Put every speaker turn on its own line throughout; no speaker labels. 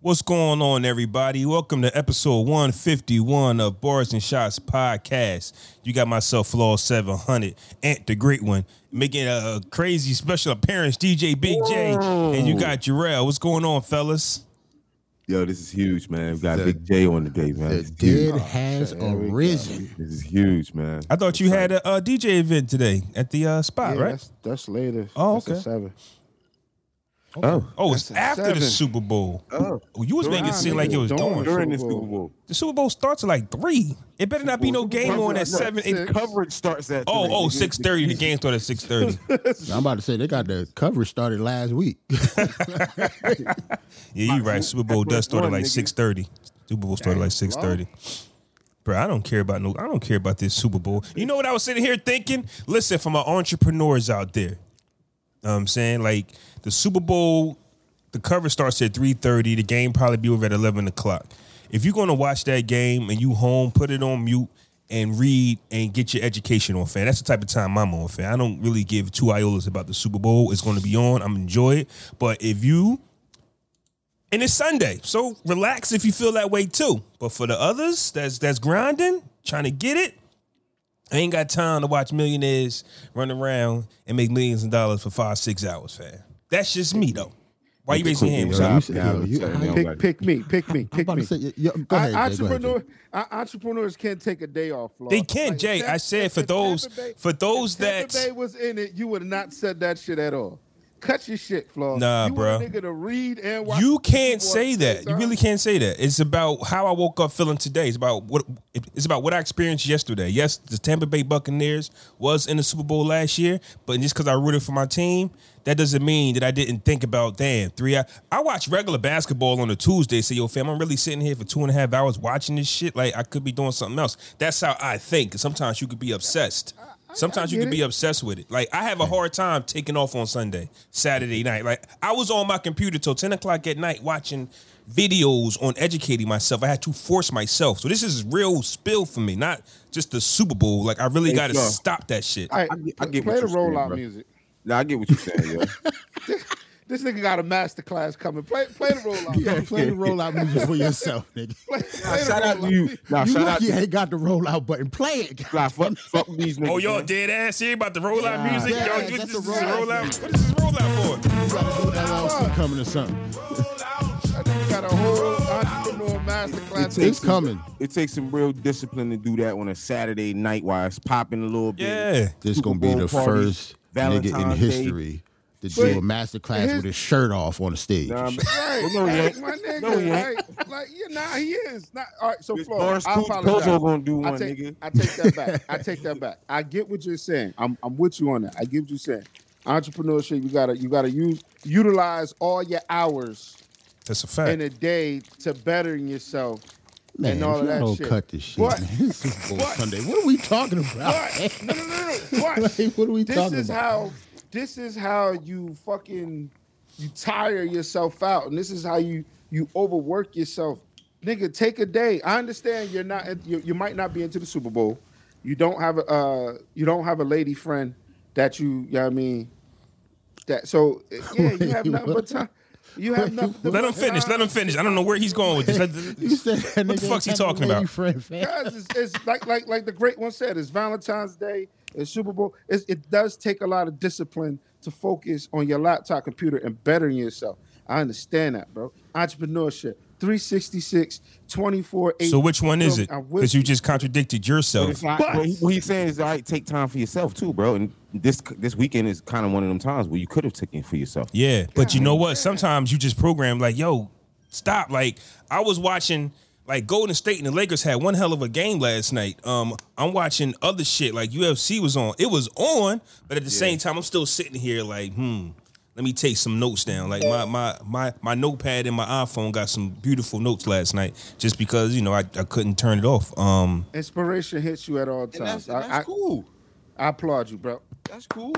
What's going on, everybody? Welcome to episode 151 of Bars and Shots Podcast. You got myself, Flaw 700, Ant the Great One, making a crazy special appearance, DJ Big J, and you got Jarrell. What's going on, fellas?
Yo, this is huge, man. We got
The-
Big J on today, man.
The
This is huge.
dead has
Oh, shit, there we go.
arisen.
This is huge, man.
I thought you had a, uh DJ event today at the uh,
Yeah,
spot, right?
that's, that's later.
Oh,
That's at
okay.
seven.
Oh,
Oh, it's
that's a
after the
seven.
Super Bowl.
oh.
Oh, you was making it
Nah,
seem like it was
nigga, don't.
dawn.
During the
Super
Super
Bowl.
Bowl.
The Super Bowl starts at like three. It better not be no game on at
Look,
seven.
six.
Eight.
Coverage starts at.
Oh,
three.
oh, 6.30. The game started at 6.30.
I'm about to say they got the coverage started last week.
Yeah, you right. Super Bowl does start at
one,
like
nigga.
six thirty. Super Bowl started like six thirty. Bro, I don't care about no. I don't care about this Super Bowl. You know what I was sitting here thinking? Listen, for my entrepreneurs out there, know what I'm saying like the Super Bowl, the cover starts at three thirty. The game probably be over at eleven o'clock. If you're gonna watch that game and you home, put it on mute and read and get your education on, fan. That's the type of time I'm on, fan. I don't really give two iolas about the Super Bowl. It's gonna be on. I'm enjoy it. But if you and it's Sunday, so relax if you feel that way too. But for the others that's that's grinding, trying to get it, I ain't got time to watch millionaires run around and make millions of dollars for five six hours, fam. That's just me though. Why you raising your hand? What's
yo,
up?
you said- yo, you-
Sorry, man.
I-
Don't
Pick,
worry.
pick me, pick me,
I'm
pick
about
me.
to say, yo, go
I-
ahead, Jay, go ahead, Jay.
entrepreneur, I- entrepreneurs can't take a day off. Flaw.
They can, Jay. I said for
if
those-
Tampa Bay-
for those
if Tampa
that-
Bay was in it, you would have not said that shit at all. Cut your shit, Flaw.
Nah,
you
bruh.
Want a nigga to read and watch
You
the Super
can't
Bowl
say
at the
that.
same
You
time?
really can't say that. It's about how I woke up feeling today. It's about what it's about what I experienced yesterday. Yes, the Tampa Bay Buccaneers was in the Super Bowl last year, but just because I rooted for my team, that doesn't mean that I didn't think about damn three. I, I watch regular basketball on a Tuesday. Say, yo, fam, I'm really sitting here for two and a half hours watching this shit. Like I could be doing something else. That's how I think. And sometimes you could be obsessed. Sometimes you
get
can be
it.
obsessed with it. Like I have a hard time taking off on Sunday, Saturday night. Like I was on my computer till ten o'clock at night watching videos on educating myself. I had to force myself. So this is real spill for me, not just the Super Bowl. Like I really
Hey,
got to
Flo.
stop that shit.
All right,
I get- I get
play
what
the
you're saying,
rollout
bruh.
music.
Nah, I get what you're saying, yo.
This nigga got a master class coming. Play, play the rollout.
Yo, play the rollout music for yourself, nigga.
Play, play the
shout out to
rollout
you.
music.
Nah,
you
shout
lucky
out to
you ain't got the rollout button. Play it.
Nah, fuck, fuck these niggas.
Oh y'all
man.
dead ass here about the rollout
Yeah.
music.
Yeah,
y'all get
that's
this,
the
this is
rollout.
rollout. What is this rollout for?
LLC coming or something.
That nigga got a whole entrepreneur master
It
class.
takes
It's
some-
coming.
It takes some real discipline to do that on a Saturday night while it's popping a little bit.
Yeah.
This
Super
gonna be
Bowl
the
party,
first nigga in
Valentine's Day.
history to
But-
do a master class with his shirt off on the stage.
Nah, man.
Right,
Well, no, he
right,
ain't.
my nigga.
No, he ain't.
Like, like, yeah, nah, he is. Not, all right, so
This
Florida,
Lawrence
I
Cook
apologize.
Kojo gonna do
I
one,
take,
nigga.
I take that back. I take that back. I get what you're saying. I'm, I'm with you on that. I get what you're saying. Entrepreneurship, you gotta, you gotta use, utilize all your hours
That's a
in
fact.
a day to bettering yourself.
man,
and all
if
of
y'all
that
don't
shit.
cut this shit.
What?
Man. It's Super Bowl
What?
Sunday. What are we talking about?
What? No, no, no, no. What?
Like, what are we
this
talking
is
about?
how this is how you fucking you tire yourself out and this is how you you overwork yourself nigga take a day i understand you're not you, you might not be into the super bowl you don't have a uh, you don't have a lady friend that you, you know what i mean that so yeah you have
Wait,
nothing but
what?
time you have nothing but
Let him finish. Let him finish. I don't know where he's going with this.
You said that
What the
nigga
fuck's he
ain't got no
talking
lady
about?
friend, fam.
Guys, it's, it's like like like the great one said. It's Valentine's Day. It's Super Bowl. It's, it does take a lot of discipline to focus on your laptop computer and bettering yourself. I understand that, bro. Entrepreneurship, 366, 24, 8.
So which one is
Yo,
it?
I'm with
Because you just contradicted
But
yourself.
it's not,
But-
what, he, what he's saying is, all right, take time for yourself too, bro. And this this weekend is kind of one of them times where you could have taken for yourself.
Yeah, but you know what? Sometimes you just program like, yo, stop. Like I was watching like Golden State and the Lakers had one hell of a game last night. Um, I'm watching other shit like UFC was on. It was on, but at the same time, I'm still sitting here like, hmm. Let me take some notes down. Like my my my my notepad and my iPhone got some beautiful notes last night, just because you know I, I couldn't turn it off. Um,
Inspiration hits you at all times. I, I,
cool.
I applaud you, bro.
That's cool.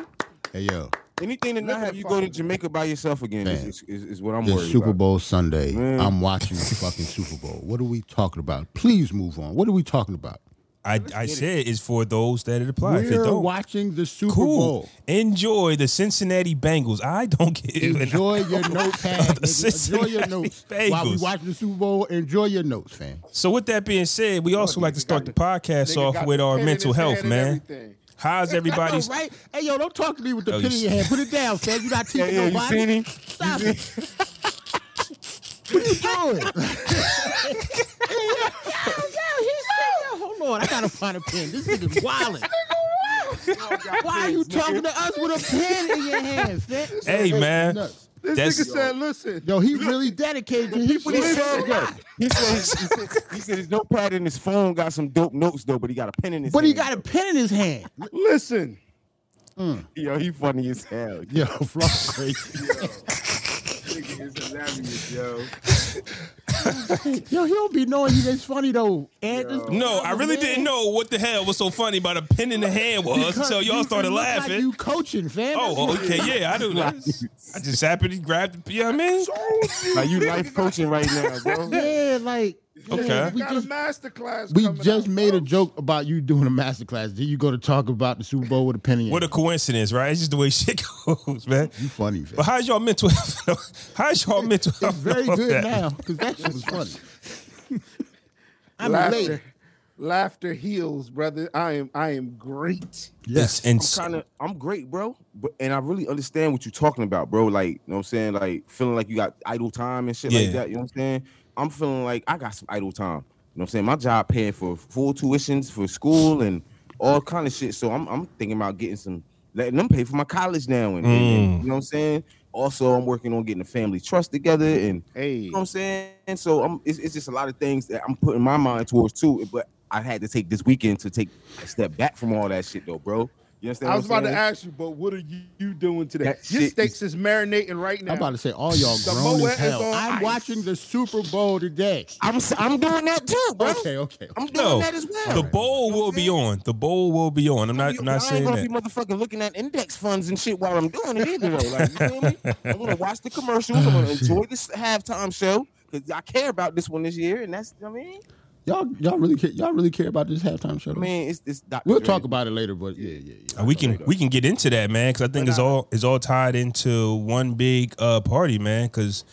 Hey yo,
Anything to not
Look at
have you
the
go to
fucking-
Jamaica by yourself again is,
Man.
is, is, is what I'm
the
worried
Super
about.
Bowl Sunday.
Man.
I'm watching the fucking Super Bowl. What are we talking about? Please move on. What are we talking about?
I, I said it's for those that it applies. If it
We're
don't,
watching the Super
cool.
Bowl.
Enjoy the Cincinnati Bengals. I don't give an-
Enjoy your notepad.
The
nigga. Enjoy your
Cincinnati
notes. While we
Bengals.
watch the Super Bowl, enjoy your notes, fam.
So with that being said, we also
nigga
like to start the
got
podcast
nigga
off
got
with
the
our
pen in
mental
his
health,
hand and
man.
everything.
How's
I know,
everybody's?
right? Hey, yo, don't talk to me with the
Oh,
Yo, you
pin in your
s-
hand. Put it down, fam. You not teaching
yo, you
nobody.
seen him?
Stop it. what you doing? Hold on, I gotta find a pen. This nigga's wildin'. Why are you talking to us with a pen in your hand, fam?
Hey man,
Nuts.
This
That's-
nigga said, "Listen,
Yo, he really dedicated to his
He said, yo, he said, he said, he said his notepad in his phone got some dope notes though, but he got a pen in his.
But he
hand.
got a pen in his hand. Mm.
listen."
Yo, he funny as hell.
Yo, Floss crazy. Yo, he don't be knowing he that's funny though. And this-
no, I really
man.
didn't know what the hell was so funny about a pen in the hand was
Because
until y'all
you
started
look like
laughing.
you coaching, fam.
Oh,
That's-
okay, yeah, I do that. I just happened to grab the, you know what I mean?
Like you life coaching right now, bro.
Yeah, like yeah,
Okay.
We
we
got
just
a master class.
we
coming
just
up,
made
bro.
a joke about you doing a master class. Then you go to talk about the Super Bowl with a pen in your
What a
hand.
coincidence, right? It's just the way shit goes, man.
You funny, fam.
But how's y'all mental? health- how's y'all mental?
It's
health
very
on
good
that?
now because that shit was funny. I'm late.
Laughter, laughter heals, brother. I am, I am great.
Yes,
Yes.
and
I'm kind of, I'm great, bro. But and I really understand what you're talking about, bro. Like, you know what I'm saying? Like feeling like you got idle time and shit
Yeah.
like that. You know what I'm saying? I'm feeling like I got some idle time. You know what I'm saying? My job paying for full tuitions for school and all kind of shit. So I'm, I'm thinking about getting some, letting them pay for my college now. And, and- and, you know what I'm saying? Also, I'm working on getting a family trust together and
Hey,
You know what I'm saying? So I'm, it's, it's just a lot of things that I'm putting my mind towards too. But I had to take this weekend to take a step back from all that shit though, bro. You understand?
I
what
was
I'm
about to
saying?
ask you, but what are you, you doing today?
That
Your
shit
steaks is marinating right now.
I'm about to say all y'all grown
Samoa
as
is
hell.
on
I'm
ice.
watching the Super Bowl today.
I'm s- I'm doing that too, bro.
Okay, okay.
I'm doing
no,
that as well.
the bowl will be on. The bowl will be on. I'm not.
I
I'm not
ain't
saying
gonna
that.
be motherfucking looking at index funds and shit while I'm doing it either. Though. Like, you feel me? I'm gonna watch the commercials. I'm
Oh,
gonna enjoy this halftime show because I care about this one this year, and that's I mean,
Y'all, y'all really care. Y'all really care about this halftime show.
I mean, it's it's Dr.
we'll
Dre.
talk about it later, but yeah, yeah, yeah.
Uh, we can we can get into that, man, because I think it's all it's all tied into one big uh, party, man. Because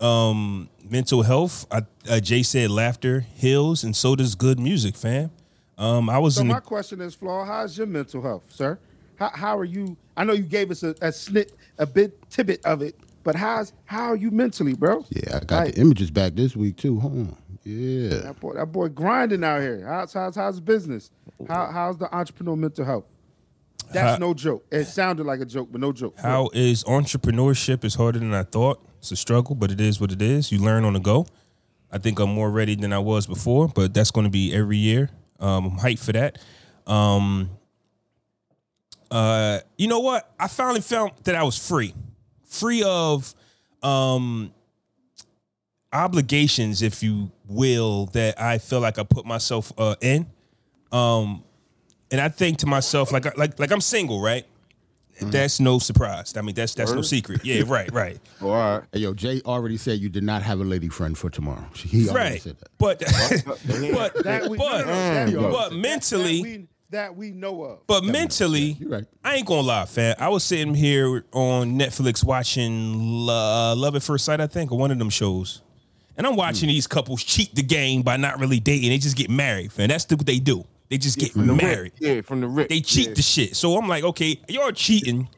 um, mental health, I, uh, Jay said, laughter heals, and so does good music, fam. Um, I was
So
in
my
the,
question is, Flaw, how's your mental health, sir? How, how are you? I know you gave us a, a snip, a bit tidbit of it, but how's how are you mentally, bro?
Yeah, I got
Like,
the images back this week too. Hold on. Yeah.
that boy, that boy grinding out here. How's how's how's business? How how's the entrepreneur mental health? That's
How-
no joke. It sounded like a joke, but no joke.
how is entrepreneurship is harder than I thought. It's a struggle, but it is what it is. You learn on the go. I think I'm more ready than I was before, but that's going to be every year. Um, I'm hyped for that. Um, uh, you know what? I finally found that I was free, free of um, obligations, if you will, that I feel like I put myself uh, in. Um, and I think to myself, like, like, like I'm single, right?
Mm-hmm.
That's no surprise. I mean, that's that's no secret. Yeah, right, right.
All right.
Hey, yo, Jay already said you did not have a lady friend for tomorrow. He already
right.
said that.
But but
That we, no, no, no,
but
that we-
but
that
mentally,
we, that we know of.
but mentally,
You're right.
I ain't gonna lie, fam. I was sitting here on Netflix watching Lo- uh, Love at First Sight, I think, or one of them shows, and I'm watching
Hmm.
these couples cheat the game by not really dating. They just get married, fam. That's what they do. They just get
From the rip.
married.
Yeah, from the rip.
They cheat the shit. So I'm like, okay, you're cheating,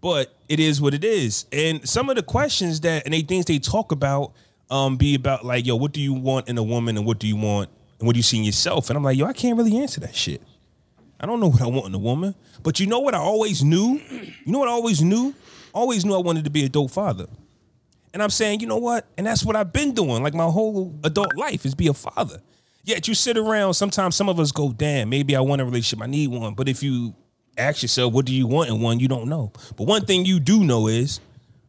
but it is what it is. And some of the questions that and they things they talk about um be about like, yo, what do you want in a woman and what do you want and what do you see in yourself? And I'm like, yo, I can't really answer that shit. I don't know what I want in a woman. But you know what I always knew? You know what I always knew? I always knew I wanted to be a dope father. And I'm saying, you know what? And that's what I've been doing. Like my whole adult life is be a father. Yet you sit around, sometimes some of us go, damn, maybe I want a relationship. I need one. But if you ask yourself, what do you want in one, you don't know. But one thing you do know is,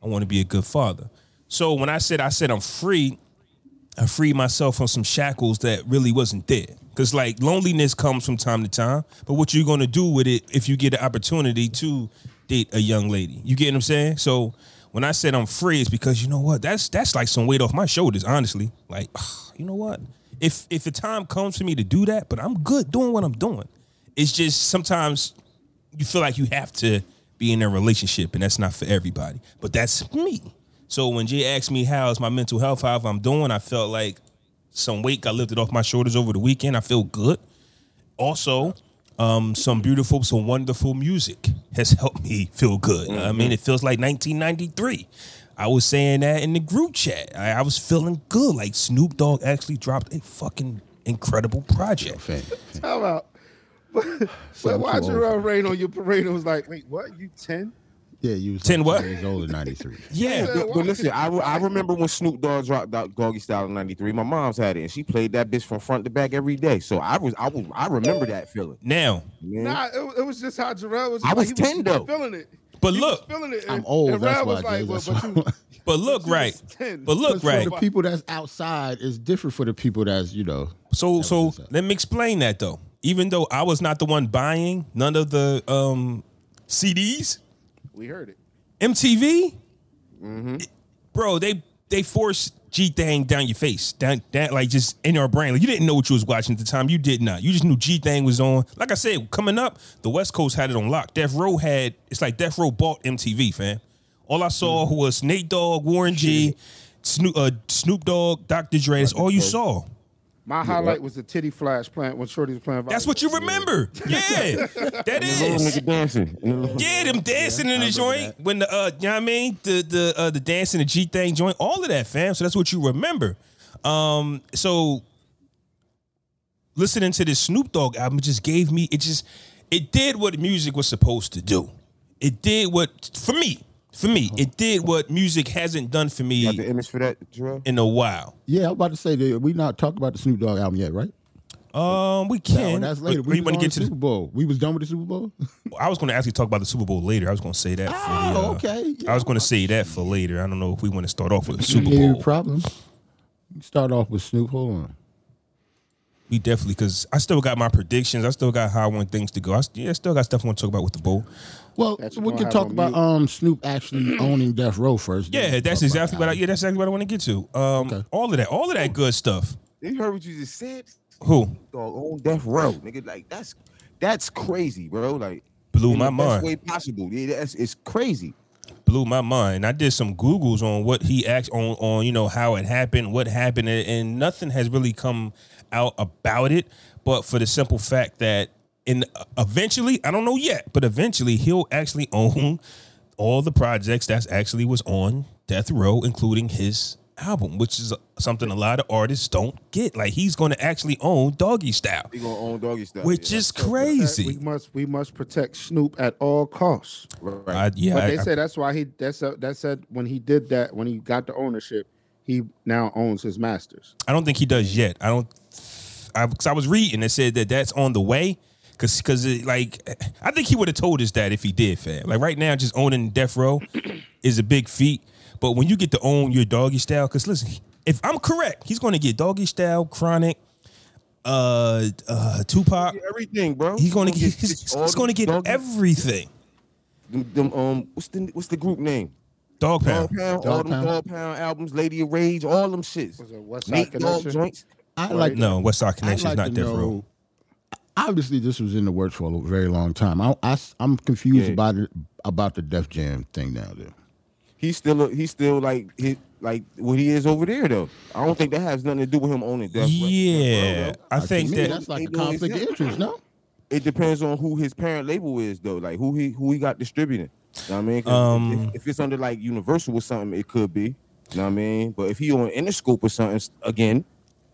I want to be a good father. So when I said, I said I'm free, I freed myself from some shackles that really wasn't there. Cause like loneliness comes from time to time, but what you gonna do with it if you get an opportunity to date a young lady? You get what I'm saying? So when I said I'm free, it's because you know what? That's that's like some weight off my shoulders, honestly. Like, you know what? if if the time comes for me to do that, but I'm good doing what I'm doing. It's just sometimes you feel like you have to be in a relationship, and that's not for everybody. But that's me. So when Jay asked me how is my mental health, how I'm doing, I felt like some weight got lifted off my shoulders over the weekend. I feel good. Also, um, some beautiful, some wonderful music has helped me feel good. I mean, it feels like 1993. I was saying that in the group chat. I, I was feeling good. Like Snoop Dogg actually dropped a fucking incredible project.
How about? But
I'm
why
too old.
Jarrell Rain on your parade? was like, wait, what? You ten?
Yeah, you was
10
like
what?
years old in '93.
Yeah.
Yeah.
But listen, I, re- I remember when Snoop Dogg dropped out Doggy Style in '93. My mom's had it, and she played that bitch from front to back every day. So I was, I was, I remember that feeling.
Now,
man.
Nah, it, wa- it was just how Jarrell was.
I
like,
was
he
10 though.
feeling it.
but
He
look,
was feeling it.
I'm
and-
old.
and
that's
Rab
why.
was
Jay,
like,
that's
well, but
why.
you-
but look
she was
right.
10.
But look
Because
right.
For the people that's outside is different for the people that's you know.
So so
what's up.
let me explain that though. Even though I was not the one buying none of the um, CDs,
we heard it. Mm-hmm.
MTV, it- bro, they they force G Thang down your face, down that like just in our brain. Like you didn't know what you was watching at the time. You did not. You just knew G Thang was on. Like I said, coming up, the West Coast had it on lock. Death Row had it's like Death Row bought MTV, fam. All I saw was Nate Dogg, Warren G, Snoop, uh, Snoop Dogg, Dr. Dre. That's all you saw.
My highlight was the titty flash plant when Shorty was playing.
That's what you remember. Yeah, that
Little
is.
nigga dancing. And the little-
Yeah, them dancing in the joint when the uh, you know what I mean, the the uh, the dancing, the G thing joint, all of that, fam. So that's what you remember. Um, so listening to this Snoop Dogg album just gave me it just it did what music was supposed to do. It did what for me, for me, it did what music hasn't done for
Got the
me
image for that, Jarrell?
in a while.
Yeah, I'm about to say that we not talking about the Snoop Dogg album yet, right?
Um, we
No,
can.
that's later.
but
We,
we
was
want
on
to get to.
the Super
The,
Bowl. We was done with the Super Bowl.
I was going to actually talk about the Super Bowl later. I was going to say that. for,
Oh,
uh,
okay.
I was going to say that for later. I don't know if we want to start off with Super
Ain't
Bowl.
any problem. We Start off with Snoop. Hold on.
We definitely because I still got my predictions. I still got how I want things to go. I, st- yeah, I still got stuff I want to talk about with the bowl.
Well,
That you
we
gonna
can
have
talk
on
about
mute.
um Snoop actually owning Death Row first. then
Yeah,
we can
that's
talk about
exactly
the
what. I,
album.
yeah, that's exactly what I want to get to. Um,
Okay.
all of that, all of that good stuff.
You heard what you just said?
Who
Dog on death row, nigga. Like that's that's crazy, bro. Like
blew
in
my
the best way
mind?
possible. Yeah, that's it's crazy.
Blew my mind. I did some googles on what he asked on on you know how it happened, what happened, and, and nothing has really come out about it. But for the simple fact that in eventually, I don't know yet, but eventually he'll actually own all the projects that's actually was on Death Row, including his album, which is something a lot of artists don't get. Like he's going to actually own Doggy Style,
They gonna own doggy style.
which
yeah,
is
We
crazy.
must we must protect Snoop at all costs.
right.
I, yeah,
But
I-
they
I-
say that's why he that's a, that said when he did that when he got the ownership he now owns his masters.
I don't think he does yet. I don't. I, cause I was reading and said that that's on the way. Cause, cause it, like, I think he would have told us that if he did, fam. Like right now, just owning Death Row is a big feat. But when you get to own your doggy style, cause listen, if I'm correct, he's going to get doggy style, chronic, uh, uh, Tupac.
everything, bro.
He's going to get,
He's
he's, he's going to get everything.
Them, them, um, what's the what's the group name?
Dog
Dog
pound.
Pound, all
Dog
them
Pound.
Dog Pound albums, Lady of Rage, all them shits.
Was it West Side
Nate Dog
Connection?
joints.
I like
No, West Side
I'd
Connection
like
is not
to
Death Row.
know- Obviously, this was in the works for a very long time. I, I am confused
Yeah.
about it about the Def Jam thing now. Then
He's still a, he's still like he like what he is over there though. I don't think that has nothing to do with him owning Death Row.
Yeah,
Death Row,
I
though.
think
To me,
that
that's like a
They know it's
conflict of
him.
interest. No,
it depends on who his parent label is though, like who he who he got distributing. Know what I mean, 'Cause
Um,
if, if it's under like Universal or something, it could be. Know what I mean, but if he on Interscope or something s- again,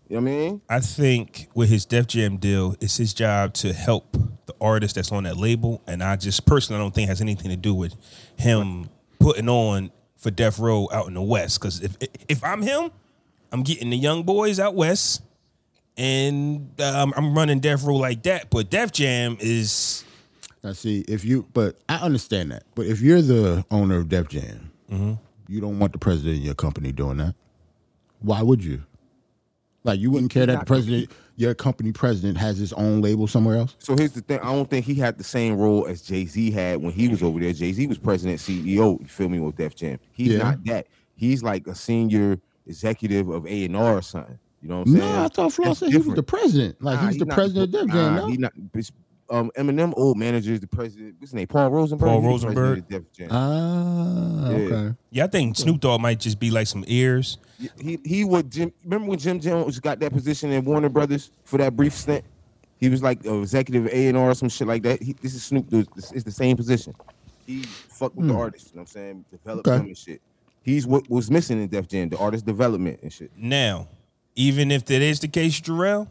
you know what I mean.
I think with his Def Jam deal, it's his job to help the artist that's on that label, and I just personally don't think it has anything to do with him putting on for Death Row out in the West. Because if if I'm him, I'm getting the young boys out west, and um, I'm running Death Row like that. But Def Jam is
now see if you, but I understand that. But if you're the owner of Def Jam,
Mm-hmm.
you don't want the president of your company doing that. Why would you? Like you wouldn't care that the president, your company president, has his own label somewhere else.
So here's the thing: I don't think he had the same role as Jay Z had when he was over there. Jay Z was president, CEO. You feel me with Def Jam? He's
Yeah.
not that. He's like a senior executive of A and R or something. You know what I'm
No,
saying?
I thought Flaw
It's
said he was
different.
the president. Like
Nah,
he was the
not-
president of Def Jam.
nah,
no?
he not- it's, um, Eminem old manager is the president. What's his name? Paul Rosenberg.
Paul
He the
Rosenberg.
president of Def Jam.
Ah,
Yeah.
okay.
Yeah, I think Snoop Dogg might just be like some ears.
He he would Jim. Remember when Jim Jones got that position in Warner Brothers for that brief stint? He was like an executive A and R or some shit like that. He, this is Snoop. Dude, this is the same position. He fucked with the artists. You know what I'm saying? Developed
Hmm. Okay.
them and shit. He's what was missing in Def Jam, the artist development and shit.
Now, even if that is the case, Jarrell,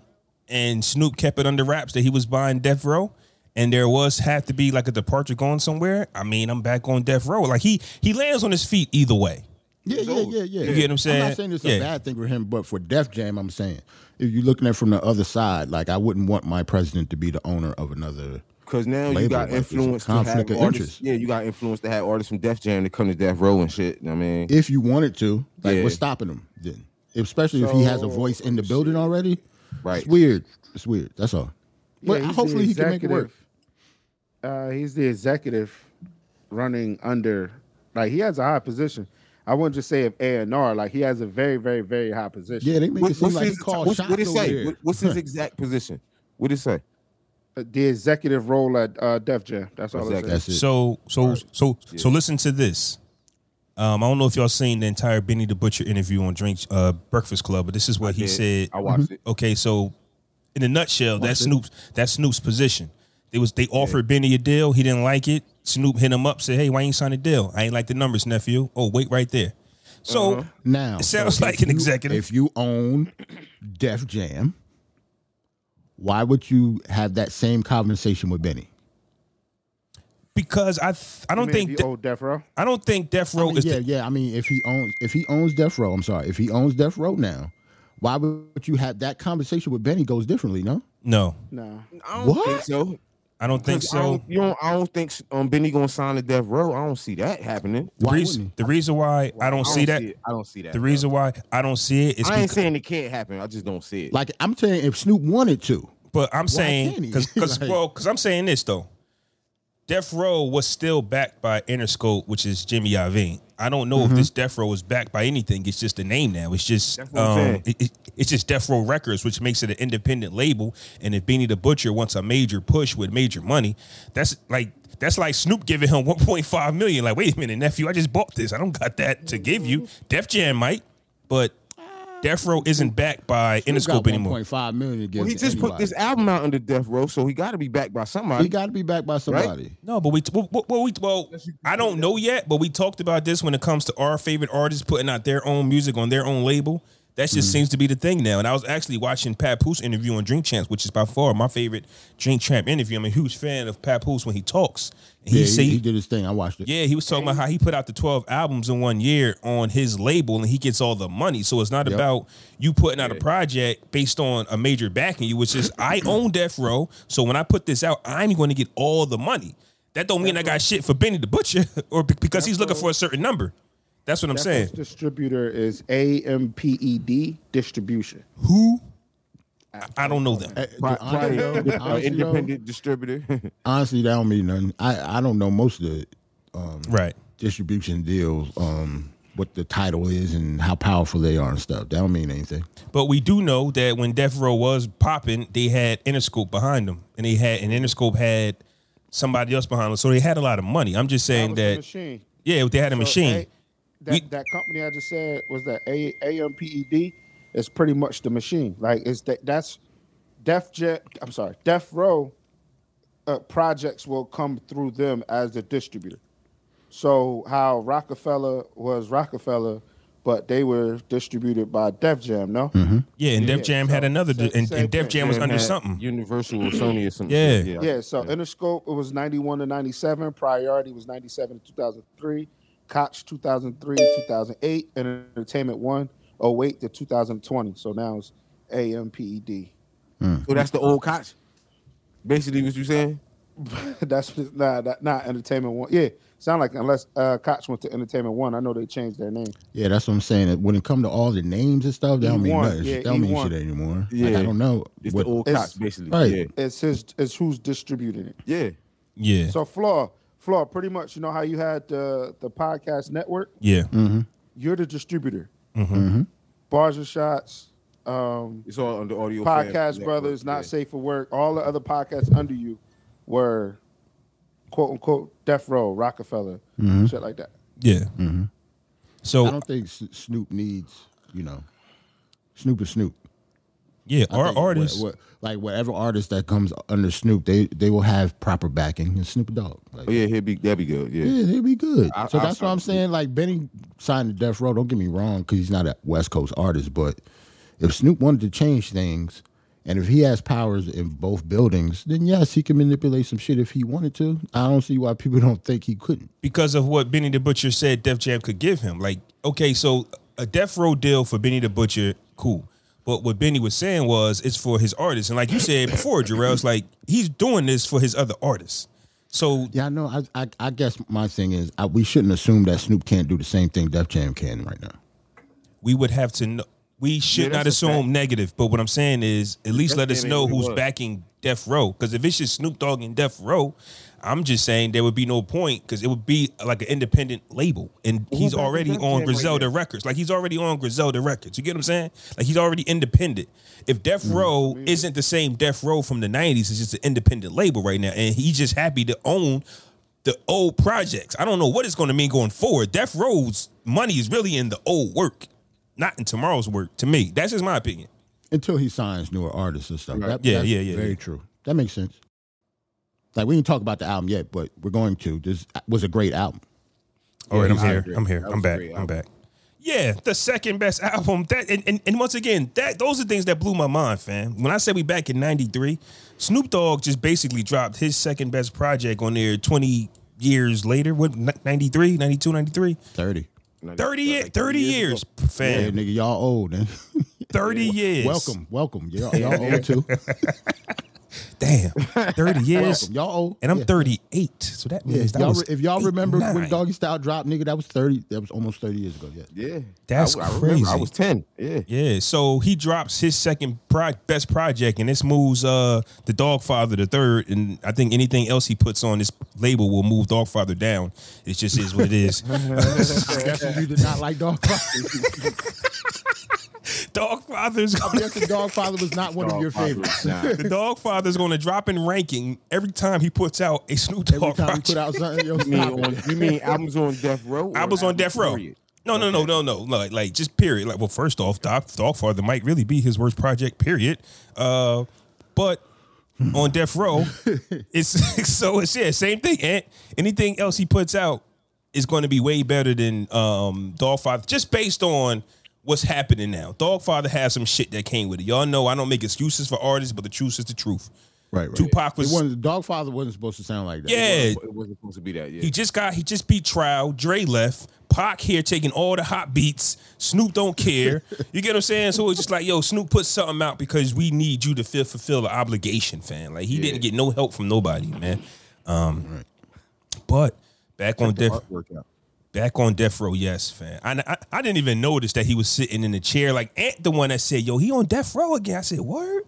and Snoop kept it under wraps that he was buying Death Row, and there was have to be like a departure going somewhere. I mean, I'm back on Death Row. Like he he lands on his feet either way.
Yeah, yeah,
old.
yeah, yeah.
You get what I'm
I'm
saying?
not saying it's
Yeah.
a bad thing for him, but for Def Jam, I'm saying if you're looking at it from the other side, like I wouldn't want my president to be the owner of another.
Because now you
Label,
got
like, it's a
influence to have
conflict of
artists.
interest.
Yeah, you got influence to have artists from Def Jam to come to Death Row and shit. You know what I mean,
If you wanted to, like
Yeah.
what's stopping him then? Especially if he has a voice in the building already.
Right.
It's weird. It's weird. That's all. But
Yeah, he's the
hopefully he can make it work.
executive. Uh, he's the executive running under, like he has a high position. I wouldn't just say of A and R, like he has a very, very, very high position.
Yeah, they make
What-
it seem like he
his,
called
what's-
shots
what it
over
say?
there.
What- what's his exact position? What it say?
Uh, The executive role at uh, Def Jam. That's all. Exactly.
That's it.
So so so so listen to this. Um, I don't know if y'all seen the entire Benny the Butcher interview on Drink uh, Breakfast Club, but this is what he
Yeah,
said. Mm-hmm.
I watched it.
Okay, so in a nutshell, that's Snoop's that's Snoop's position. They was they offered Benny a deal, he didn't like it. Snoop hit him up, said, "Hey, why you ain't sign a deal? I ain't like the numbers, nephew." Oh, wait, right there. So
Uh-huh.
Uh-huh. Now
It sounds
so
like
if
an
you-
executive.
If you own Def Jam, why would you have that same conversation with Benny?
because I th- I
I
don't think
the
De-
old Death Row.
I don't think Death
I
Row
mean,
is
yeah,
the,
yeah. I mean, if he owns if he owns Death Row, I'm sorry, if he owns Death Row now, why would you have that conversation with Benny? Goes differently, no?
no.
No.
I don't
What?
think so.
I don't think
I
so.
don't, you don't, I don't think um, Benny gonna sign to Death Row. I don't see that happening.
The
Why
reason,
wouldn't
the reason why I don't see that
it. I don't see that.
the
bro.
reason why I don't see it is
I ain't
because,
saying it can't happen. I just don't see it.
Like I'm saying, if Snoop wanted to,
but I'm saying
can't he?
because because
Like-
well because I'm saying this though. Death Row was still backed by Interscope, which is Jimmy Iovine. I
Mm-hmm.
don't know if this Death Row is backed by anything. It's just a name now. It's just
That's what I'm
um,
saying.
it, it- it's just Death Row Records, which makes it an independent label. And if Beanie the Butcher wants a major push with major money, that's like that's like Snoop giving him 1.5 million. Like, wait a minute, nephew, I just bought this. I don't got that to give you. Def Jam might, but Death Row isn't backed by
Snoop got
Interscope anymore.
1.5 million to give.
well, he
to
just put
anybody.
this album out under Death Row, so he got to be backed by somebody.
He got to be backed by somebody.
No, but we well, well, well, we well, I don't know yet, but we talked about this when it comes to our favorite artists putting out their own music on their own label. That
Mm-hmm.
just seems to be the thing now. And I was actually watching Pat Papoose interview on Drink Champs, which is by far my favorite Drink Champ interview. I'm a huge fan of Pat Papoose when he talks. And
Yeah,
he
he,
say,
he did his thing. I watched it.
yeah, he was talking about how he put out the 12 albums in one year on his label and he gets all the money. So it's not about you putting out a project based on a major backing you. It's just, I own Death Row. So when I put this out, I'm going to get all the money. That don't mean I got shit for Benny the Butcher or be- because he's looking for a certain number. That's what I'm
Def
saying.
Row's distributor is AMPED E Distribution.
Who? I- I don't know them.
Eh, honestly, though-
Uh,
honestly, though-
independent distributor.
honestly, that don't mean nothing. I, I don't know most of the um,
Right.
distribution deals, um, what the title is and how powerful they are and stuff. That don't mean anything.
But we do know that when Death Row was popping, they had Interscope behind them, and they had and Interscope had somebody else behind them, so they had a lot of money. I'm just saying
was the
that,
machine.
yeah, they had a machine.
A- that,
We-
that company I just said was that A AMPED is pretty much the machine. Like it's that that's Def Jet. I'm sorry, Def Row uh, projects will come through them as the distributor. So how Rockefeller was Rockefeller, but they were distributed by Def Jam. No,
yeah, and Def
yeah,
Jam had
so-
another,
same-
and,
same
and Def
thing.
Jam was
Yeah,
under
had
something.
Universal or Sony or something.
Yeah.
Yeah, so Interscope it was 91 to 97, Priority was 97 to 2003, Koch 2003 to 2008, and Entertainment 1 08 to 2020. So now it's AMPED.
Mm.
So that's the old coach. Basically, what you saying?
That's what it's- nah, that, not Entertainment 1. Yeah, sound like unless uh, Koch went to Entertainment 1, I know they changed their name.
Yeah, that's what I'm saying. When it come to all the names and stuff, that
E
don't mean
E1,
nothing.
yeah,
that don't mean
E1.
shit anymore. Like,
Yeah.
I don't know.
It's
what-
the old
It's-
coach, basically.
right.
Yeah.
It's his it's who's distributing it.
Yeah.
Yeah,
So Flaw, Flaw, pretty much you know how you had the the podcast network?
yeah,
You're the distributor. Bars and shots, um,
It's all under audio. Fam
podcast
Network,
brothers, not
yeah.
safe for work. All the other podcasts under you were quote unquote death row, Rockefeller,
Mm-hmm.
shit like that.
Yeah.
I
So
don't think S- Snoop needs, you know, Snoop is Snoop.
yeah,
I
our
think what-
artists.
what- like whatever artist that comes under Snoop, they they will have proper backing and Snoop Dogg. Like,
Oh yeah, he'd be that'd be good. Yeah.
Yeah, he'd be good.
I-
so
I-
that's what I'm saying. Like Benny signed to Death Row. Don't get me wrong, because he's not a West Coast artist. But if Snoop wanted to change things, and if he has powers in both buildings, then yes, he can manipulate some shit if he wanted to. I don't see why people don't think he couldn't.
because of what Benny the Butcher said Def Jam could give him. Like, okay, so a Death Row deal for Benny the Butcher, cool. But what Benny was saying was it's for his artists. And like you said before, Jarrell, it's like he's doing this for his other artists. So
Yeah, I know. I I, I guess my thing is I, we shouldn't assume that Snoop can't do the same thing Def Jam can right now.
we would have to know. We should
Yeah,
not
that's a fact.
assume negative, but what I'm saying is at least let us
ain't
know
what it
who's
was.
backing Death Row. Because if it's just Snoop Dogg and Death Row, I'm just saying there would be no point because it would be like an independent label, and he's
backing
already
Def
on
Jam right
Griselda
now?
Records. Like he's already on Griselda Records. You get what I'm saying? Like he's already independent. If Death Row isn't the same Death Row from the '90s, it's just an independent label right now, and he's just happy to own the old projects. I don't know what it's going to mean going forward. Death Row's money is really in the old work, not in tomorrow's work. To me, that's just my opinion.
until he signs newer artists and stuff. That-
Yeah,
that's
yeah, yeah,
Very
yeah.
true. That makes sense. Like we didn't talk about the album yet, but we're going to. This was a great album.
All
Yeah,
right, I'm
that was
here.
great.
I'm here.
That
I'm
was
back.
great
I'm
album.
back. Yeah, the second best album. That and, and, and once again, that those are things that blew my mind, fam. When I said we back in '93, Snoop Dogg just basically dropped his second best project on there 20 years later. What 93, 92, 93?
Thirty.
30,
Like,
year-
like
30 years,
ago.
Yeah,
fam.
nigga, y'all old, man.
30 years.
welcome, welcome. Y'all, y'all old too.
Damn. 30 years.
Welcome. Y'all old.
And I'm
Yeah.
38. So that
Yeah,
means that
y'all
was
re- if y'all remember
89.
when Doggy Style dropped, nigga, that was thirty. That was almost thirty years ago. Yeah.
Yeah.
That's
I, I remember. I
crazy.
was ten. Yeah.
Yeah, so he drops his second pro- best project, and this moves uh the Dogfather the third, and I think anything else he puts on this label will move Dogfather down. It just is what it is.
you did not like Dog.
Dogfather's gonna,
Guessing Dog Father was not one of your favorites.
Nah.
the Dogfather's going to drop in ranking every time he puts out a Snoop
Every
Dogg
time you
project.
put out something, yo,
You mean,
stop
on,
it.
you mean albums on death row? or
I was on
albums
death row.
period?
No, no, no, no, no. Like, like just period. Like, well, first off, Doc Dogfather might really be his worst project. Period. Uh, but on death row, it's so it's yeah, same thing. And anything else he puts out is going to be way better than um Dogfather, just based on what's happening now. Dogfather has some shit that came with it. Y'all know I don't make excuses for artists, but the truth is the truth.
Right, right.
Tupac
It
was-
wasn't, Dog Father wasn't supposed to sound like that.
Yeah,
It wasn't supposed to be that. Yeah.
He just got he just beat trial. Dre left. Pac here taking all the hot beats. Snoop don't care. You get what I'm saying? So it's just like, yo, Snoop put something out because we need you to feel, fulfill the obligation, fan. Like he didn't get no help from nobody, man. Um, but back on death,
Artwork out.
back on death row, yes, fan. I, I I didn't even notice that he was sitting in the chair. Like Ant, the one that said, yo, he on death row again. I said, word.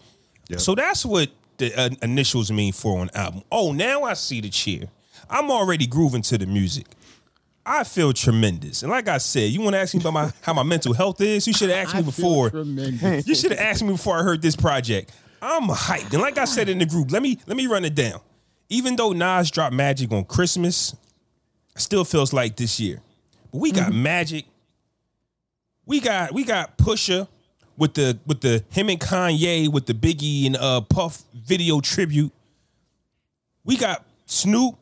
So that's what the uh, initials mean for an album. Oh, now I see the cheer. I'm already grooving to the music. I feel tremendous. And like I said, you want to ask me about my how my mental health is? You should have asked
I
me
feel
before.
tremendous.
You should have asked me before I heard this project. I'm hyped. And like I said in the group, let me let me run it down. Even though Nas dropped Magic on Christmas, it still feels like this year. But we got Magic. We got we got Pusha with the with the him and Kanye with the Biggie and uh Puff video tribute. We got Snoop.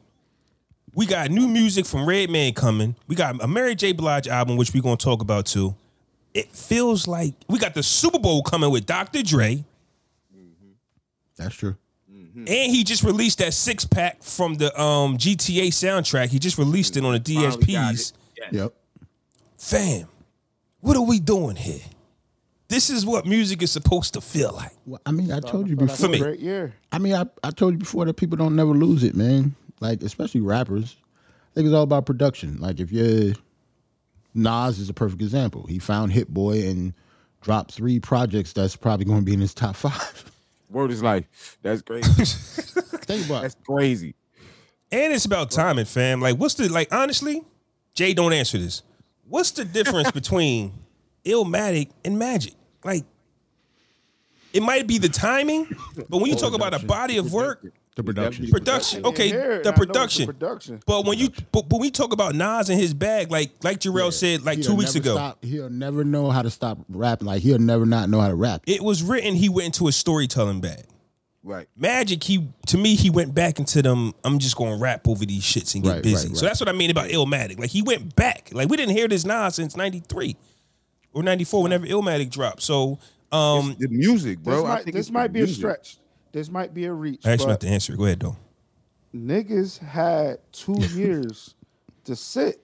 We got new music from Redman coming. We got a Mary J. Blige album, which we're gonna talk about too. It feels like we got the Super Bowl coming with Dr. Dre,
That's true.
and he just released that six pack from the um, GTA soundtrack. He just released it on the
Finally got
DSPs.
it. Yes.
Yep.
Fam, what are we doing here? This is what music is supposed to feel like.
Well, I mean, I told you
That's
before.
For
a
me.
great year.
I mean, I, I told you before that people don't never lose it, man. Like, especially rappers. I think it's all about production. Like, if you're Nas is a perfect example. He found Hit Boy and dropped three projects that's probably going to be in his top five.
Word is life. That's crazy.
Think about
That's
it.
crazy.
And it's about timing, fam. Like, what's the like? Honestly, Jay, don't answer this. What's the difference between Illmatic and Magic? Like, It might be the timing, but when you talk about a body of work,
The production.
production. Okay,
Yeah, and I know
the
it's the
production.
production.
But when you but, but we talk about Nas and his bag, like like Jarrell said like
He'll
two weeks
never
ago,
stop- he'll never know how to stop rapping. Like he'll never not know how to rap.
it was written he went into a storytelling bag.
Right.
Magic, he to me he went back into them. I'm just going to rap over these shits and get
Right,
busy.
right,
So
right.
that's what I mean about Illmatic. Like he went back. Like we didn't hear this Nas since '93 or '94, whenever Illmatic dropped. So um,
The music, bro.
this
I
might,
think
this
it's
might
the
be
music.
a stretch. This might be a reach.
I asked you
but
not to answer. it. Go ahead though.
niggas had two years to sit.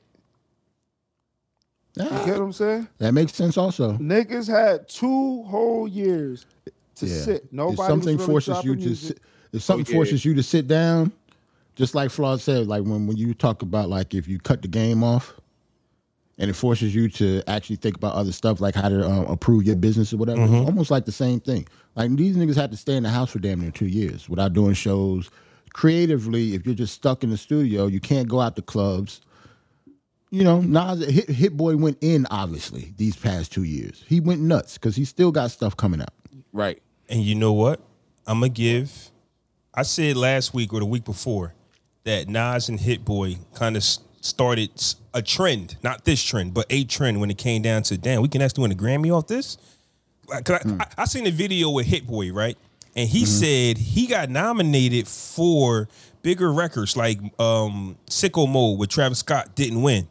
You
Ah,
get what I'm saying?
that makes sense. Also,
Niggas had two whole years to
Yeah.
sit. Nobody
if something
was really
forces you
dropping
to
music.
sit, if something
Oh, yeah.
forces you to sit down, just like Flaw said, like when, when you talk about like if you cut the game off, and it forces you to actually think about other stuff like how to um, approve your business or whatever.
Mm-hmm.
It's almost like the same thing. Like these niggas had to stay in the house for damn near two years without doing shows. Creatively, if you're just stuck in the studio, you can't go out to clubs. you know, Nas Hit, Hit Boy went in obviously these past two years. He went nuts because he still got stuff coming out.
Right.
And you know what? I'm gonna give. I said last week or the week before that Nas and Hit Boy kind of started s- a trend, not this trend, but a trend when it came down to damn, we can actually win a Grammy off this. Like, 'cause I, I, I seen a video with Hit Boy right, and he said he got nominated for bigger records like um, Sicko Mode with Travis Scott didn't win,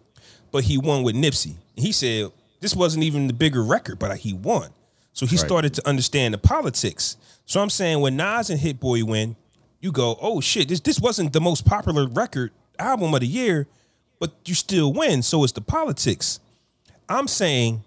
but he won with Nipsey. And he said this wasn't even the bigger record, but uh, he won. So he started to understand the politics. So I'm saying when Nas and Hit Boy win, you go, oh shit, this this wasn't the most popular record album of the year, but you still win. So it's the politics. I'm saying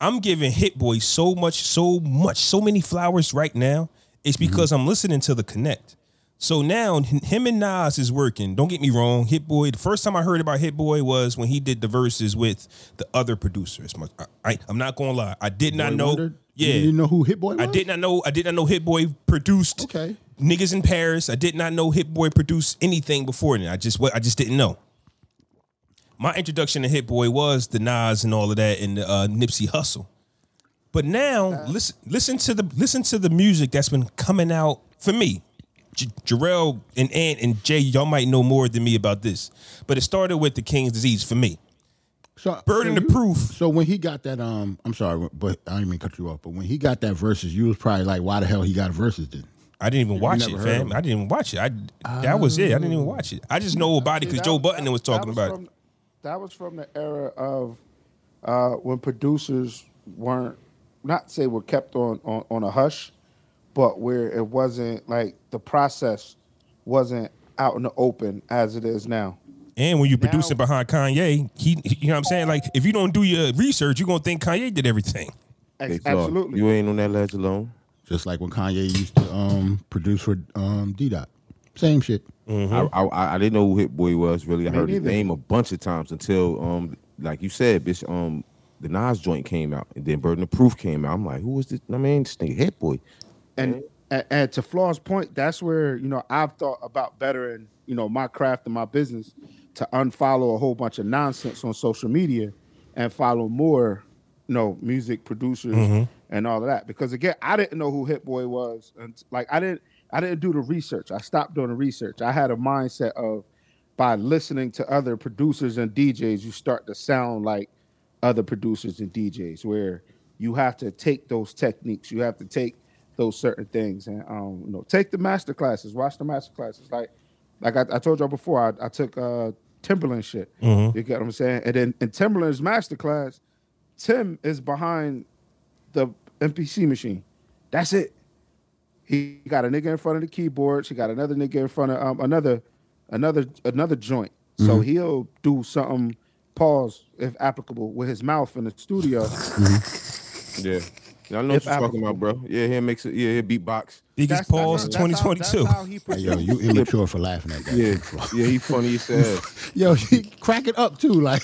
I'm giving Hit Boy so much, so much, so many flowers right now. It's
Mm-hmm.
because I'm listening to the Connect. So now h- him and Nas is working. Don't get me wrong, Hit Boy. The first time I heard about Hit Boy was when he did the verses with the other producers. My- I, am not gonna lie, I did not
Boy
know.
Wonder?
Yeah,
you didn't know who Hit Boy was.
I did not know. I did not know Hit Boy produced
Okay.
niggas in Paris. I did not know Hit Boy produced anything before then. I just what I just didn't know. My introduction to Hit Boy was the Nas and all of that and the uh, Nipsey Hustle. But now listen listen to the listen to the music that's been coming out for me. J- Jarrell and Ant and Jay, y'all might know more than me about this, but it started with the King's Disease for me.
So,
Burden
so
of
you-
proof.
So when he got that, um, I'm sorry, but I didn't mean to cut you off. But when he got that verses, you was probably like, why the hell he got verses then?
I didn't even watch
never
it,
heard of
fam.
him.
I didn't even watch it. I that was it. I didn't even watch it. I just know about it because
See,
Joe
that-
Button
Oh. that-
was
that
talking about it.
from- That was from the era of uh, when producers weren't, not say were kept on, on, on a hush, but where it wasn't like the process wasn't out in the open as it is now.
And when you
Now-
producing behind Kanye, he, you know what I'm saying? Like, if you don't do your research, you're gonna think Kanye did everything.
Ex-
They saw.
Absolutely.
You ain't on that ledge alone.
Just like when Kanye used to um produce for um D Dot, same shit.
Mm-hmm.
I, I I didn't know who Hit Boy was really. I
Me
heard his
neither.
name a bunch of times until um like you said, bitch, um the Nas joint came out and then Burden of Proof came out. I'm like, who is this? I mean, this nigga Hit Boy.
and, and and to Flaw's point, that's where you know I've thought about bettering you know my craft and my business to unfollow a whole bunch of nonsense on social media and follow more you know music producers and all of that because again I didn't know who Hit Boy was and like I didn't I didn't do the research. I stopped doing the research. I had a mindset of by listening to other producers and DJs, you start to sound like other producers and DJs, where you have to take those techniques, you have to take those certain things, and um, you know, take the master classes, watch the master classes. Like, like I, I told y'all before, I, I took uh, Timberland shit. You get what I'm saying? And then in Timberland's master class, Tim is behind the MPC machine. That's it. He got a nigga in front of the keyboard. She got another nigga in front of um, another, another, another joint. So he'll do something. Pause, if applicable, with his mouth in the studio.
Yeah. And I know
If
what you're talking
applicable.
about, bro. Yeah, he'll makes it. Yeah, he'll beat box.
Biggest pause
that's how- that's how-
2022.
That's how he
Hey, yo,
produced.
you immature for laughing at that.
Yeah,
shit, Flaw.
yeah, he funny as hell.
yo, he crack it up too. Like,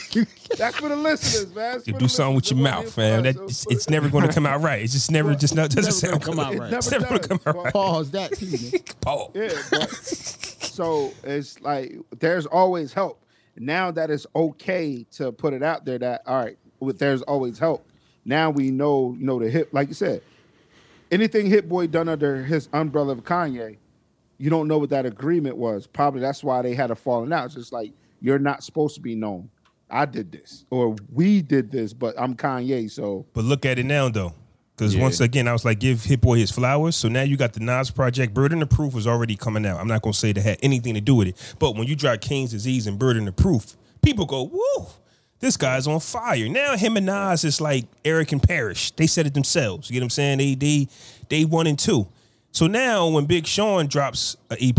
That's for the listeners, man. That's
You
for
do
the
something with your
listeners. It
mouth,
wasn't
fam.
here
That
for us.
it's, it's never gonna come out right. It's just never, just not doesn't
never gonna
sound
come
good.
out right.
It's never gonna
does,
come out
but-
right.
pause that. too, man.
Paul.
Yeah, but so it's like there's always help. Now that it's okay to put it out there that all right, with there's always help. Now we know, you know, the hip, like you said, anything Hit Boy done under his umbrella of Kanye, you don't know what that agreement was. Probably that's why they had a falling out. It's just like you're not supposed to be known. I did this or we did this, but I'm Kanye, so
But look at it now though. Because
Yeah.
once again, I was like, give Hit Boy his flowers. So now you got the Nas project. Burden of Proof was already coming out. I'm not going to say that had anything to do with it. But when you drop King's Disease and Burden of Proof, people go, woo, this guy's on fire. Now him and Nas is like Eric and Parrish. They said it themselves. You get what I'm saying? They, they, they one and two. So now when Big Sean drops an EP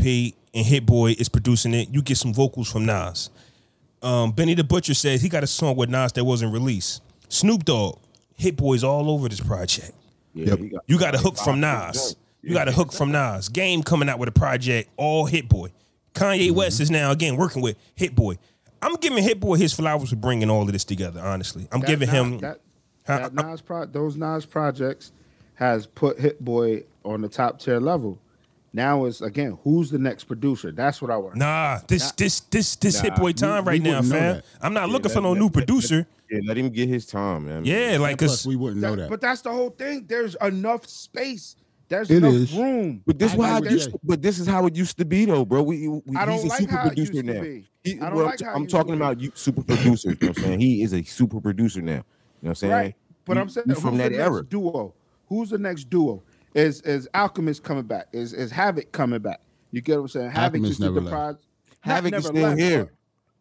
and Hit Boy is producing it, you get some vocals from Nas. Um, Benny the Butcher says he got a song with Nas that wasn't released. Snoop Dogg, Hit Boy's all over this project.
Yeah,
Yep.
he got-
You got a hook from
five,
Nas.
six
You got a hook from Nas. Game coming out with a project, all Hit Boy. Kanye
Mm-hmm.
West is now again working with Hit Boy. I'm giving Hit Boy his flowers for bringing all of this together. Honestly, I'm
that
giving
Nas-
him.
that,
Huh?
that Nas pro- those Nas projects has put Hit Boy on the top tier level. Now it's again, who's the next producer? That's what I want.
Nah, this this this this Hit Boy time
we
right now,
wouldn't know
fam.
that.
I'm not looking
that-
for no
that-
new
that- that-
producer.
Yeah, let him get his time, man.
yeah, like
And
cause
plus, we wouldn't know that.
But that's the whole thing. There's enough space. There's
It
enough
is.
room.
But this
I
why
know
I
what
used
you're
to, but this is how it used to be though, bro. We, we
I
he's
don't
a
like
super
how it used
producer
to
now.
be.
He-
I don't
well,
like how it
I'm
used
talking
to be.
about you super producer, you know what I'm saying? He is a super producer now. You know what I'm saying?
Right. But
You-
I'm saying
you from
who's
that
the
era.
Next duo. Who's the next duo? Is is Alchemist coming back? Is is Havoc coming back? You get what I'm saying? Havoc
Alchemist
just did
never
the
left.
prize. not
Havoc is
never
still
left,
here.
but-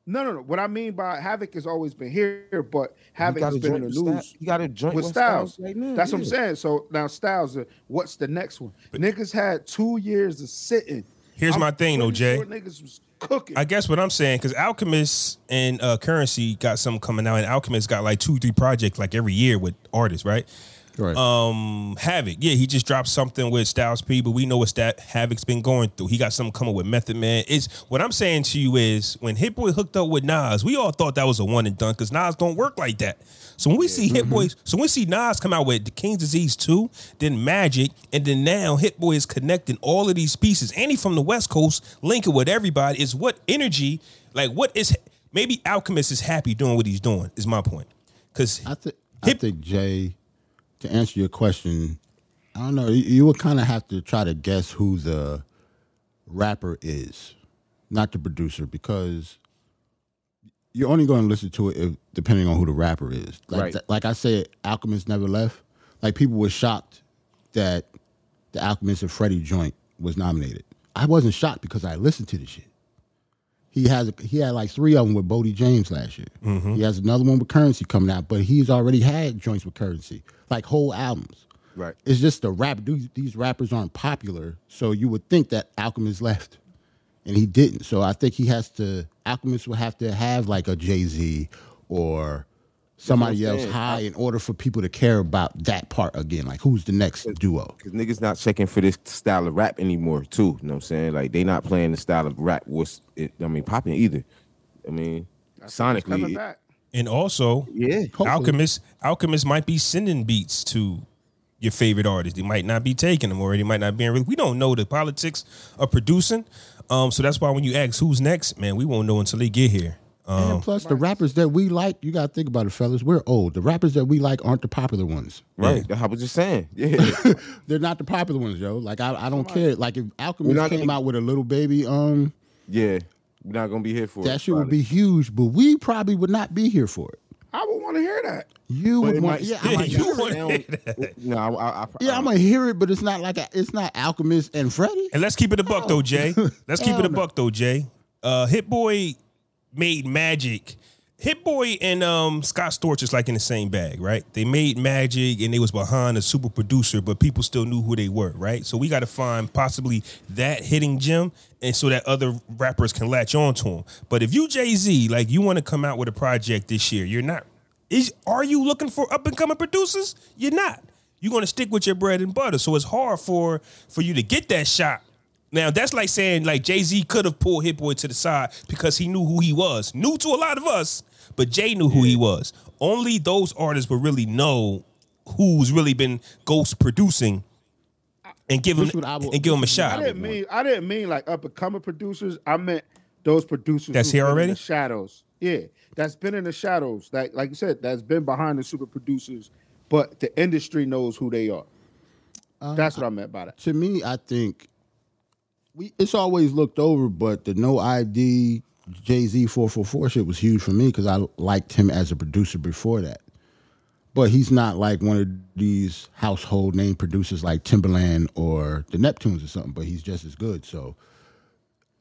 No, no, no. What I mean by Havoc has always been here, but
He
Havoc
got
has
a
been in
joint
the
with
news.
Styles. He got a joint
with Styles. That's what I'm saying. So now Styles, uh, what's the next one? niggas had two years of sitting.
Here's
I'm
my thing, though,
pretty
Jay.
sure Niggas was cooking.
I guess what I'm saying, because Alchemist and uh, Currency got something coming out, and Alchemist got like two, three projects like every year with artists, right?
Right.
Um, Havoc, yeah, he just dropped something with Styles P, but we know what that Havoc's been going through. He got something coming with Method Man. It's what I'm saying to you is when Hit Boy hooked up with Nas, we all thought that was a one and done because Nas don't work like that. So when we see
Mm-hmm.
Hit Boy, so when we see Nas come out with The King's Disease 2, then Magic, and then now Hit Boy is connecting all of these pieces, and he from the West Coast, linking with everybody. Is what energy, like what is maybe Alchemist is happy doing what he's doing, is my point. Because
I think I
Hip-
think Jay, to answer your question, I don't know. You, you would kind of have to try to guess who the rapper is, not the producer, because you're only going to listen to it if, depending on who the rapper is. Like
Right.
th- like I said, Alchemist never left. Like people were shocked that the Alchemist and Freddie joint was nominated. I wasn't shocked because I listened to the shit. He has he had like three of them with Bodie James last year. He has another one with Currency coming out, but he's already had joints with Currency, like whole albums.
Right.
It's just the rap. These, these rappers aren't popular, so you would think that Alchemist left, and he didn't. So I think he has to. Alchemist will have to have like a Jay Z or somebody
I'm
else
saying.
high in order for people to care about that part again. Like who's the next duo?
Cause niggas not checking for this style of rap anymore, too. You know what I'm saying? Like they not playing the style of rap was it, I mean popping either. I mean sonically.
coming
it-
back.
and also
yeah.
Hopefully.
Alchemist Alchemist might be sending beats to your favorite artist. They might not be taking them or they might not be in re- we don't know the politics of producing. Um, so that's why when you ask who's next, man, we won't know until they get here. Um,
and plus, the rappers that we like, you gotta think about it, fellas. We're old. The rappers that we like aren't the popular ones.
Right. I was just saying. Yeah.
They're not the popular ones, yo. Like I, I don't care. Like if Alchemist
We're not
came
gonna-
out with a little baby, um,
yeah. We're not gonna be here for
that
it,
shit would
probably.
be huge. But we probably would not be here for it.
I would want to hear that.
You
But
would
it
want,
might
yeah, I
still
might,
you
not
wanna
sound- No, I, I, I,
yeah, I'm gonna hear it, but it's not like a, it's not Alchemist and Freddie.
And let's keep it a buck though, Jay. Let's keep it a buck though, Jay. Uh, Hit Boy made magic. Hit Boy and um, Scott Storch is like in the same bag, right? They made magic and they was behind a super producer, but people still knew who they were, right? So we got to find possibly that hitting gem, and so that other rappers can latch on to them. But if you Jay Z, like you want to come out with a project this year, you're not. Is are you looking for up and coming producers? You're not. You're gonna stick with your bread and butter. So it's hard for for you to get that shot now that's like saying like Jay Z could have pulled Hit Boy to the side because he knew who he was. New to a lot of us, but Jay knew who he was. Only those artists would really know who's really been ghost producing and give him
This would- I would-
and give him a
this would- I
shot.
I didn't mean I didn't mean like up and coming producers. I meant those producers
That's
who've
here
been
already?
in the shadows. Yeah, that's been in the shadows. That like you said, that's been behind the super producers, but the industry knows who they are. That's what I meant by that.
to me, I think we it's always looked over, but the no ID Jay Z four four four shit was huge for me because I liked him as a producer before that. But he's not like one of these household name producers like Timberland or the Neptunes or something. But he's just as good. So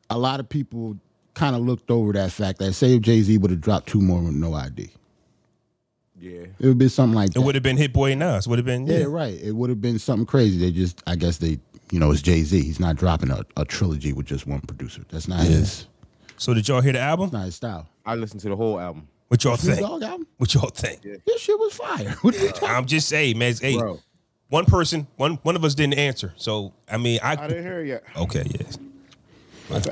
a lot of people kind of looked over that fact that say if Jay Z would have dropped two more with no ID,
Yeah.
it would be something like
It
that.
would have been Hit Boy Nas. Would have been
Yeah,
yeah.
right. It would have been something crazy. They just, I guess they, you know, it's Jay Z. He's not dropping a, a trilogy with just one producer. That's not his,
So did y'all hear the album?
not his style.
I listened to the whole album.
What y'all
Snoop
think?
Dogg album?
What y'all think?
This shit was fire. What are we talking?
I'm just saying, man. it's- Hey,
Bro.
one person, one one of us didn't answer. So I mean, I,
I didn't hear it yet.
okay, yes.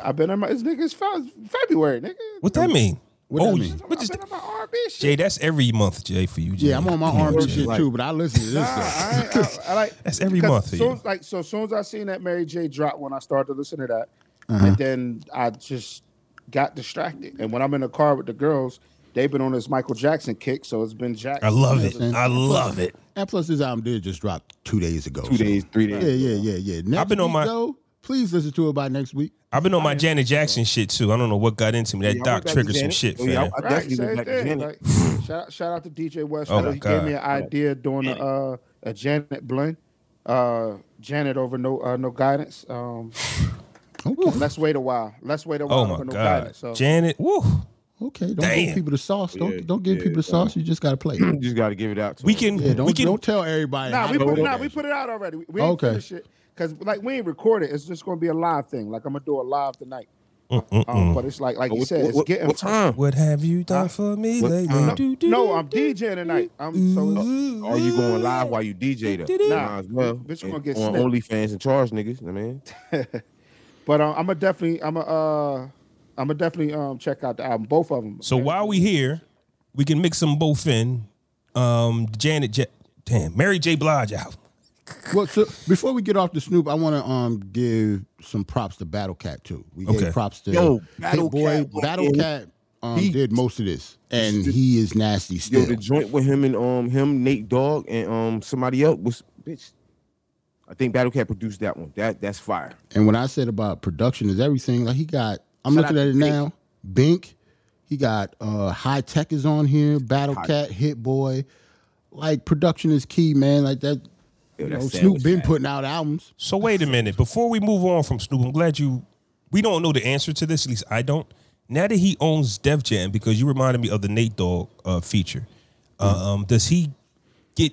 I've been on my this nigga's fe- February, nigga.
What that mean?
What that
oh,
mean?
what
I've
is
been
that?
on my R&B shit.
Jay? That's every month, Jay, for you. Jay.
Yeah, I'm on my
Come
arm
Jay.
shit
like-
too, but I listen to this.
Nah,
stuff.
I, ain't- I, I like
That's every
because
month for
Soon,
you.
like so, soon as I seen that Mary J drop, when I started to listen to that,
Uh-huh.
and then I just got distracted. And when I'm in the car with the girls, they've been on this Michael Jackson kick, so it's been Jackson.
I love it. I love it.
And plus, this album did just drop two days ago.
Two days, three days.
Yeah, yeah, yeah, yeah. Next
I've been on
week,
my-
though, please listen to it by next week.
I've been on my Janet Jackson shit too. I don't know what got into me.
Yeah, I
That
went
doc
back to
triggered some
Janet.
shit,
Oh,
fam.
yeah, I
Right,
definitely
same
went back to
thing.
Janet.
Like, shout, shout out to DJ West.
Oh
Oh
my
he
God.
gave me an idea doing a, uh, a Janet blend, uh, Janet over no uh, no guidance. Um,
Okay,
let's wait a while. Let's wait a while
oh my
over no
god,
guidance. So
Janet. Woo.
okay. Don't
Damn.
give people the sauce. Don't
Yeah,
don't give
yeah,
people the sauce. You just gotta play. it.
You just got to give it out to
We
him.
can.
Yeah, don't
we can.
don't tell everybody.
Nah,
how
we
to
put,
do
nah,
that
we
shit.
put it out already. We, we ain't
Okay.
finished it because like we ain't recorded. It's just gonna be a live thing. Like I'm gonna do a live tonight. Um, but it's like like
But
you
what,
said,
what-
it's
what-
getting
what time
What have you done for me
what-
lately?
uh,
Do, do,
No,
do,
I'm
do.
DJing tonight. I'm so it's-
are you going live while you DJ
Nah,
though? Might as well.
bitch, you gonna
And
get
on
snipped.
OnlyFans and charge niggas. I mean,
but um, I'm gonna definitely I'm gonna uh, I'm gonna definitely um check out the album, both of them.
So while we here, we can mix them both in. Um, Janet, J- damn, Mary J. Blige album.
Well, so before we get off the Snoop, I want to um give some props to Battle Cat too. We
Okay.
gave props to
Yo,
Hit
Battle
Boy.
Cat was
Battle
in-
Cat um,
he-
did most of this, and he is nasty
yo,
still.
the joint with him and um him Nate Dogg and um somebody else was bitch. I think Battle Cat produced that one. That that's fire.
and when I said about production is everything, like he got. I'm
Shout
looking
out
at
to
it
Bink.
now. Bink, he got uh High Tech is on here. Battle Cat, Hit Boy, like production is key, man. Like that.
Yo,
You
that
know,
sound
Snoop
was
been
fire.
putting out albums.
So wait a minute. Before we move on from Snoop, I'm glad you. We don't know the answer to this. At least I don't. Now that he owns Def Jam, because you reminded me of the Nate Dogg uh, feature.
Mm-hmm.
Uh, um, does he get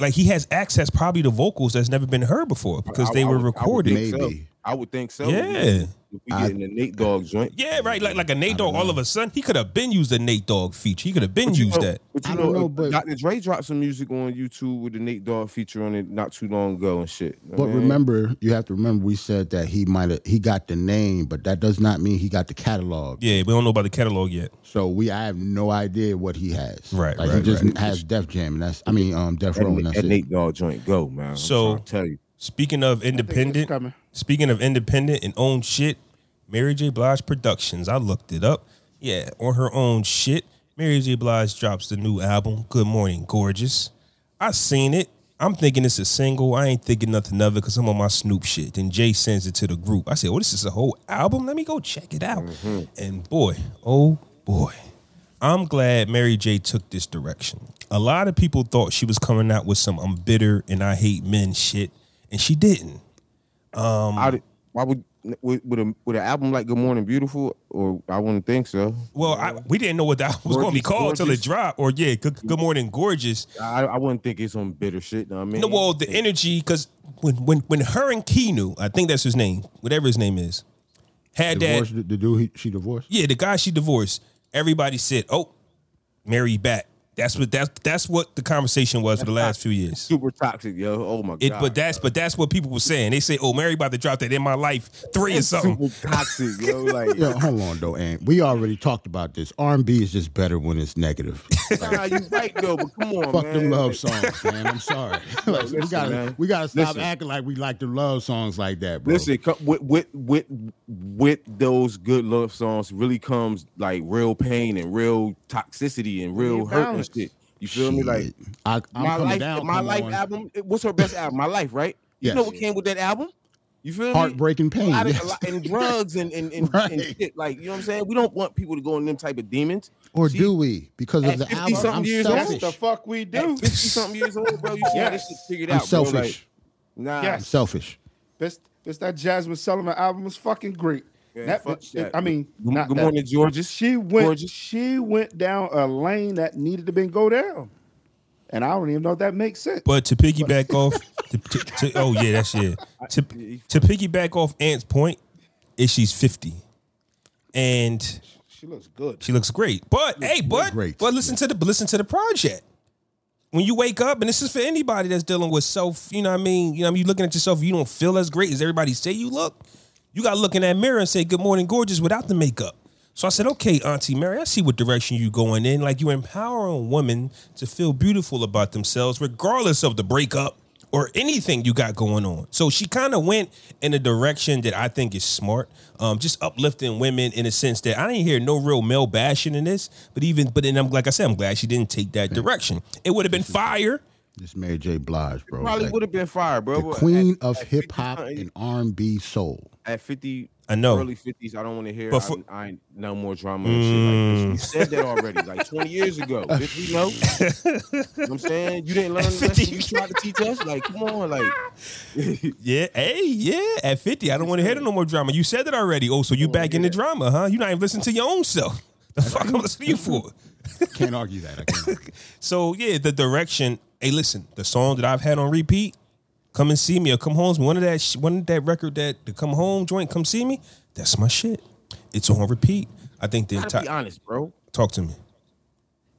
like he has access probably to vocals that's never been heard before because
I-
they
I
were
would- I would
recorded.
think so.
Maybe.
I would think so.
Yeah.
If we get in the Nate Dogg joint.
yeah, right. Like like a Nate Dogg. All of a sudden, he could have been used a Nate Dogg feature. He could have been
But you
used
know-
that.
But you
I
know,
don't know,
uh,
but-
Dr. Dre dropped some music on YouTube with the Nate Dogg feature on it not too long ago and shit. I
But
mean,
remember, you have to remember we said that he might have he got the name, but that does not mean he got the catalog.
Yeah, we don't know about the catalog yet.
So we I have no idea what he has.
Right,
Like he
right,
just has Def Jam and that's I mean um Def
that,
Row and
Nate-
that's
that
it.
Nate Dogg joint go, man. I'm
So-
trying to tell you.
Speaking of independent,
coming.
speaking of independent and own shit, Mary J. Blige Productions. I looked it up. Yeah, on her own shit, Mary J. Blige drops the new album, Good Morning Gorgeous. I seen it. I'm thinking it's a single. I ain't thinking nothing of it because I'm on my Snoop shit. Then Jay sends it to the group. I said, "Well, this is a whole album. Let me go check it out."
Hmm.
And boy, oh boy, I'm glad Mary J took this direction. A lot of people thought she was coming out with some "I'm bitter and I hate men" shit, and she didn't. Um,
I did- why would with, with a with an album like Good Morning Beautiful or I wouldn't think so.
Well, I, we didn't know what the album was going to be
Gorgeous,
called till it
gorgeous.
dropped. Or yeah, good, good morning, gorgeous.
I, I wouldn't think it's on bitter shit. Know what I mean,
No, well, the energy because when when when her and Keanu, I think that's his name, whatever his name is, had that
Divorced the, the dude he, she divorced.
yeah, the guy she divorced. Everybody said, "Oh, Mary back." That's what that's that's what the conversation was for the last few years.
super toxic, yo. Oh my
It,
god,
but that's but that's what people were saying. They say, "Oh, Mary about to drop that in my life three or something."
super toxic, yo. Like,
Yo, hold on though, and we already talked about this. R and B is just better when it's negative.
nah, you right though. But come on,
Fuck
man.
them love songs, man. I'm sorry. Like, we
listen,
gotta
man.
we gotta stop
Listen.
acting like we like the love songs like that, bro.
Listen, co- with with with with those good love songs really comes like real pain and real toxicity and real
need
hurt and
balance.
shit. You feel me? Like
Shit. I, I'm
my
coming
life,
down.
my
come
life
on.
album. What's her best album? My life, right?
Yes.
You know what came with that album? You feel me?
Heartbreaking
A
pain.
lot of- a
yes.
lot- and drugs and and, and,
Right.
and shit. Like you know what I'm saying? We don't want people to go in them type of demons.
Or
She-
do we? Because of
At
the
50
album,
something
I'm
years old,
That's
selfish.
the fuck we do.
At 50 something years old, bro, you should have this shit figured
I'm
out. bro.
selfish.
Like, nah,
I'm
Yes.
selfish.
Bitch, bitch, that Jasmine Sullivan album was fucking great.
Yeah,
that,
fuck
bitch-
that.
I mean,
Good,
not
good
that.
morning, Georges.
She went.
Gorgeous.
She went down a lane that needed to been go down, and I don't even know if that makes sense.
But to piggyback off, to, to- to- oh yeah, that's it. To, to piggyback off Ant's point, is she's fifty, and
she looks good.
she looks great. But hey, but
great.
but listen to the but listen to the project. When you wake up, and this is for anybody that's dealing with self, you know what I mean. You know, what I mean, you looking at yourself, you don't feel as great as everybody say you look. You got to look in that mirror and say, "Good morning, gorgeous," without the makeup. So I said, "Okay, Auntie Mary, I see what direction you going in. Like you empowering women to feel beautiful about themselves, regardless of the breakup or anything you got going on." So she kind of went in a direction that I think is smart, um, just uplifting women in a sense that I didn't hear no real male bashing in this. But even, but then I'm like I said, I'm glad she didn't take that direction. It would have been fire.
This Mary J. Blige, bro.
Probably
like,
would have been fire, bro.
the
But
queen
at,
of
at 50
hip hop
something-
and R and B soul.
at 50
I know.
early 50s i don't want to hear
But for-
I, I ain't no more drama and shit like this. you said that already like 20 years ago bitch we know you know what i'm saying you didn't learn the lesson
50.
you tried to teach us like come on like
Yeah, hey, yeah. At 50, I don't want to hear no more drama. You said that already. Oh, so you back in the drama, huh? You not even listening to your own self. The fuck I'm listening to you for.
Can't argue that. I can't. argue.
So yeah, the direction. Hey, listen, the song that I've had on repeat, "Come and See Me" or "Come Home," one of that, sh- one of that record that the "Come Home" joint, "Come See Me," that's my shit. It's on repeat. I think the
gotta be
entire
honest bro
talk to me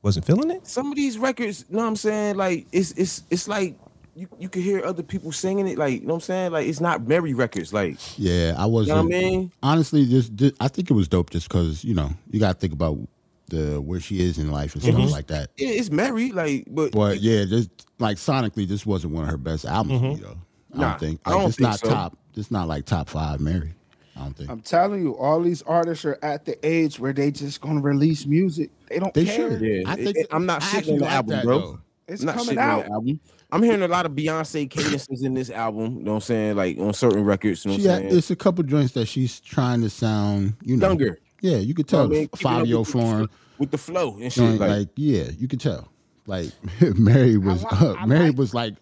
wasn't feeling it.
some of these records you know what i'm saying like it's it's it's like you, you can hear other people singing it like you know what i'm saying like it's not merry records like
Yeah, I
you know what i
wasn't.
mean
honestly, just, just- I think it was dope just because you know you got to think about the where she is in life and stuff like that.
Mm-hmm. yeah, it's merry like but
But yeah, just like sonically, this wasn't one of her best albums, to me, though. I
Mm-hmm. Nah,
don't think.
I
Like,
don't
it's
think
not
so.
top. It's not like top five, Mary. I don't think
I'm telling you, all these artists are at the age where they just gonna release music. They don't
they
care.
should.
Yeah,
I think
it- I'm not
I
shitting on
actually
the
like
album,
that,
bro.
though.
It's
I'm not
coming
shitting on
out.
the album. I'm hearing a lot of Beyonce cadences in this album. You know what I'm saying? Like on certain records. You know
She
what I'm
had,
saying?
it's a couple joints that she's trying to sound, you know,
Younger.
Yeah, you could tell
I mean, keeping up
five year old
with the-
form.
with the flow and shit.
Joint,
like,
like, yeah, you could tell. Like Mary was,
like-
uh,
I
Mary
like-
was like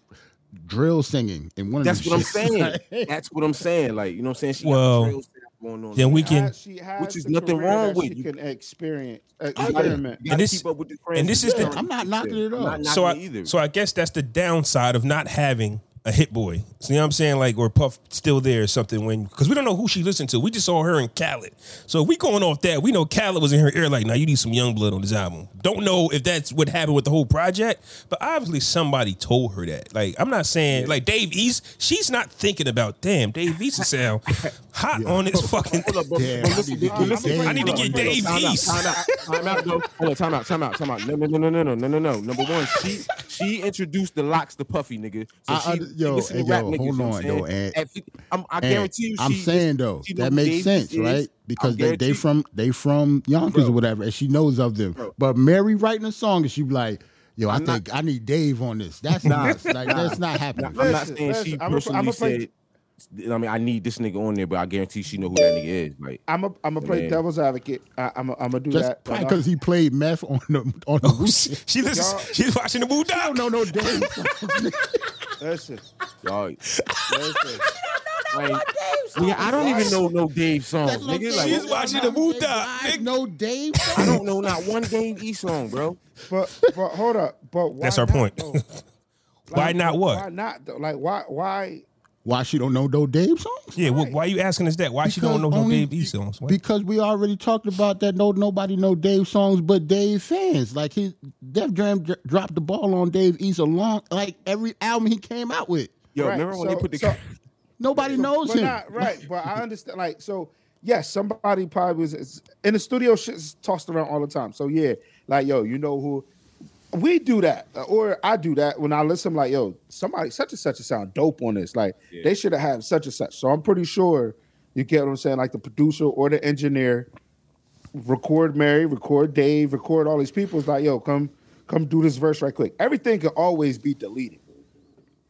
drill singing in one of
that's
them
what I'm
shits.
saying.
Like,
that's what I'm saying. Like you know what I'm saying? She
Well,
got the trail stuff going on.
Then we
now.
can,
She has
Which is
the
nothing
career
wrong
that
with
she
you.
can experience uh,
yeah.
experiment.
You
and
gotta
this-
keep up with the
and this is the-
trends.
I'm not knocking it at all.
I'm not
so I,
knocking it either.
so I guess that's the downside of not having a hit boy. So you know what I'm saying? Like, or Puff still there or something when because we don't know who she listened to. We just saw her in Khaled. So if we going off that, we know Khaled was in her ear like, now you need some young blood on this album. Don't know if that's what happened with the whole project, but obviously somebody told her that. Like, I'm not saying like Dave East, she's not thinking about damn, Dave East is sound hot on this fucking
Hold up, but,
Damn,
but
I
listen,
need to
but
get
listen,
Dave.
hold
I
up,
need to
hold
get
up,
Dave
time out,
East.
Time out, time out, though. Hold on, time out, time out, time out. No, no, no, no, no, no, no, no, no. Number one, she she introduced the locks to Puffy, nigga. So
I-
she,
I-
she
yo,
listen to
hey,
rap
yo,
niggas,
hold
you know
on,
what I'm saying?
yo, and-
At fifty- I'm, I
And
guarantee you,
I'm
she,
saying though,
she know
that
who
makes
Dave
sense,
is.
right? Because they,
I
they
guarantee-
from they from Yonkers or whatever, and she knows of them. But Mary writing a song and she be like, "Yo, i
I'm not-
think I need Dave on this." That's not like that's not
Nah,
happening.
I'm not
Listen,
saying she
listen, I'ma-
personally
I'ma play-
said. I mean, I need this nigga on there, but I guarantee she know who that nigga is. Like,
I'm a I'm a play
Yeah.
devil's advocate. I, I'm a, I'm gonna do
Just
that.
probably because he played meth on the on the
she, she listens,
Y'all-
she's watching the Boo Dog.
No, no, Dave.
listen,
y'all,
listen.
like, nigga, I don't even know no Dave songs, nigga. Like,
She's watching the Wu Tang, nigga.
No, Dave.
I don't know not one Dave E song, bro.
But but hold up. But why
That's our
not,
point.
though?
Why
Like,
not what?
Why not? Though? Like why why
Why she don't know no Dave songs?
Yeah, wh- why you asking us that? Why she
Because
don't know no
only-
Dave East songs? Why-
Because we already talked about that. No, nobody know Dave songs but Dave fans. Like he, Def Jam dr- dropped the ball on Dave East along like every album he came out with.
Yo,
Right,
remember when they
so-
put the
so-
Nobody knows
but
him.
not right? But I understand. Like so, yes, somebody probably was is- in the studio. Shit's tossed around all the time. So yeah, like yo, you know who? We do that, uh, or I do that when I listen. Like yo, somebody such and such a sound dope on this. Like they should have had such and such. So I'm pretty sure you get what I'm saying. Like the producer or the engineer record Mary, record Dave, record all these people. It's like yo, come come do this verse right quick. Everything can always be deleted.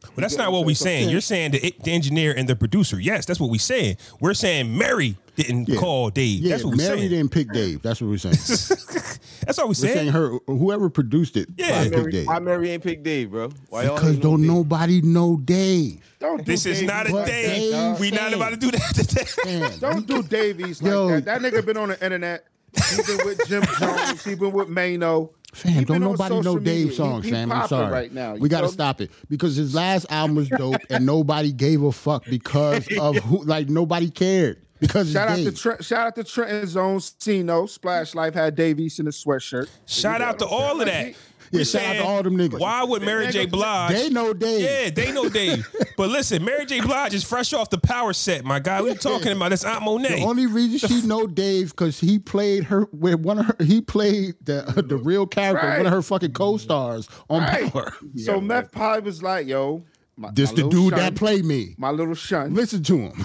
Well, that's not what we're saying. You're saying the, the engineer and the producer. Yes, that's what we're saying. We're saying Mary didn't
Yeah.
call Dave.
Yeah,
that's what we're
Mary
saying.
didn't pick Dave. That's what we're saying. we're
That's all we're saying.
saying her, whoever produced it,
Yeah.
probably
Why
picked
Mary,
Dave
why Mary ain't pick Dave, bro? Why y'all
because
ain't know
don't
Dave?
nobody know Dave.
Don't do
This is
Davies
not a
like
day.
that, dog.
Dave.
We're not about to do that today.
Man,
Don't do Davies like
Yo.
that. That nigga been on the internet. He been with Jim Jones. He been with Mano. He
Fam,
been
don't
on
nobody
social
know
media.
Dave
He-
songs,
he
fam. I'm
popping
sorry.
right now. You
we got to
feel me?
stop it because his last album was dope and nobody gave a fuck because of who, like, nobody cared. Because
Shout out
it's
to
Dave.
Trent, shout out to Trenton Zone Sino. Splash Life had Davies in a sweatshirt.
Shout out to all of that.
Yeah,
We're
shout out to
saying,
all them niggas.
Why would Mary J. Blige?
They know Dave.
Yeah, they know Dave. but listen, Mary J. Blige is fresh off the power set, my guy. What you talking about? That's Aunt Monet.
The only reason she know Dave because he played her with one of her. He played the the real character,
Right.
one of her fucking co-stars on
Right.
Power.
So Meth Pie was like, "Yo, my,
This
my
the
little
dude
shun,
that played me.
my little shun."
Listen to him.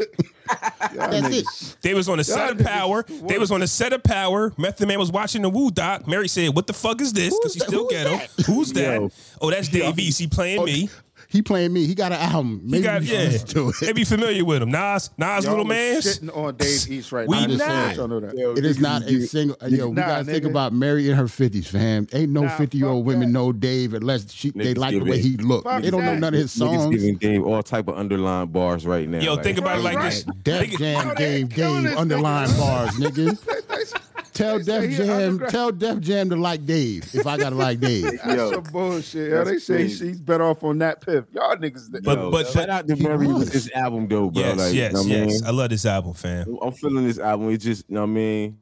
Y'all
That's
niggas.
it.
They was on the set of
niggas
power. They was on the set of power. Method Man was watching the Woo Doc. Mary said, "What the fuck is this?"
Who's
Because she
that-
still
who's
ghetto.
that?
Who's that?
Yo.
Oh, that's Dave East. He playing me.
He playing me. He got an album. Maybe
He got
we should
yeah.
listen to
They
it.
be familiar with him. Nas, Nas,
Y'all
little
is
man.
shitting on Dave East right
We
now. I just
not.
wanna let y'all know that.
It is not a single. yo, we
Nah,
gotta think
nigga.
about Mary in her fifties, fam. Ain't no
Nah,
fifty year old
fuck
women
that.
know Dave unless she, they
Niggas
like the
give
way
it.
he look.
Fuck
They don't know
that.
none of his
Niggas
songs.
giving Dave all type of underlying bars right now.
Yo,
like,
think about it like
Right.
this.
Def
Nigga-
Jam
Yo, they
gave
killing
Dave
this
underline
nigga.
bars, nigga. Tell
They say
Def
he
Jam,
underground.
tell Def Jam to like Dave. If I gotta like Dave,
That's
Yo.
some bullshit. Yo,
That's
they say
crazy.
she's better off on that piff. Y'all niggas.
But-
Yo,
but-
shout out to Mary
was.
with this album though, bro.
Yes,
like, you
yes,
know what I mean?
yes. I love this album, fam.
I'm feeling this album. It just, you know what I mean?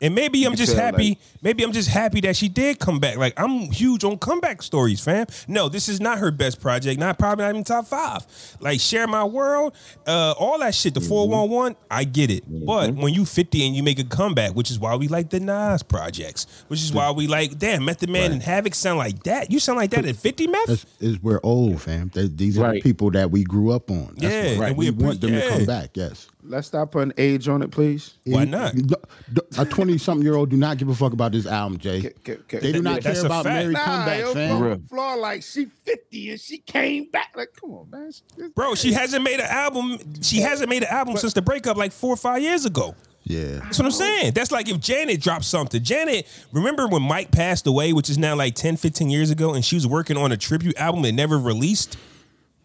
And maybe I'm
can
just
tell,
happy.
like-
maybe I'm just happy that she did come back. Like I'm huge on comeback stories, fam. No, this is not her best project. Not probably not even top five. Like share my world, uh, all that shit. The four one one, I get it. But when you 50 and you make a comeback, which is why we like the Nas projects, which is why we like damn Method Man and Havoc sound like that. You sound like that at 50, Meth.
that's, is we're old, fam. They- these are the
Right.
people that we grew up on. That's
Yeah,
what-
and we
we, want them
appre-
to come
yeah.
back. Yes.
Let's stop putting age on it, please.
Why
It-
not?
no, d- A twenty-something-year-old do not give a fuck about this album, Jay.
Ca- ca- ca-
They do not
That's
care
a
about
fact.
Mary
Nah,
comeback,
yo,
fam.
Flo, Flo, like she fifty and she came back. Like, come on, man. She- this-
Bro, she hasn't made an album. She hasn't made an album since the breakup, like four or five years ago.
Yeah.
That's what I'm saying. That's like if Janet dropped something. Janet, remember when Mike passed away, which is now like 10, 15 years ago, and she was working on a tribute album that never released?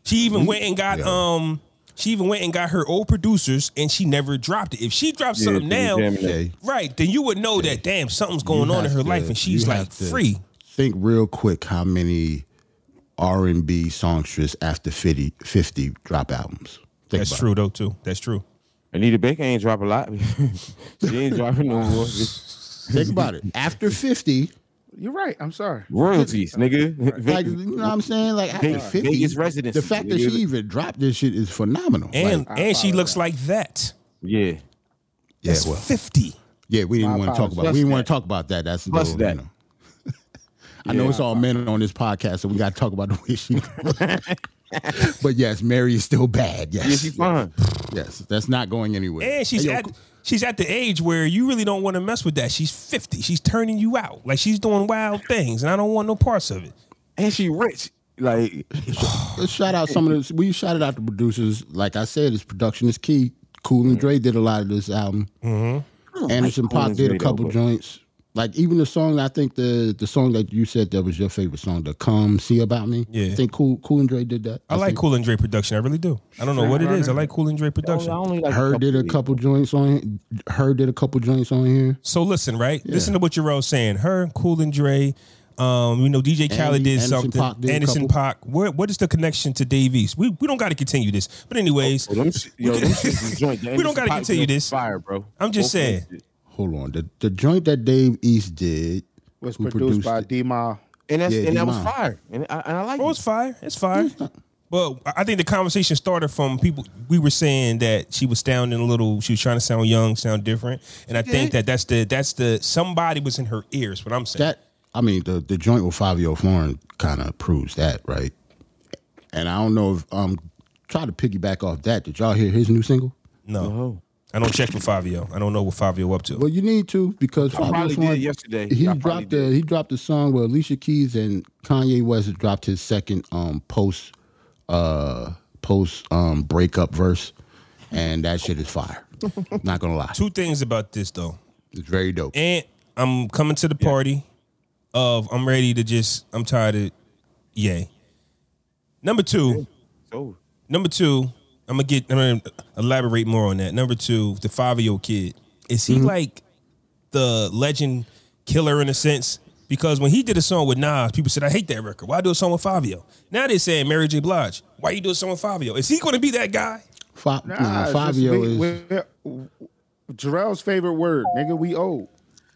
She
Mm-hmm.
even went and got um she even went and got her old producers and she never dropped it. If she dropped something
Yeah,
now,
Jimmy Jam,
Jay,
right, then you would know that damn something's going
you
on
have
in her
to-
life and she's
you
like
have to
free.
Think real quick how many R and B songstress after 50, 50 drop albums. Think
That's
about
true though too. That's true.
Anita Baker ain't drop a lot. she ain't dropping no more.
It. Think about it. After fifty,
You're right. I'm sorry.
Royalties, nigga.
like you know what I'm saying? Like after
Vegas-
fifty
Vegas residents.
The fact that she even dropped this shit is phenomenal.
And
Like,
and she looks like that.
yeah.
yeah,
That's
well,
50.
yeah, we didn't want to talk about we
Plus
didn't want
that.
to talk about that. That's a
Plus
little,
that.
You know. I know it's all men on this podcast, so we got to talk about the way she. looks. but yes, Mary is still bad. Yes,
Yeah, she fine.
Yes, that's not going anywhere.
And she's
Hey, yo,
at she's at the age where you really don't want to mess with that. She's fifty. She's turning you out. Like she's doing wild things, and I don't want no parts of it.
And she rich. Like
Let's shout out some of the. We shouted out the producers. Like I said, this production is key. Cool and Dre did a lot of this album.
Mm-hmm.
Anderson
like Kool
Pop
and
did
Dre
a
though,
couple
but-
joints. Like even the song I think the the song that you said that was your favorite song, the "Come See About Me." I
Yeah.
think Cool Cool and Dre did that.
I like
think
Cool and Dre production. I really do. I don't know what it is. I like Cool and Dre production.
only like
Her did a couple joints on. Her did a couple joints on here.
So listen, right? Listen to what Jarrell's saying. Her, Cool and Dre. Um, you know, DJ Khaled did
Anderson
something.
Paak did a
Anderson
couple.
Pac. What what is the connection to Davies? We we don't got to continue this. But anyways,
Yo, Oh, them shit- yo, them shit is joint. The
We don't
Anderson
gotta
Paak
continue
joint
this.
Fire, bro.
I'm just
Both of
saying.
them shit.
Hold on, the the joint that Dave East did
Was
who
produced by
it.
D Ma.
And that's
Yeah,
and that was
D-Mine.
fire. And I, and I like
oh,
it.
it's fire. It's fire. But I I think the conversation started from people. We were saying that she was sounding a little. She was trying to sound young, sound different, and I think that that's the that's the somebody was in her ears. What I'm saying.
that I mean the the joint with Fabio Foreign kind of proves that, right? And I don't know if um try to piggyback off that. Did y'all hear his new single?
no,
Oh.
I don't check for Fabio. I don't know what Fabio up to.
Well, you need to because
I
Fabio
probably did
Fon-
yesterday.
He
I probably
dropped a,
did.
he dropped a song where Alicia Keys and Kanye West dropped his second um post uh post um breakup verse, and that shit is fire. Not gonna lie,
Two things about this though.
it's very dope.
And I'm coming to the party of I'm ready to just I'm tired of yay. Number two,
So
number two, I'm gonna get I'm gonna elaborate more on that. Number two, the five year old kid. Is he like the legend killer in a sense? Because when he did a song with Nas, people said, I hate that record. Why do a song with Fabio? Now they're saying Mary J. Blige. Why you do a song with Fabio? Is he gonna be that guy?
Fa- nah,
it's just
Fabio
we-
is
we're- Jarrell's favorite word, nigga. We old.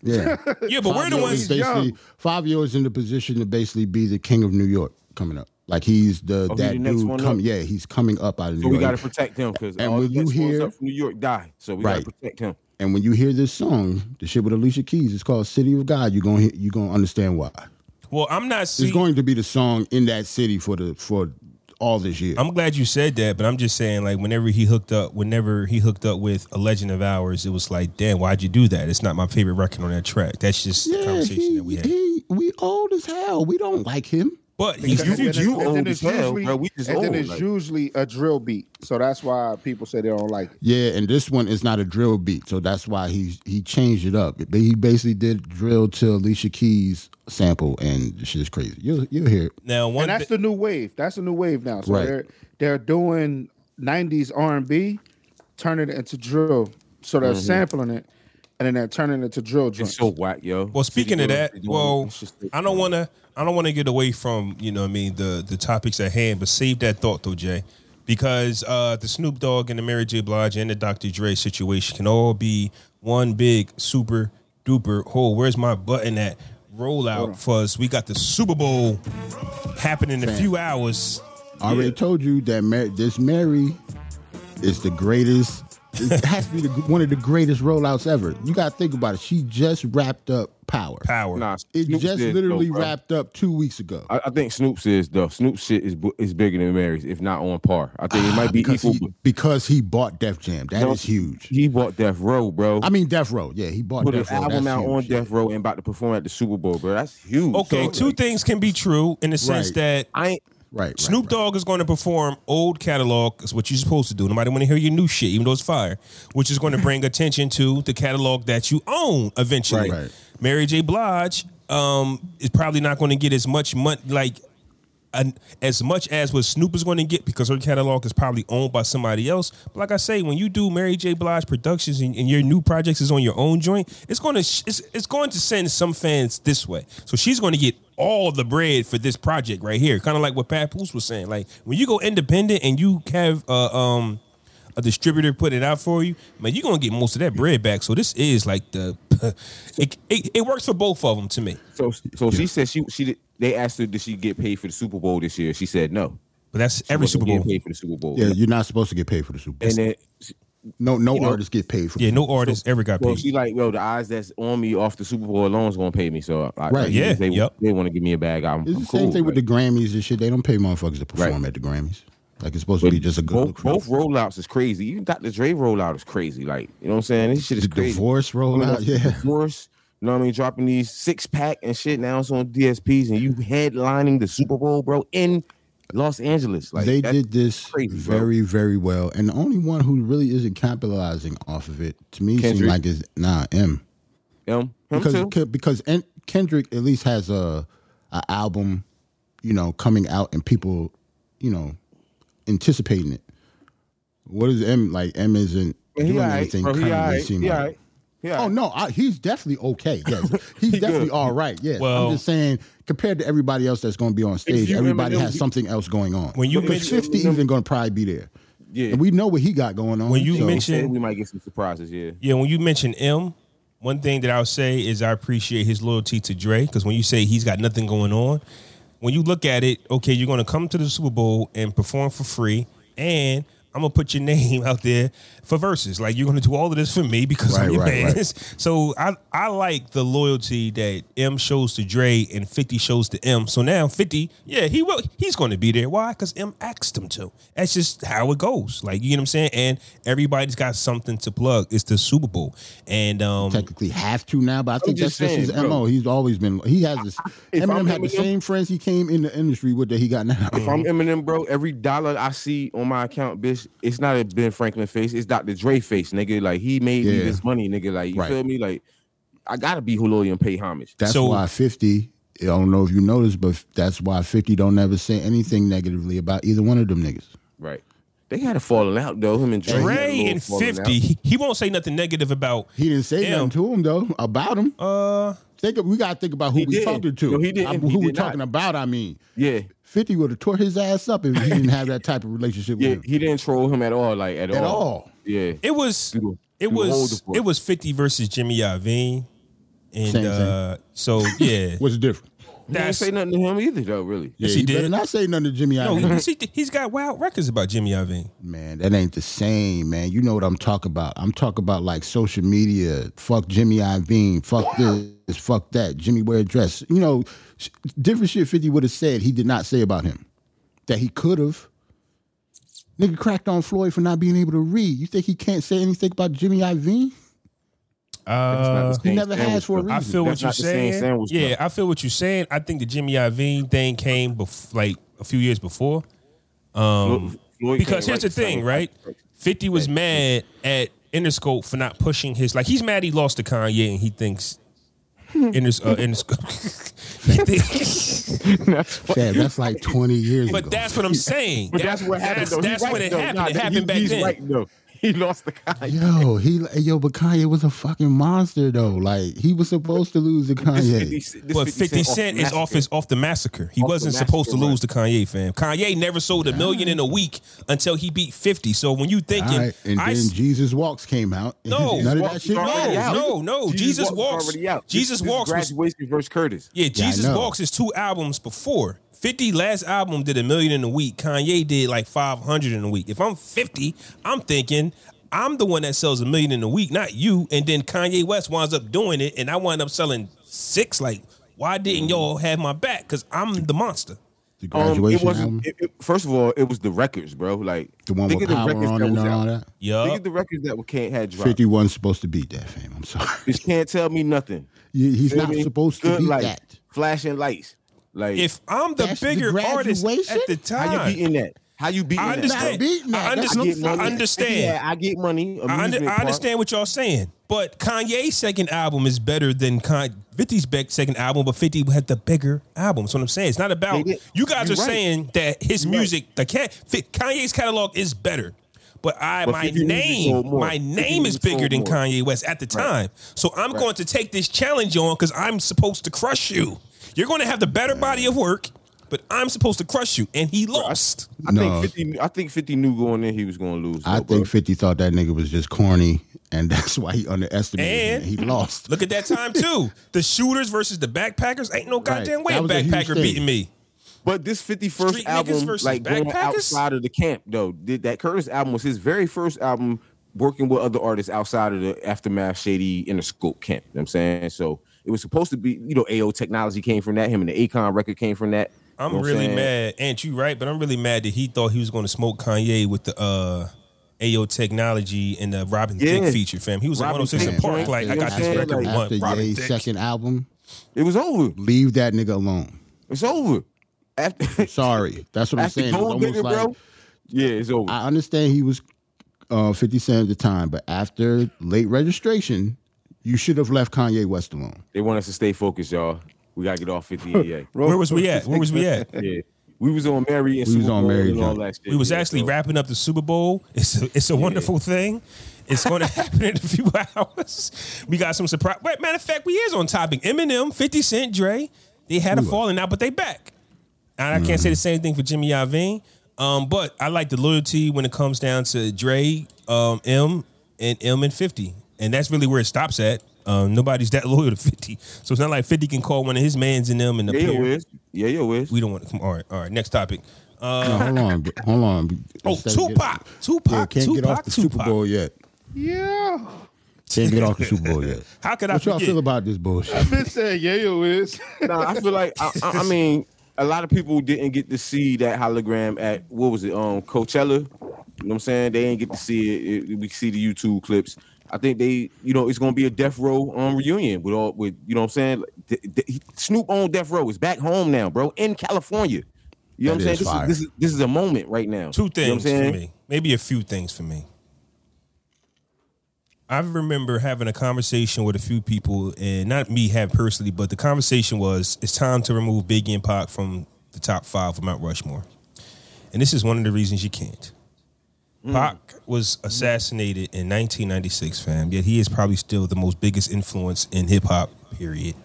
yeah.
Yeah, but we're
Fabio
the
is
ones.
big.
basically
young.
Fabio is in the position to basically be the king of New York coming up. Like he's the
Oh, he
that
the next
dude
one
come
up?
yeah he's coming up out of New
we
York.
got to protect him because
And
all
when
the
you
next ones
hear-
up from New York die. So we
Right.
got to protect him.
and when you hear this song, the shit with Alicia Keys, it's called "City of God." You're gonna hear, you're gonna understand why.
Well, I'm not
It's
seeing
going to be the song in that city for the for all this year.
I'm glad you said that, but I'm just saying, like, whenever he hooked up, whenever he hooked up with a Legend of Ours, it was like, damn, why'd you do that? It's not my favorite record on that track. That's just the conversation
he,
that we had.
he- we old as hell. We don't like him.
but
And
You-
he's
then
you
it's- and
old
then
as
it's
hell,
usually-
bro. We just
And then
old,
it's
like-
usually a drill beat, so that's why people say they don't like it.
Yeah, and this one is not a drill beat, so that's why he he changed it up. But He basically did drill to Alicia Keys sample, and the shit is crazy. You'll you'll hear it.
now one.
And that's
thi-
the new wave. That's the new wave now. So
Right.
they're they're doing '90s R&B, turning it into drill. So they're sampling it, and then they're turning it to drill.
Mm-hmm. It's
joints.
so whack, yo.
well, speaking
City
of
girls,
that,
they doing-
well,
it's just- uh,
I don't want to. I don't want to get away from you know what I mean the the topics at hand, but save that thought though, Jay, because uh, the Snoop Dogg and the Mary J. Blige and the Dr. Dre situation can all be one big super duper. Oh, where's my button at? Rollout fuzz. We got the Super Bowl happening in a few hours.
I already told you that Mar- this Mary is the greatest. It has to be the, one of the greatest rollouts ever. You got to think about it. She just wrapped up Power.
Power.
Nah,
It
Snoop's
just
is, though,
literally
bro.
wrapped up two weeks ago.
I, I think Snoop's is though. Snoop's shit is bu- is bigger than Mary's, if not on par. I think it might be
Ah, because
equal.
he, because he bought Def Jam. That is
No.
huge.
but he bought Death Row, bro.
I mean Death Row. Yeah, he bought
put an
Death Row.
album
That's
out
huge.
on Death Row and about to perform at the Super Bowl, bro. That's huge.
Okay,
So,
two
like,
things can be true in the sense
Right.
that
I ain't.
Right, right.
Snoop
right.
Dogg is going to perform old catalog. Is what you're supposed to do. Nobody want to hear your new shit, even though it's fire, which is going to bring attention to the catalog that you own eventually.
Right. Right.
Mary J. Blige um, is probably not going to get as much money, like an, as much as what Snoop is going to get because her catalog is probably owned by somebody else. But like I say, when you do Mary J. Blige productions and, and your new projects is on your own joint, it's going to sh- it's, it's going to send some fans this way. So she's going to get all the bread for this project right here, kind of like what Pat Poose was saying. Like when you go independent and you have uh, um, a distributor put it out for you, man, you're gonna get most of that bread back. So this is like the it, it, it works for both of them to me.
So, so she said she she did, they asked her did she get paid for the Super Bowl this year? She said no.
But that's every
Wasn't
Super Bowl.
getting paid for the Super Bowl.
Yeah, you're not supposed to get paid for the Super Bowl.
And then
no, no
know-
artists get paid for.
Yeah, no artist ever got
well,
paid.
she like, yo, the eyes that's on me off the Super Bowl alone is gonna pay me. So I,
Right,
I,
yeah,
they,
yep.
they want to give me a bag. I'm,
It's
I'm
the
cool.
same thing with
like,
the Grammys and shit. They don't pay motherfuckers to perform
Right.
at the Grammys. Like it's supposed to be just a good
both,
look. for them.
both rollouts is crazy. Even Dr. Dre rollout is crazy. Like, you know what I'm saying? This shit is
the
crazy.
divorce rollout. Yeah,
Divorce. You know what I mean? Dropping these six pack and shit. Now it's on DSPs, and you headlining the Super Bowl, bro, in Los Angeles. Like
they
that-
did this
crazy, bro.
very, very well. And the only one who really isn't capitalizing off of it to me seems
Kendrick.
like is nah M
Him, him
because
too.
Ke- because En- Kendrick at least has a, a album, you know, coming out and people, you know, anticipating it. What is M like? M isn't
He
doing
alright,
anything
bro, he
currently.
alright,
seem
he
like.
alright, he
Oh
alright.
no, I, he's definitely okay. Yes, he's definitely all right. Yes,
Well-
I'm just saying compared to everybody else that's going to be on stage,
you
everybody
Eminem,
has
you-
something else going on.
When you
because
mention-
fifty even going to probably be there.
Yeah.
and we know what he got going on.
When you
so-
They said
mention
we might get some surprises. Yeah.
yeah, when you mention M, one thing that I'll say is I appreciate his loyalty to Dre because when you say he's got nothing going on, when you look at it, okay, you're going to come to the Super Bowl and perform for free, and I'm gonna put your name out there for verses. Like you're gonna do all of this for me because I'm
Right,
your
right,
man.
right.
So I I like the loyalty that M shows to Dre and 50 shows to M. So now 50, yeah, he will he's gonna be there. Why? Because M asked him to. That's just how it goes. Like you know what I'm saying? And everybody's got something to plug. It's the Super Bowl. And um
technically have to now, but I think that's
just
just his
saying, bro.
mo. He's always been he has this.
if
Eminem
I'm
had the
Eminem-
same friends he came in the industry with that he got now.
If I'm Eminem, bro, every dollar I see on my account, bitch, it's not a Ben Franklin face. It's Dr. Dre face, nigga. Like he made me
Yeah.
this money, nigga. Like you
Right.
feel me? Like I gotta be loyal and pay homage.
That's
So-
why 50, I don't know if you noticed, but that's why 50 don't ever say anything negatively about either one of them niggas.
Right. They had a falling out though. Him and Dre. had a
Dre
little
and
falling out.
50, he, he won't say nothing negative about
He didn't say
Damn.
nothing to him though about him.
uh
Think of, we gotta think about who
He
we
did.
talking to.
No, he didn't.
I'm-
He
who we
did not.
talking about? I mean,
Yeah.
50 would have tore his ass up if he didn't have that type of relationship
Yeah.
with him
He didn't troll him at all. Like at,
at
all.
all.
Yeah.
it was
You- you
it
older
was
boy.
it was 50 versus Jimmy Iovine. And
Same, same.
uh so yeah.
What's different?
He didn't
That's-
say nothing to him either though, really.
Yes,
yeah,
he
you better
did.
not say nothing to Jimmy.
No,
Iovine.
he, has got wild records about Jimmy Iovine.
Man, that ain't the same, man. You know what I'm talking about. I'm talking about like social media. Fuck Jimmy Iovine. Fuck this. Fuck that. Jimmy wear a dress. You know, sh- different shit 50 would have said he did not say about him. That he could have. Nigga cracked on Floyd for not being able to read. You think he can't say anything about Jimmy Iovine?
That's not the
He
same
never
sandwich,
has for a
though.
reason.
I feel
Uh, That's
what you're
not the same
saying.
sandwich,
Yeah, I feel what you're saying. I think the Jimmy Iovine thing came bef- like a few years before. Um,
Floyd
because
can't
here's the
write
thing,
song.
right? 50 was mad at Interscope for not pushing his like he's mad he lost to Kanye and he thinks Inters, uh, Interscope. he thinks-
Fab, that's like 20 years ago.
but that's what I'm saying.
But that's what happened
That's,
though. He
that's
right,
when it
though.
happened.
Nah,
it
he-
happened back
he's
then.
right though. He lost the guy.
Yo, he yo, but Kanye was a fucking monster though. Like he was supposed to lose to Kanye.
But 50 Cent is off his off the massacre. He
Off the
wasn't
massacre,
supposed to
right.
lose to Kanye, fam. Kanye never sold a million in a week until he beat 50. So when you
All
thinking,
right, and
I,
then
s-
Jesus Walks came out.
No.
none of
Walks
that
was
shit.
already
no,
out.
no, no, Jesus, walks.
already out.
Jesus
This- this
walks. Was,
graduation versus Curtis.
yeah, Jesus
know.
walks is two albums before. 50 last album did a million in a week. Kanye did like 500 in a week. If I'm 50, I'm thinking. I'm the one that sells a million in a week, not you. And then Kanye West winds up doing it, and I wind up selling six. Like, why didn't y'all have my back? Because I'm the monster.
The
Um, it
graduation
wasn't.
album,
It, it- first of all, it was the records, bro. Like
the one
think
with
of
power on and
was
all
out.
that.
Think
Yeah.
of the records that were can't had dropped.
Fifty wasn't supposed to beat that, fam. I'm sorry.
This can't tell me nothing.
He- He's
Feel
not
me?
supposed to
Good
beat
light,
that.
Flashing lights. Like
If I'm the
That's the
bigger artist
graduation?
at the
how you
time,
beating that? How you beating
I
Not
understand.
beating that.
I
That's
that? I
what
get
understand.
I'm
money.
I understand.
Yeah, I get money.
I, under,
amusement
I
park.
understand what y'all saying, but Kanye's second album is better than Kanye, 50's back second album, but 50 had the bigger album. That's what I'm saying. It's not about
They did.
you guys
You're
are
right.
saying that his
You're right.
music, the can, fit- Kanye's catalog is better, but I
But
my
50 music sold
name,
more.
my
50
name is
music sold
bigger than
more.
Kanye West at the time. So I'm going to take this challenge on because I'm supposed to crush you. You're going to have the better body of work, but I'm supposed to crush you, and he lost.
I
No.
think fifty. I think fifty knew going in he was going to lose.
I
though, bro.
think Fifty thought that nigga was just corny, and that's why he underestimated. him.
And-
He lost.
Look at that time too. the shooters versus the backpackers. Ain't no
That
goddamn
was
way
a
a
huge
backpacker
thing.
beating me.
But this 51st
Street niggas
album,
versus
like going
backpackers?
outside of the camp, though, did that Curtis album was his very first album working with other artists outside of the aftermath shady Interscope camp. You know what I'm saying? So it was supposed to be, you know, AO technology came from that, him and the Akon record came from that. You
I'm
know what
really
saying?
mad, Aunt. You right, but I'm really mad that he thought he was going to smoke Kanye with the uh, AO technology and the Robin
Yeah.
Thicke feature, fam. He was like
Robin
106 and
Thicke,
Park, like
you
I
know
got
what I'm
this
saying?
record
Like,
one.
after
Robin
Ye's
Thicke.
second album,
It was over.
leave that nigga alone.
It's over. After,
Sorry, that's what I'm
after
saying. It's
Gold
almost
Digger,
like
bro. Yeah, it's over.
I understand he was uh, 50 Cent at the time, but after late registration, you should have left Kanye West alone.
they want us to stay focused, y'all. We gotta get off 50 and yeah.
Where was we at? Where was we at?
yeah. We was on Mary and
We was
Super
on
Bowl
Mary
and all
Jane.
that shit.
We was
yeah,
actually
so-
wrapping up the Super Bowl. It's a, it's a wonderful thing. It's going to happen in a few hours. We got some surprise. Wait, matter of fact, we is on topic. Eminem, Fifty Cent, Dre. They had a falling out, but they back. And I can't
Mm-hmm.
say the same thing for Jimmy Iovine. Um, but I like the loyalty when it comes down to Dre, um, M, and M and Fifty, and that's really where it stops at. Um, nobody's that loyal to Fifty, so it's not like Fifty can call one of his mans in them and
Yeah, yo
appear.
is. Yeah, yo is.
We don't want to come. All right, all right. Next topic. Um,
No, hold on, b- hold on. b-
Oh,
Instead of
Tupac, Tupac,
yeah, can't get
Tupac,
off the Super
Tupac.
Bowl yet.
Yeah.
Can't get off the Super Bowl yet.
How could I
What y'all
forget?
feel about this bullshit?
Been saying Yayo is.
Nah, I feel like I, I, I mean a lot of people didn't get to see that hologram at what was it um Coachella. You know what I'm saying? They ain't get to see it. It- We see the YouTube clips. I think they, you know, it's gonna be a death row um, reunion with all with you know what I'm saying. Like, th- th- he- Snoop on death row is back home now, bro, in California. You
That
know what I'm
is
saying? This
fire.
is, this is this is a moment right now.
Two
You know
things
what I'm saying?
for me. Maybe a few things for me. I remember having a conversation with a few people, and not me have personally, but the conversation was it's time to remove Biggie and Pac from the top five of Mount Rushmore. And this is one of the reasons you can't.
Mm.
Pac was assassinated in 1996, fam, yet he is probably still the most biggest influence in hip hop, period.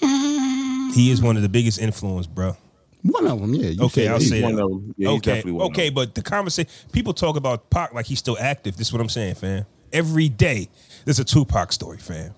he is one of the biggest influence, bro.
One of them, yeah. You
Okay,
said
I'll
eight.
say
one
that.
of 'em. Yeah, he's
okay,
definitely one of
okay, but the conversation people talk about Pac like he's still active. This is what I'm saying, fam. Every day there's a Tupac story, fam.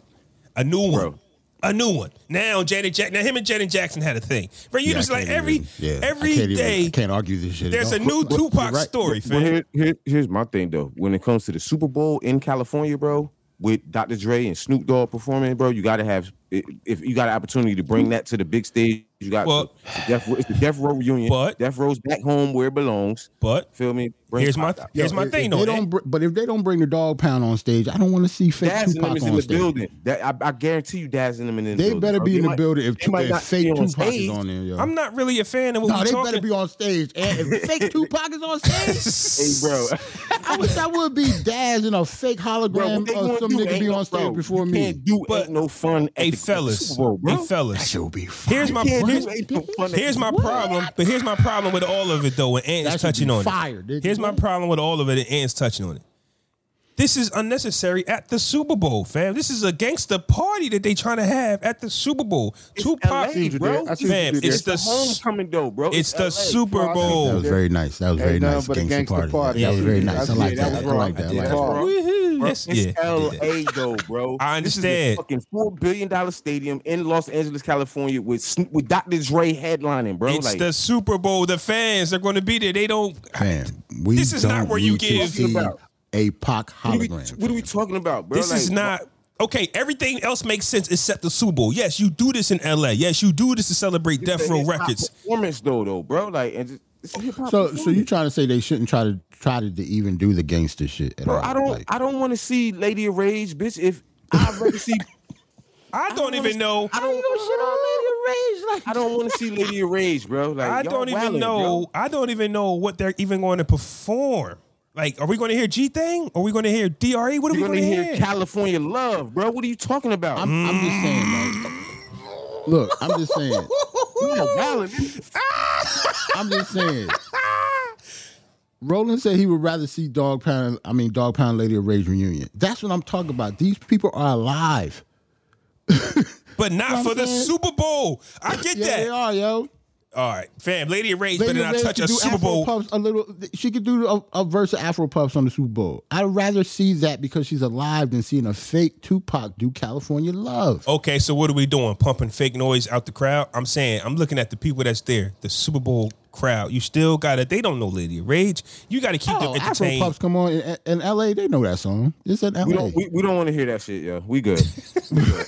A new one.
Bro.
A new one. Now Janet Jack. Now him and Janet Jackson had a thing. Bro, you
Yeah, I
just like
can't
every
even- yeah, I
every
can't even-
day
I can't argue this shit.
there's
No.
a new
But- but
Tupac
you're right.
story,
Well,
fam.
here, here, here's my thing though. When it comes to the Super Bowl in California, bro, with Dr. Dre and Snoop Dogg performing, bro, you gotta have i- if you got an opportunity to bring that to the big stage. You got
Well-
the Death, Row- it's the Death Row reunion.
But-
Death Row's back home where it belongs.
but
Feel me? Bring
here's my
Pac out.
Yo,
here's my
if-
thing
if they
though.
eh?
don't br- but if they don't bring the dog pound on stage, I don't want to see fake
Daz and them
Tupac
is in
on
the
stage.
building. That, I, I guarantee you, Daz and them in the
They
building.
better
bro.
be
They
in the
might-
building if,
they
Tu-
might
if
not
fake
be on
Tupac is
stage.
on there, yo.
I'm not really a fan of what
no,
we're
they
talking.
better be on stage. And if fake Tupac uh, is on stage,
Hey, bro.
I wish I would be Daz in a fake
Bro, what
hologram
they
of
gonna
some
do
nigga
ain't
be
no-
on stage
bro,
before
you
me.
Can't do
But-
ain't no fun. at
Hey
the-
fellas,
Super Bowl, bro.
hey fellas.
will be fire.
Here's my
Can't do
here's,
ain't no fun at
Here's
the
my
Super Bowl.
problem, but here's my problem with all of it though. When Ant
That
is
should
touching
be
on
fire,
it,
nigga.
here's my problem with all of it, and Ant's touching on it. This is unnecessary at the Super Bowl, fam. This is a gangster party that they trying to have at the Super Bowl. Tupac,
LA, bro.
I see what
fam.
you did there.
It's the
It's the
s-
homecoming though, bro.
it's the
LA.
Super
That
Bowl.
was very nice. That was very
nothing
nice.
but a
Gangsta,
gangsta
party.
party.
That was
Yeah,
very
yeah,
nice. I
that's- yeah,
like
that
that. I
was
like
wrong.
that. I
Yeah,
like
that's
that.
wrong.
Woohoo! Yes,
It's
yeah, I did that.
LA though, bro.
I
This is a
understand.
fucking four billion dollar stadium in Los Angeles, California, with Snoop- with Dr. Dre headlining, bro.
It's
like,
the Super Bowl. The fans are going to be there. They don't.
Fam, we
This is not
don't
where you
need to
give-
see a Pac
what, are we,
hologram.
what are we talking about, bro?
This
like,
is not okay. Everything else makes sense except the Super Bowl. Yes, you do this in L.A. Yes, you do this to celebrate
it's
Death
a
Row
hip-hop
Records.
performance though, though, bro. Like, and just, it's a hip-hop
So, so you
performance.
trying to say they shouldn't try to try to, even do the gangster shit at all?
I don't,
Like,
I don't want to see Lady of Rage, bitch. If I'd rather see,
I don't,
wanna
even
see-
know.
I don't I don't want to see Lady of Rage, bro. Like,
I
y'all
don't even
wildin',
know.
bro.
I don't even know what they're even going to perform. Like, are we going to hear G thing? Are we going to hear DRE? What are
You're
we
gonna
going to
hear
hear?
California Love, bro. What are you talking about? Mm.
I'm, I'm just saying. Like, look, I'm just saying.
Y'all wildin'.
I'm just saying. Roland said he would rather see Dog Pound. I mean, Dog Pound Lady of Rage reunion. That's what I'm talking about. These people are alive.
but not for the
saying?
Super Bowl. I get
Yeah,
that.
they are, yo.
All right, fam. Lady of Rage
Lady
better
of
not
Rage
touch
could
a
do
Super
Afro
Bowl.
Puffs a little. She could do a, a verse of Afro Puffs on the Super Bowl. I'd rather see that because she's alive than seeing a fake Tupac do California Love.
Okay, so what are we doing? Pumping fake noise out the crowd? I'm saying I'm looking at the people that's there, the Super Bowl crowd. You still got to They don't know Lady of Rage. You got to keep
Oh,
them
Afro
entertained.
Puffs come on in, in L.A. They know that song. It's in L.A.
We don't we, we don't want to hear that shit, yo. We good. We good.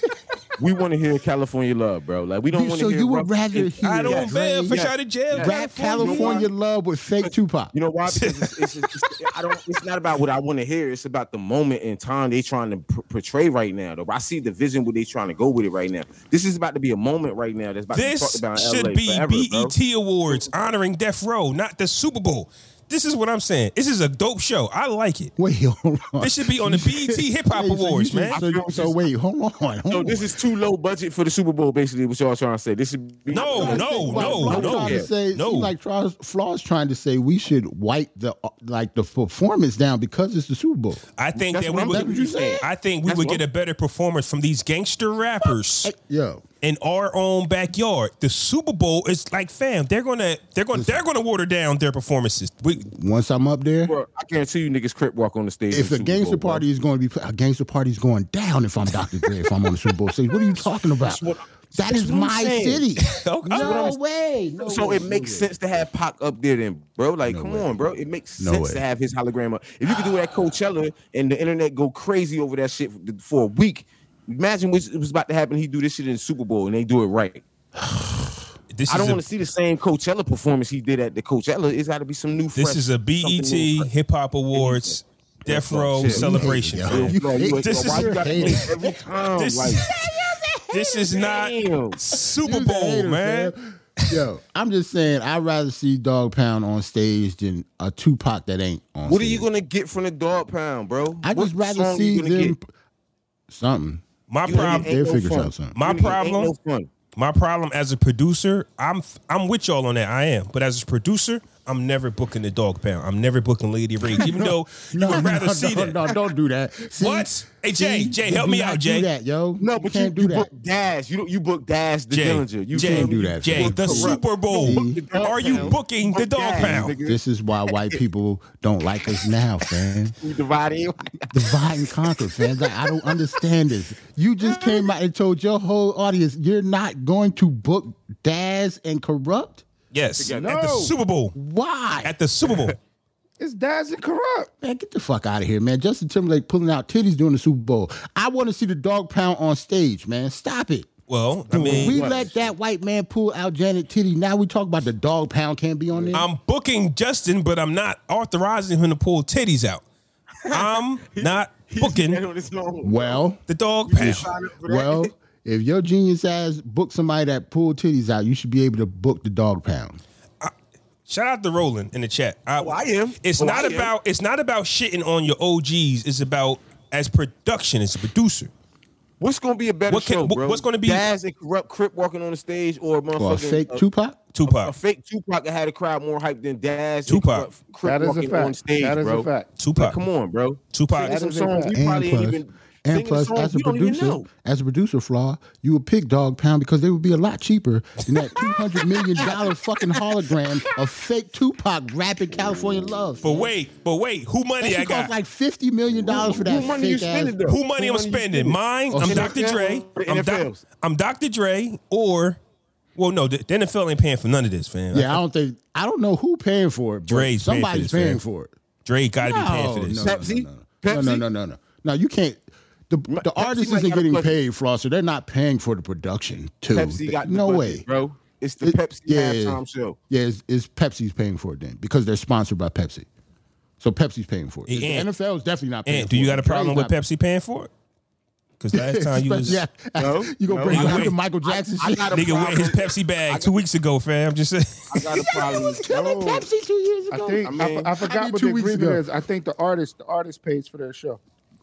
we want to hear California love, bro. Like we don't
You-
want to
so
hear.
you would
rough-
rather
it-
hear
I don't
Yes.
care
Yes.
fish out of jail.
rap
California.
California Love with fake Tupac.
You know why? Because it's, it's, it's, I don't. It's not about what I want to hear. It's about the moment in time they trying to pr- portray right now. Though I see the vision where they trying to go with it right now. This is about to be a moment right now. That's about
This
to be talked about in
should
LA
be
forever, bro.
BET Awards honoring Death Row, not the Super Bowl. This is what I'm saying. This is a dope show. I like it.
Wait, hold on.
This should be on the BET Hip Hop
Wait, so you
Awards,
should-
man.
So, you- so wait, hold on. hold
So
on.
this is too low budget for the Super Bowl. Basically, what y'all trying to say? This should be
No,
Like,
no,
see,
no,
like, Flaw
no,
trying
yeah,
To say,
no.
see, like Flaws, Flaw's trying to say we should wipe the uh, like the performance down because it's the Super Bowl.
I think
That's
that
what
we
I'm-
would.
that's what you said.
I think we
That's
would
what-
get a better performance from these gangster rappers
Yo,
in our own backyard. The Super Bowl is like, fam, they're gonna, they're gonna, they're gonna water down their performances. We,
once I'm up there,
Bro, I guarantee you niggas crip walk on the stage.
if a
in Super Bowl,
gangster
bro.
party is going to be pl- a gangster party is going down if I'm Dr. Dre if I'm on the Super Bowl stage. What are you talking about?
That's what,
That is
what I'm
my
saying.
city.
Okay.
No way. No
So
way.
it makes sense to have Pac up there, then, bro. Like, come on, bro. It makes
No
sense
way.
to have his hologram up. If you could do it at Coachella and the internet go crazy over that shit for, for a week, imagine what was about to happen. He do this shit in the Super Bowl and they do it right.
This
I don't
is a-
want to see the same Coachella performance he did at the Coachella. It's got to be some new.
This
fresh-
is a E
something new,
BET
fresh.
Hip Hop Awards Death Row
Shit.
celebration.
Yo,
man.
you
Bro, you
hate-
ain't-
This
bro, why
is-
you gotta
Hate
do
it.
it every time?
This,
like,
this is not
damn.
Super
You
Bowl,
haters,
man.
Yo, I'm just saying, I'd rather see Dog Pound on stage than a Tupac that ain't on
What are
stage.
you gonna get from the dog pound, bro?
I
What
just rather
song you
see
gonna get?
them something.
My
You already
problem.
Ain't
They'll
no
figure
fun.
out something.
My
You gonna get ain't
problem-
no fun.
My problem as a producer, I'm I'm with y'all on that. I am, but as a producer, I'm never booking the dog pound. I'm never booking Lady Rage, even though you would rather
no,
see
no,
that.
no, don't do that. See,
What? Hey, Jay,
see,
Jay,
you
help
do
me
not
out,
do
Jay.
that, yo.
No,
You
but
can't
you,
do
you
that.
book Dash. You don't. You book Dash the
Jay,
Dillinger. You
Jay,
feel me?
do that,
Jay,
fam.
the
Corrupt.
Super Bowl.
You book the dog
Are you
pound.
booking the
Book
dog
Dash,
pound?
nigga.
This is why white people don't like us now, fam.
You divided.
Divide and conquer, fam. Like, I don't understand this. You just came out and told your whole audience you're not going to book Daz and corrupt.
Yes,
No.
at the Super Bowl.
Why?
At the Super Bowl.
It's Daz and corrupt.
Man, get the fuck out of here, man. Justin Timberlake pulling out titties during the Super Bowl. I want to see the dog pound on stage, man. Stop it.
Well, I
we
mean,
let that white man pull out Janet Titty. Now we talk about the dog pound can't be on there.
I'm booking Justin, but I'm not authorizing him to pull titties out. I'm not
Stand
booking
on his own.
well,
the dog pound.
Sign up for that.
well, if your genius ass book somebody that pull titties out, you should be able to book the dog pound.
Shout out to Roland in the chat. I,
Oh, I am.
It's
Oh,
not
I am.
about. It's not about shitting on your OGs. It's about as production, as a producer.
what's gonna be a better
What can-
show,
what-
bro?
what's gonna be-
Daz and corrupt Crip walking on the stage or a motherfucking
Or a fake
a-
Tupac?
Tupac.
A fake Tupac that had a crowd more hyped than Daz. and
Tupac.
Corrupt Crip
That is a
walking on
fact.
stage,
That is
bro.
a fact.
Tupac.
Like, come on, bro.
Tupac.
Singing
That
some
is a
songs
fact.
we
And
probably ain't
plus,
even
and
singing
plus
songs
as a
we don't even
producer,
know.
as a producer, flaw, you would pick dog pound because they would be a lot cheaper than that two hundred million dollar fucking hologram of fake Tupac rapping California Love.
But wait, but wait. Who
That
money I
shit cost
got?
like fifty million dollars for
Who
that
money you
fake ass.
spending though?
who money
Who
I'm
you
spending? Mine. I'm
NFL?
Dr. Dre.
The
I'm, doc,
NFLs.
I'm Dr. Dre. Or, well, no, the, the NFL ain't paying for none of this, fam.
Yeah, I don't think I don't know who paying for it. But
Dre's paying for
somebody's
this, man.
paying for it.
Dre got to be paying for this.
No, No,
Pepsi?
no, no,
Pepsi?
no, no, no. No, you can't. The, the artist
might
isn't
got a
getting
budget.
paid, Frost, so they're not paying for the production too.
Pepsi got the
no
budget,
way.
bro. It's the
It-
Pepsi halftime show.
Yeah, it's, it's Pepsi's paying for it then because they're sponsored by Pepsi. So Pepsi's paying for it.
Hey,
the
Ant.
NFL is definitely not paying
And
for
do you
it.
got a
Dre's
problem with
not-
Pepsi paying for it? Because last time you was
yeah,
No,
you gonna
no.
bring
Nigga,
up the
wait.
Michael Jackson
I
shit?
got a
nigga
problem.
wearing his Pepsi bag two weeks ago, fam. Just
I
saying.
got a problem.
Oh.
Pepsi two years ago.
I think I,
I mean-
for- I forgot
I mean,
what
two
the
weeks
agreement
ago.
is. I think the artist, the artist pays for their show.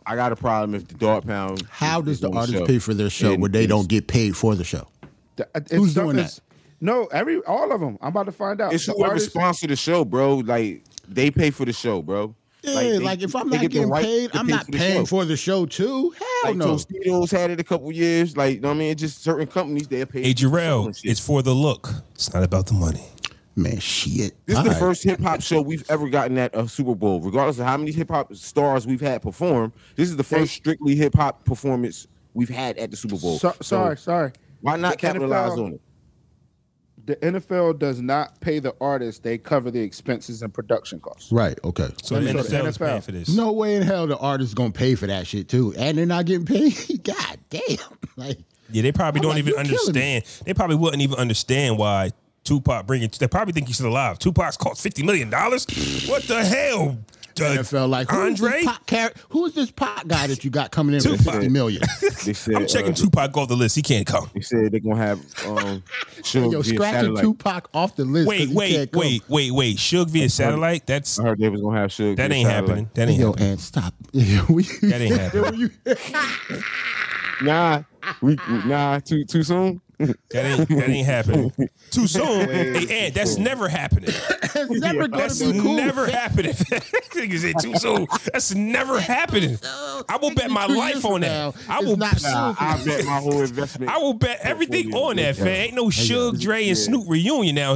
I got a problem if the dog pound.
How
is-
does
is
the
on show.
artist pay for their show
And
when they
it's-
don't get paid for the show?
The- uh, it's
Who's
some-
doing
it's- No, every all of them. I'm about to find out.
It's
The
whoever
artist-
sponsor the show, bro. Like they pay for the show, bro.
Yeah,
they-
like, if I'm
they
not
get the
getting
right
paid,
to
I'm
pay
not
for the
paying
show.
for the show too. Hell
Like
no.
Tostitos had it a couple years. Like, you know what I mean? It's just certain companies they pay. for
Hey,
the show
Jarrell,
and shit.
it's for the look. It's not about the money.
Man, shit.
This
All
is the
right.
first hip hop show we've ever gotten at a Super Bowl, regardless of how many hip hop stars we've had perform. This is the first strictly hip hop performance we've had at the Super Bowl.
So- sorry, sorry.
why not
The
capitalize
NFL
on it?
The NFL does not pay the artist; they cover the expenses and production costs.
Right, okay.
So the
Let me go to
NFL is
NFL.
paying for this.
No way in hell the artist gonna pay for that shit too, and they're not getting paid. God damn! Like,
Yeah, they probably
I'm
don't
like,
even
you killing
understand. They probably wouldn't even understand why Tupac bringing. They probably think he's still alive. Tupac's cost fifty million dollars. What the hell? uh,
NFL, like who's
Andre.
this pop car- who's this pop guy that you got coming in for
Tupac.
fifty million?
They said,
I'm checking
uh,
Tupac off the list. He can't come.
They said they're gonna have um, show
Yo,
via
scratching
satellite.
Tupac off the list. 'cause
Wait,
he
wait,
can't come.
wait, wait, wait. Shug via satellite. That's
I heard they was gonna have Suge.
that
via
ain't
satellite.
happening. That
Hey,
ain't
yo,
happening.
and stop. that
ain't happening.
Nah, we, we- nah, too too soon.
That ain't that ain't happening. Too soon. Hey, Ant, that's never happening.
It's never gonna
That's
be cool.
never happening. Nigga said too soon. That's never happening. I will bet my
Two years
life
from
on
now,
that. I
it's
will.
not
Nah, I bet my whole investment.
I will bet everything
Portfolio.
on that, fam. Ain't no Suge, Dre, and Snoop reunion now.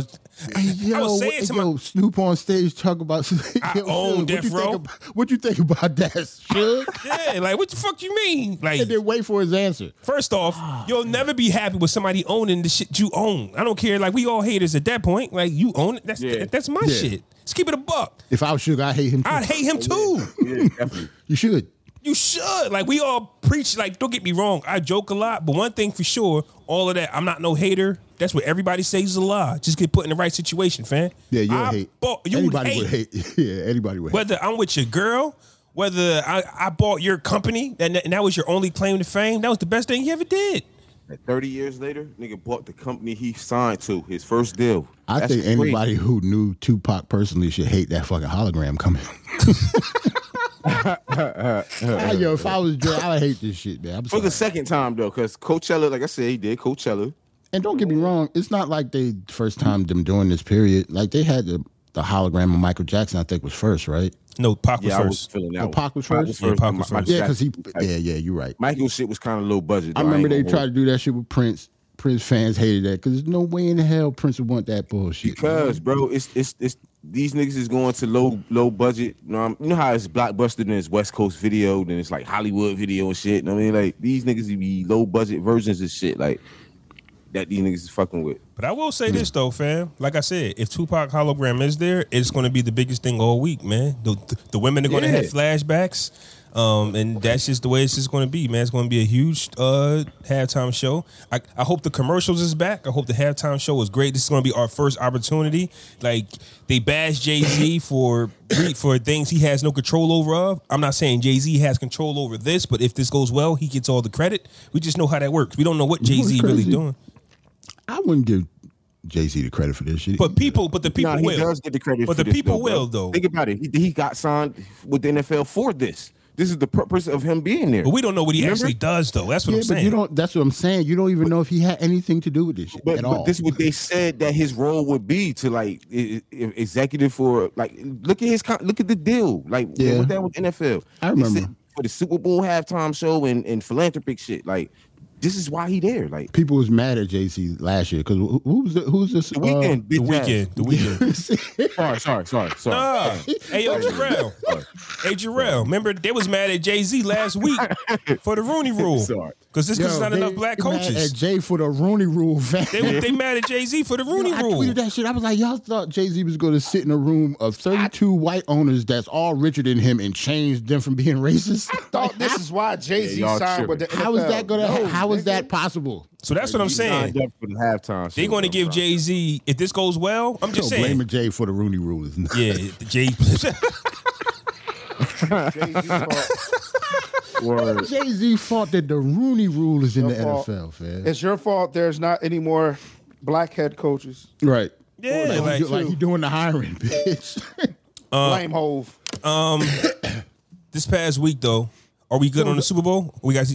yo,
I was saying
what-
to my-
yo, Snoop on stage talk about.
I
yo,
own
what
Death
you
Row.
Think about, what you think about that, Suge?
Yeah, like what the fuck you mean? Like,
and then wait for his answer. Ah,
first off, you'll never be happy with somebody owning the shit you own. I don't care. Like we all haters at that point. Like you own it. That's
Yeah.
that's my
Yeah.
shit. Let's keep it a buck.
If I was Suge, I hate him. Too.
I'd hate him too.
Yeah, definitely.
you should.
You should. Like we all preach. Like don't get me wrong. I joke a lot, but one thing for sure, all of that. I'm not no hater. That's what everybody says is a lie. Just get put in the right situation, fan.
Yeah, you
I
would hate.
bought- you would
anybody
hate.
Yeah, anybody would. hate.
Whether I'm with your girl, whether I, I bought your company, and that, and that was your only claim to fame. That was the best thing you ever did.
Thirty years later, nigga bought the company he signed to his first deal.
I
That's
think
crazy.
anybody who knew Tupac personally should hate that fucking hologram coming. Ah, yo, if I was Dre, I would hate this shit, man. I'm
for the
sorry.
second time though, because Coachella, like I said, he did Coachella.
And don't get me wrong, it's not like they first time them doing this period. Like they had the, the hologram of Michael Jackson, I think was first, right?
No, Pac was
Yeah, I was
first.
feeling that.
Oh,
one.
Pac was first?
Yeah, Pac was
Mi-
first.
Michael
Yeah, because he.
Jackson-
Yeah, yeah, you're right.
Michael shit was kind of low budget.
I
though,
remember they
ain't gonna
tried
hold
to do that shit with Prince. Prince fans hated that because there's no way in hell Prince would want that bullshit.
you. because bro, it's it's it's these niggas is going to low low budget. You know, I'm- you know how it's blockbuster then it's West Coast video, then it's like Hollywood video and shit. You know what I mean, like these niggas be low budget versions of shit like that. These niggas is fucking with.
But I will say this though, fam. Like I said, if Tupac hologram is there, it's going to be the biggest thing all week, man. The the, the women are going to
Yeah.
have flashbacks, um, and that's just the way it's just going to be, man. It's going to be a huge uh, halftime show. I, I hope the commercials is back. I hope the halftime show is great. This is going to be our first opportunity. Like they bash Jay Z for for things he has no control over. Of I'm not saying Jay Z has control over this, but if this goes well, he gets all the credit. We just know how that works. We don't know what Jay Z really
crazy?
doing,
I wouldn't give Jay Z the credit for this shit.
but people, but the people
Nah, he
will.
does get the credit,
But
for
the
this,
people
though, bro.
will, though.
Think about it. He, he got signed with the NFL for this. This is the purpose of him being there.
But we don't know what he
Remember?
actually does, though. That's what
yeah,
I'm
but
saying.
you don't. That's what I'm saying. You don't even know if he had anything to do with this shit
But,
at
but
all.
this is what they said that his role would be to like i- i- executive for like look at his con- look at the deal like
Yeah.
what that was NFL.
I
He
remember.
said for the Super Bowl halftime show and, and philanthropic shit. Like this is why he there. Like
people was mad at Jay Z last year because who who was the, who was this? uh,
the weekend,
the
bitch ass.
weekend, the weekend.
Sorry, sorry, sorry, sorry.
nah. Hey, yo, Jarrell. Hey, Jarrell. Remember, they was mad at Jay Z last week for the Rooney Rule
Sorry.
because this
Yo,
there's not
they-
enough black
they mad At
coaches.
Jay for the Rooney Rule, fam.
They they mad at Jay Z for the Rooney
I
Rule.
tweeted that shit. I was like, y'all thought Jay Z was going to sit in a room of 32 white owners that's all richer than him and change them from being racist?
Thought this is why Jay Z
Yeah, y'all
signed with the NFL.
How is that going to?
No,
how is
nigga.
that possible?
So that's what I'm
He
saying.
signed up for the halftime.
They're
show,
going to
bro.
give Jay Z if this goes well. I'm just
Yo, blaming
saying.
Jay for the Rooney Rule is not.
Yeah, Jay.
Jay-Z fault.
Word.
Jay Z thought that the Rooney Rule is in
Your
the
fault.
NFL, fam.
it's your fault. There's not any more black head coaches.
right.
Yeah,
Like,
like, uh,
you, like you doing the hiring, bitch.
Blame Hove.
um, this past week though. Are we good on the Super Bowl? We got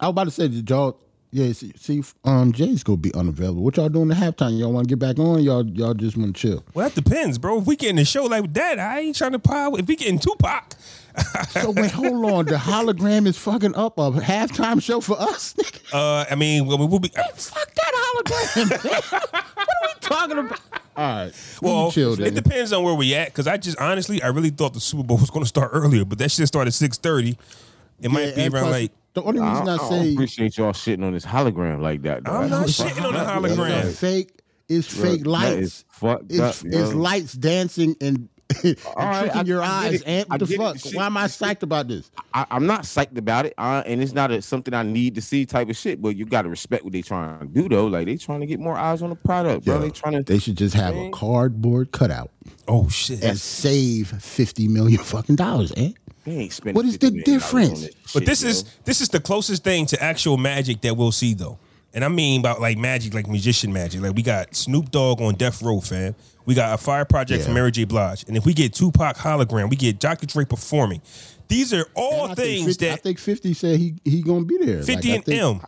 I was about to say, did y'all? Yeah, see, see um, Jay's gonna be unavailable. What y'all doing at halftime? Y'all want to get back on? Y'all, y'all just want to chill.
well. That depends, bro. If we getting a show like that, I ain't trying to pile. If we getting Tupac,
So wait, hold on. The hologram is fucking up a halftime show for us. Nigga.
uh, I mean, we'll, we'll be.
Fuck that hologram. man. what are we talking about? All right,
Well,
well, chill.
it
Then.
depends on where we at. Because I just honestly, I really thought the Super Bowl was going to start earlier, but that shit started at six thirty. It might be
And
around
plus,
like
the only
I,
reason I,
I don't
say
appreciate y'all shitting on this hologram like that. Though.
I'm not
That's-
shitting on the
it's a
hologram.
fake is fake
Bro, that is
lights.
fucked
It's,
up,
it's
yo.
lights dancing and, and
right,
tricking
I-
your
I get
eyes.
it.
And
I
what the
get it.
fuck?
Shit.
Why am I psyched about this?
I, I'm not psyched about it, uh, and it's not a, something I need to see type of shit. But you got to respect what they trying to do, though. Like they trying to get more eyes on the product, bro. They trying to.
They should just have a cardboard cutout.
oh shit.
and save fifty million fucking dollars, eh?
they ain't spending.
What is the
$50 million
difference?
on this
but
shit,
this
yo.
is this is the closest thing to actual magic that we'll see though, and I mean about like magic, like magician magic. Like we got Snoop Dogg on Death Row, fam. We got a fire project from
Yeah.
Mary J. Blige, and if we get Tupac hologram, we get Dr. Dre performing. These are all
I think
things
50, I
that
think Fifty said he he gonna be there. Like,
50
I
and
think-
M.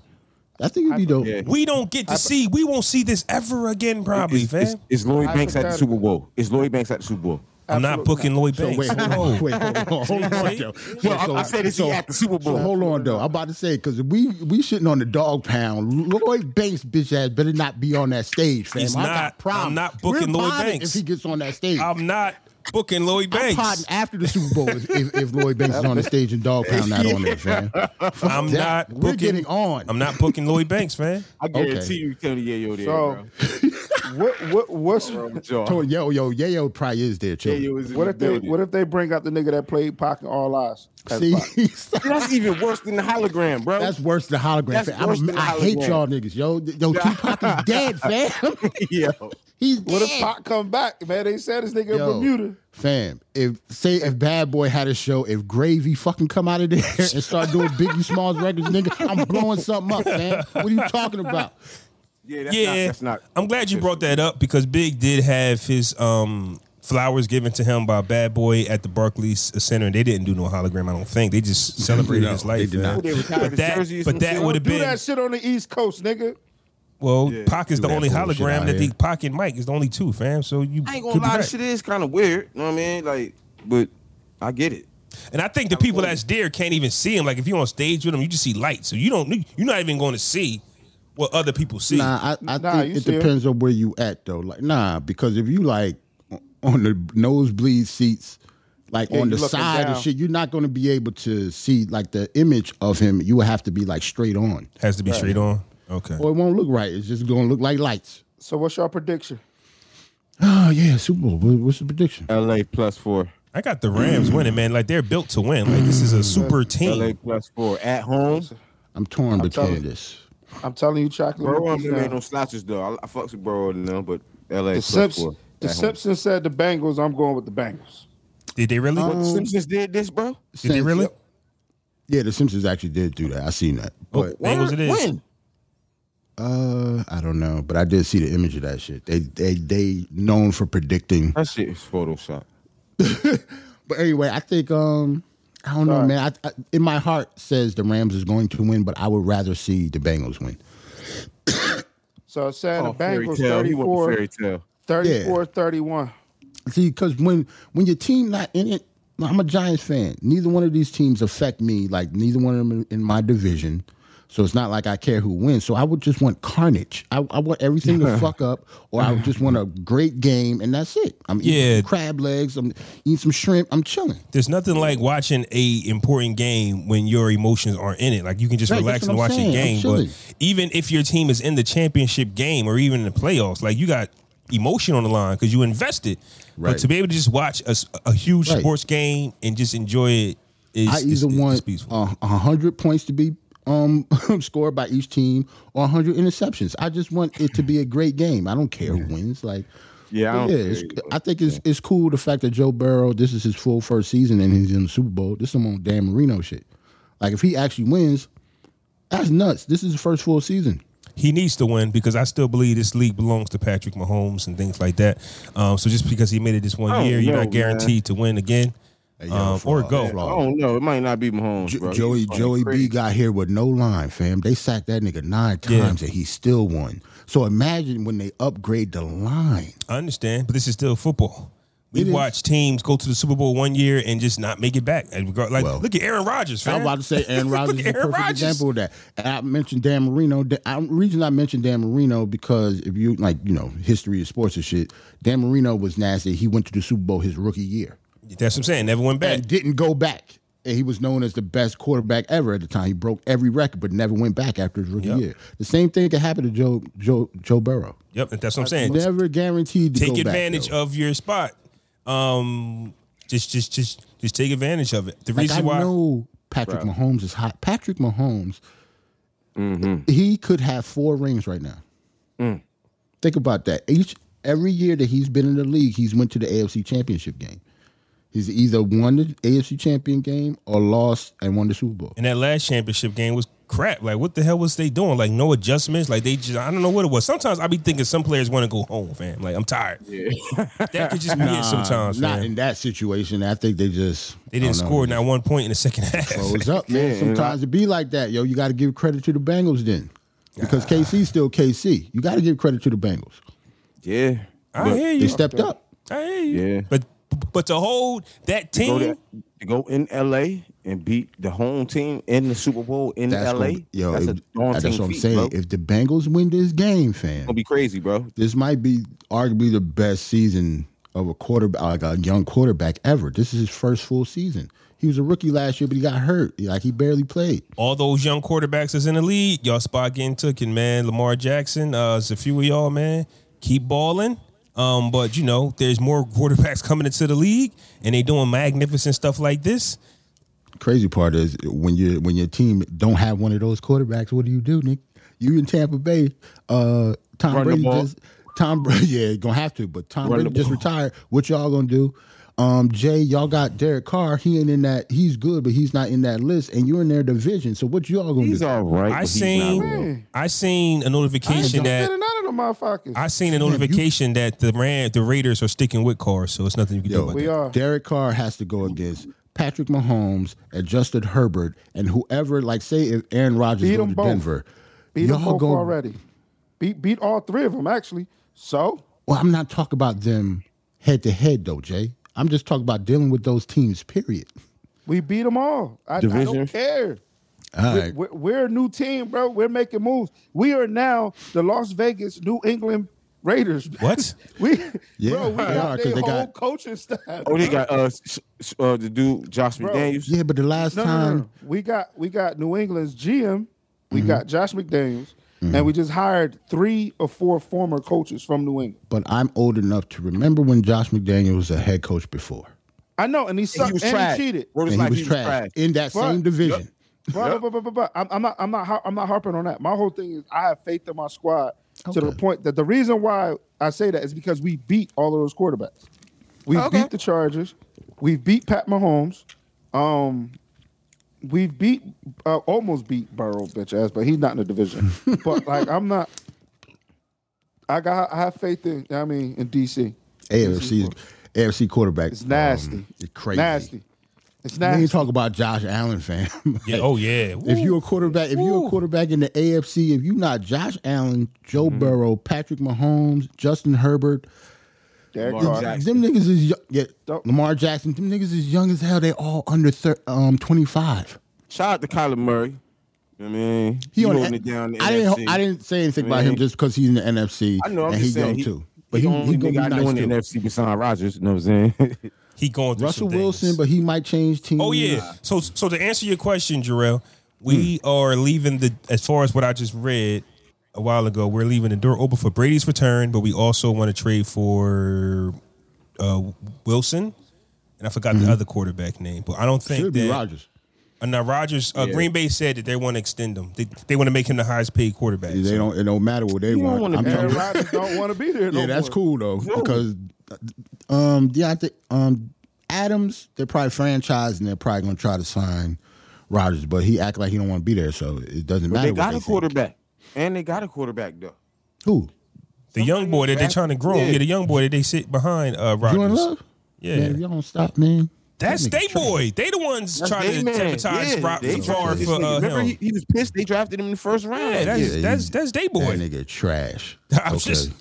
I think it'd be dope.
Yeah.
We don't get to see. We won't see this ever again, probably,
It's,
fam.
it's, it's Lloyd Banks at the
Hypothetical.
Super Bowl. It's Lloyd Banks at the Super Bowl.
I'm not
Absolutely
booking
not.
Lloyd
So
Banks.
wait, hold
No.
on, wait, hold on, hold on, yo.
Well, I- I said it's at the Super
So
Bowl.
hold on though. I'm about to say because we we shitting on the dog pound. Lloyd Banks bitch ass better not be on that stage, fam.
He's
I
not.
got problems.
I'm not booking
We're
Lloyd
potting
Banks.
if he gets on that stage.
I'm not booking Lloyd
I'm potting
Banks.
after the Super Bowl if, if, if Lloyd Banks is on the stage and dog pound not on there, fam. Fuck
I'm
that.
not
We're
booking-
getting on.
I'm not booking Lloyd Banks, man.
I guarantee you, Tony Yayo there,
So, what what what's
bro. Jaw.
Told- Yo, yo, Yayo probably is there, too.
Yayo is in
what
the
if they
building.
what if they bring out the nigga that played Pac in All Eyes? as
See,
Pac?
That's even worse than the hologram, bro.
that's worse than hologram.
That's
Fam. I'm-
worse than
I hate
hologram.
y'all niggas, yo. Yo, Tupac is dead, fam.
yo.
He's dead.
What if Pac come back, man? They said this nigga in
Yo,
Bermuda.
Fam, if say if Bad Boy had a show, if Gravy fucking come out of there and start doing Biggie Smalls records, nigga, I'm blowing something up, man. What are you talking about?
Yeah, that's
yeah,
not. That's not
I'm glad you brought that up because Big did have his um, flowers given to him by Bad Boy at the Barclays Center. They didn't do no hologram, I don't think. They just celebrated
No,
his life.
they did
man.
not.
They retired
But
his jersey
that,
or
but
some
that
shit.
would have
Do
been
that shit on the East Coast, nigga.
well.
Yeah.
Pac is
Do
the
that
only
bullshit
hologram
out
that the
here.
Pac and Mike is the only two, fam. So you
I ain't
could
gonna
be
lie,
right.
this shit is kind of weird. You know what I mean? Like, but I get it.
And I think the people that's there can't even see him. Like if you're on stage with him, you just see light. So you don't you're not even going to see what other people see.
Nah, I, I
Nah,
think
you
it
see it.
depends on where you at though. Like, nah, because if you like on the nosebleed seats, like
Yeah,
on
you
the
looking
side and
down.
shit, you're not gonna be able to see like the image of him. You would have to be like straight on,
Has to be straight on. Okay.
or it won't look right. It's just gonna look like lights.
So what's your prediction?
Oh yeah, Super Bowl. What- What's the prediction?
LA plus four.
I got the Rams winning, man. Like they're built to win. Like this is a super
LA
team.
plus four at home.
I'm torn between
telling-
this.
I'm telling you, chocolate.
Bro, I'm
monkeys
made
now.
no slouches though. I, I fucks with Burrow and them, but LA
the
plus
Simpsons.
four.
The
at home.
Simpsons said the Bengals. I'm going with the Bengals.
Did they really?
What, the Simpsons did this, bro.
Did they really?
Um,
Oh,
Yeah, the Simpsons actually did do that. I seen that, but
Bengals it is.
When?
uh, I don't know. But I did see the image of that shit. They they they known for predicting.
That shit is Photoshop.
But anyway, I think um, I don't know, man. I, I, in my heart says the Rams is going to win, but I would rather see the Bengals win.
So it said the
Oh, fairy
Bengals
tale. He want the
34,
fairy tale.
34 31.
See, because when when your team not in it, I'm a Giants fan. Neither one of these teams affect me. Like neither one of them in my division. So it's not like I care who wins. So I would just want carnage. I, I want everything to fuck up, or I would just want a great game, and that's it. I'm eating
Yeah.
some crab legs. I'm eating some shrimp. I'm chilling.
There's nothing like watching a important game when your emotions aren't in it. Like you can just
Right,
relax
that's
and
what
watch
I'm
a
saying. I'm
game.
chilling.
But even if your team is in the championship game or even in the playoffs, like you got emotion on the line because you invested. But
Right.
to be able to just watch a, s- a huge
Right.
sports game and just enjoy it is
I
is-
either
is
want
peaceful.
uh, a hundred points to be um, scored by each team or a hundred interceptions. I just want it to be a great game. I don't care who wins. Like,
Yeah, I
but
don't
yeah. It's,
care either.
I think it's it's cool the fact that Joe Burrow. This is his full first season and he's in the Super Bowl. This is some on Dan Marino shit. Like, if he actually wins, that's nuts. This is the first full season.
he needs to win because I still believe this league belongs to Patrick Mahomes and things like that. Um, so just because he made it this one
Oh,
year, you're
no,
not guaranteed to win again
yo,
um, or
flaw,
go.
flaw.
I don't know. It might not be Mahomes,
Jo-
bro.
Joey
He's fucking
Joey
crazy.
B got here with no line, fam. They sacked that nigga nine
Yeah.
times and he still won. So imagine when they upgrade the line.
I understand, but this is still football. We
It is.
watch teams go to the Super Bowl one year and just not make it back. And regard, like,
Well,
look at Aaron Rodgers.
I
Fam.
was about to say Aaron
Look
Rodgers
at
is a
Aaron
perfect
Rodgers.
example of that. And I mentioned Dan Marino. The I- reason I mentioned Dan Marino because if you like, you know, history of sports and shit, Dan Marino was nasty. He went to the Super Bowl his rookie year
That's what I'm saying. Never went back.
and didn't go back. And he was known as the best quarterback ever at the time. He broke every record, but never went back after his rookie
Yep.
year. The same thing could happen to Joe Joe Joe Burrow.
Yep, that's what I'm saying.
Never guaranteed to
take
go back,
advantage
though.
of your spot. Um, just, just, just, just take advantage of it. The
Like, I
reason why
know Patrick Mahomes is hot. Patrick Mahomes, he could have four rings right now. Think about that. Each every year that he's been in the league, he's went to the AFC Championship game. He's either won the AFC Champion game or lost and won the Super Bowl.
and that last championship game was crap. Like, what the hell was they doing? Like, no adjustments. Like, they just, I don't know what it was. Sometimes I be thinking some players want to go home, fam. Like, I'm tired. that could just be it sometimes,
Not
fam.
in that situation. I think they just
They didn't
I don't know,
score not one point in the second half.
Oh, Close up, man.
Yeah,
Sometimes it be like that, yo. You got to give credit to the Bengals then, because KC's still KC. You got to give credit to the Bengals.
Yeah.
I hear
They
you.
stepped up.
I hear you.
Yeah.
But But to hold that
Go
team,
to, to go in LA and beat the home team in the Super Bowl in
That's
LA.
gonna be- yo,
that's
if-
a
that's
daunting
what I'm
feat,
saying.
bro. It's
If the Bengals win this game, fam,
gonna be crazy, bro.
this might be arguably the best season of a quarterback, like a young quarterback ever. This is his first full season. He was a rookie last year, but he got hurt. Like he barely played.
all those young quarterbacks that's in the league, y'all spot getting taken, man. Lamar Jackson, uh, it's a few of y'all, man. Keep balling. Um, but you know, there's more quarterbacks coming into the league, and they doing magnificent stuff like this.
Crazy part is when you when your team don't have one of those quarterbacks, what do you do, Nick? You in Tampa Bay, uh, Tom
Run the
Brady
ball.
just Tom Brady, yeah, gonna have to, but Tom
Run the
Brady just retired. What y'all gonna do? Um, Jay, y'all got Derek Carr. He ain't in that. He's good, but he's not in that list. And you're in their division. So what y'all gonna
He's
do?
all right.
I
but he's not
seen,
real.
I seen a notification
None
that
of them motherfuckers.
I seen a notification that the Ran, the Raiders are sticking with cars, so it's nothing you can do
Yo,
about
we
that.
are.
Derek Carr has to go against Patrick Mahomes and Justin Herbert and whoever. Like, say if Aaron Rodgers
Beat
goes
them
to
both.
Denver,
Beat them
y'all
both
go.
already. Beat beat all three of them actually. So
Well, I'm not talking about them head to head though, Jay. I'm just talking about dealing with those teams. Period.
we beat them all. I, I
Division.
don't care.
All
We're, we're, we're a new team, bro. We're making moves. We are now the Las Vegas New England Raiders.
What?
we
Yeah,
bro, we
they
got
are, 'cause
their whole
they got-
coaching staff.
Oh, they got uh, s- s- uh the dude Josh
Bro.
McDaniels.
Yeah, but the last
No, no,
time,
no, no. We got we got New England's GM.
Mm-hmm.
We got Josh McDaniels, and we just hired three or four former coaches from New England.
but I'm old enough to remember when Josh McDaniel was a head coach before,
I know, and he
And
sucked.
he was
and
trash.
he cheated.
Word
and
is
he
like
was trash in that
Right.
same division.
But, but, but, but, but I'm, I'm not I'm not har- I'm not harping on that. My whole thing is I have faith in my squad to the
Okay.
point that the reason why I say that is because we beat all of those quarterbacks. We have
Okay.
beat the Chargers. We beat Pat Mahomes. Um, we beat uh, almost beat Burrow, bitch ass, but he's not in the division. but like I'm not. I got I have faith in. I mean in DC.
AFC, 's- AFC quarterback.
It's nasty.
um, it's crazy.
Nasty. It's
We
nasty.
ain't talk about Josh Allen, fam.
Yeah, oh yeah.
If
Woo.
you're a quarterback, if you're
Ooh.
a quarterback in the AFC, if you're not Josh Allen, Joe
Mm-hmm.
Burrow, Patrick Mahomes, Justin Herbert,
Derek
Lamar
Carr.
Jackson.
them niggas is yo- yeah,
Don't-
Lamar Jackson, them niggas is young as hell. They all under thir- um 25.
Shout out to Kyler Murray. You know what I mean,
He on
holding it down. in
I didn't
NFC.
I didn't say anything about him
Man.
just because he's in the NFC
I know. I'm
and
just
he's
saying.
young
he,
too. But
But
he,
he,
he,
only
gonna
nigga
be
I know
nice
in the
too.
NFC besides Rogers. You know what I'm saying?
he going through
Russell
some things.
Wilson, but he might change teams.
Oh yeah. So so to answer your question, Jarrell, we
Hmm.
are leaving the as far as what I just read a while ago. We're leaving the door open for Brady's return, but we also want to trade for uh, Wilson, and I forgot the other quarterback name. But I don't think
Mm-hmm. Should be
that.
Rodgers.
Uh, now Rogers, uh,
Yeah.
Green Bay said that they want to extend him. They, they want to make him the highest paid quarterback.
They
So-
don't. It don't matter what they
don't
want.
wanna
I'm
be
telling
Aaron
you.
Rodgers don't want to be there. no
Yeah, that's
more.
cool though because um Deontay um Adams they're probably franchised and they're probably gonna try to sign Rodgers, but he act like he don't want to be there, so it doesn't
But
matter.
they
what
got
they
a
think.
quarterback, and they got a quarterback though.
Who?
the young boy that they're trying to grow. Yeah.
Yeah.
the young boy that they sit behind uh,
You in
Rogers.
love?
Yeah.
Man, if y'all don't stop, man.
That's
that
they
nigga trash.
boy. They the ones
That's
trying to
they man.
sabotage
Yeah,
Rob
they
Favre
drafted
for
this nigga.
uh,
Remember,
him.
he, he was pissed. They drafted him in the first round.
yeah, that's,
Yeah, he-
that's that's they boy.
That nigga trash.
I'm just,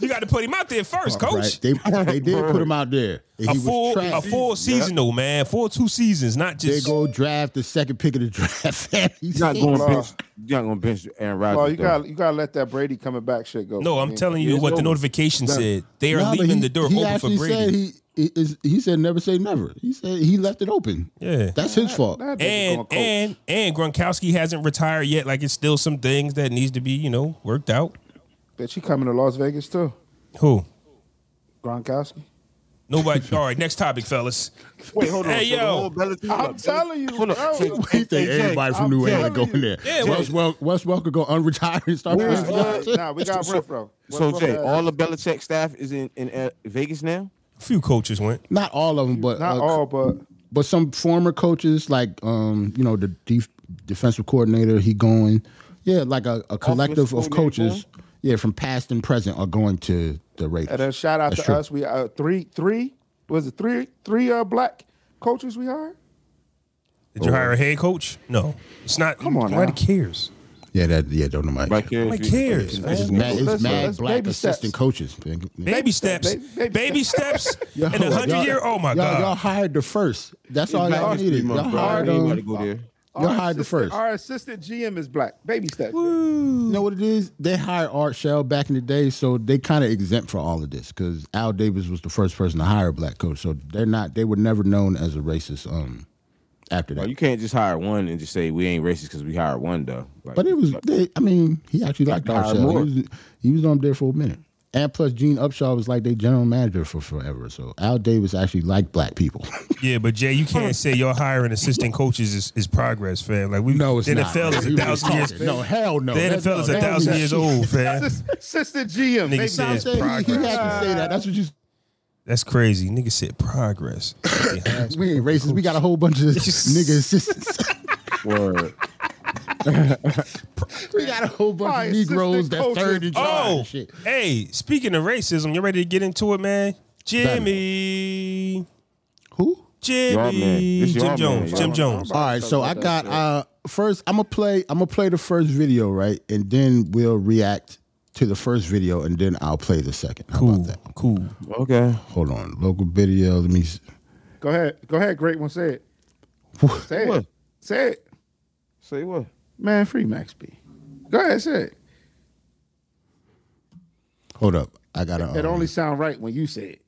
you got to put him out there first,
All
coach.
right, They, they did put him out there. He
A
was
full a
trash.
full season though, man. Full two seasons, not
They
just.
go draft the second pick of the draft. He's
You're not going
Law.
bench. You're not going bench Aaron Rodgers.
Oh, you
though.
got you got to let that Brady coming back shit go.
No, I'm
Yeah.
telling you
it's
what the
over.
notification said. They are
Nah, but
leaving
he-
the door
he
open for
actually Said
Brady.
he, he, is, he said never say never. He said he left it open.
Yeah.
That's his fault.
That nigga
And
gonna coach.
and and Gronkowski hasn't retired yet. Like it's still some things that needs to be you know worked out.
bet you coming to Las Vegas too,
Who?
Gronkowski.
Nobody. All right, next topic, fellas.
Wait, hold on.
Hey,
So the
yo.
whole Belichick-
I'm telling you,
Hold
bro.
on. So-
He think
Hey, Jay,
everybody from
I'm
New
telling
England
you.
going there.
Yeah,
Wes, Wel- Wes Welker go unretire and start
Where's
playing for
Wes?
Washington.
Nah, we got Renfro.
So
Renfro
Jay,
has-
all the Belichick staff is in in uh, Vegas now.
A few coaches went.
Not all of them, but
Not
uh,
all, but
but some former coaches like um you know the def- defensive coordinator he going. Yeah, like a, a collective of
coordinator
coaches. Yeah, from past and present are going to the Raiders.
and then shout out
That's
to
true.
us. We uh, three three was it three three uh black coaches we hired.
Oh.
Did you hire a head coach? No, it's not.
Come on
Nobody
now.
cares.
Yeah, that yeah, don't nobody.
Right here.
Nobody cares,
It's just
man.
mad, it's
Listen,
mad
that's
black
baby
assistant
steps.
coaches. man.
Baby
step-
steps,
ba- baby
baby steps,
Yo,
and a hundred
y'all-
year. Oh my
y'all, Y'all
god!
hired the first. That's all y'all
Madness
needed.
three
Y'all
months, bro.
hired
I ain't
um,
about to go there.
Y'all
Our
hired the
assistant-
first.
Our assistant GM is black. Baby steps.
You know what it is? They hired Art Shell back in the day, so they kind of exempt for all of this because Al Davis was the first person to hire a black coach. So they're not. They were never known as a racist. Um, after
Well,
that,
you can't just hire one and just say we ain't racist because we hired one though. Like,
but it was. They, I mean, he actually liked
They
Art
hired
Shell.
more.
He was, he was on there for a minute. And plus, Gene Upshaw was like their general manager for forever. So Al Davis actually liked black people.
Yeah, but Jay, you can't say y'all hiring assistant coaches is, is progress, fam. Like we, the NFL is
He
a
was
thousand years.
talking. No, hell no.
The
That-
NFL is
no,
a
that was
thousand
that
years
shit.
old, fam.
Assist- Assistant GM.
Nigga
Baby
said
steps.
it's
He, he had to
progress.
say that. That's what you.
That's crazy. Nigga said progress.
We ain't racist. We got a whole bunch of nigga assistants.
word.
we got a whole bunch
My
of Negroes
assistant
that
coaches.
third in charge.
oh,
and shit.
hey, speaking of racism, you ready to get into it, man? Jimmy,
Who?
Y'all man.
Jimmy,
This
Jim
y'all
Jones,
man.
Jim
Y'all-
Jones.
All right, so I got uh first. I'm gonna play. I'm gonna play the first video, right, and then we'll react to the first video, and then I'll play the second. How
Cool,
about that?
cool.
Okay.
Hold on, local video. Let me. s-
Go ahead. Go ahead. Great one. Say it. Say it.
What?
Say it.
Say what?
Man, free Max B. Go ahead. Say it.
Hold up, I gotta.
It
um,
only sound right when you say it.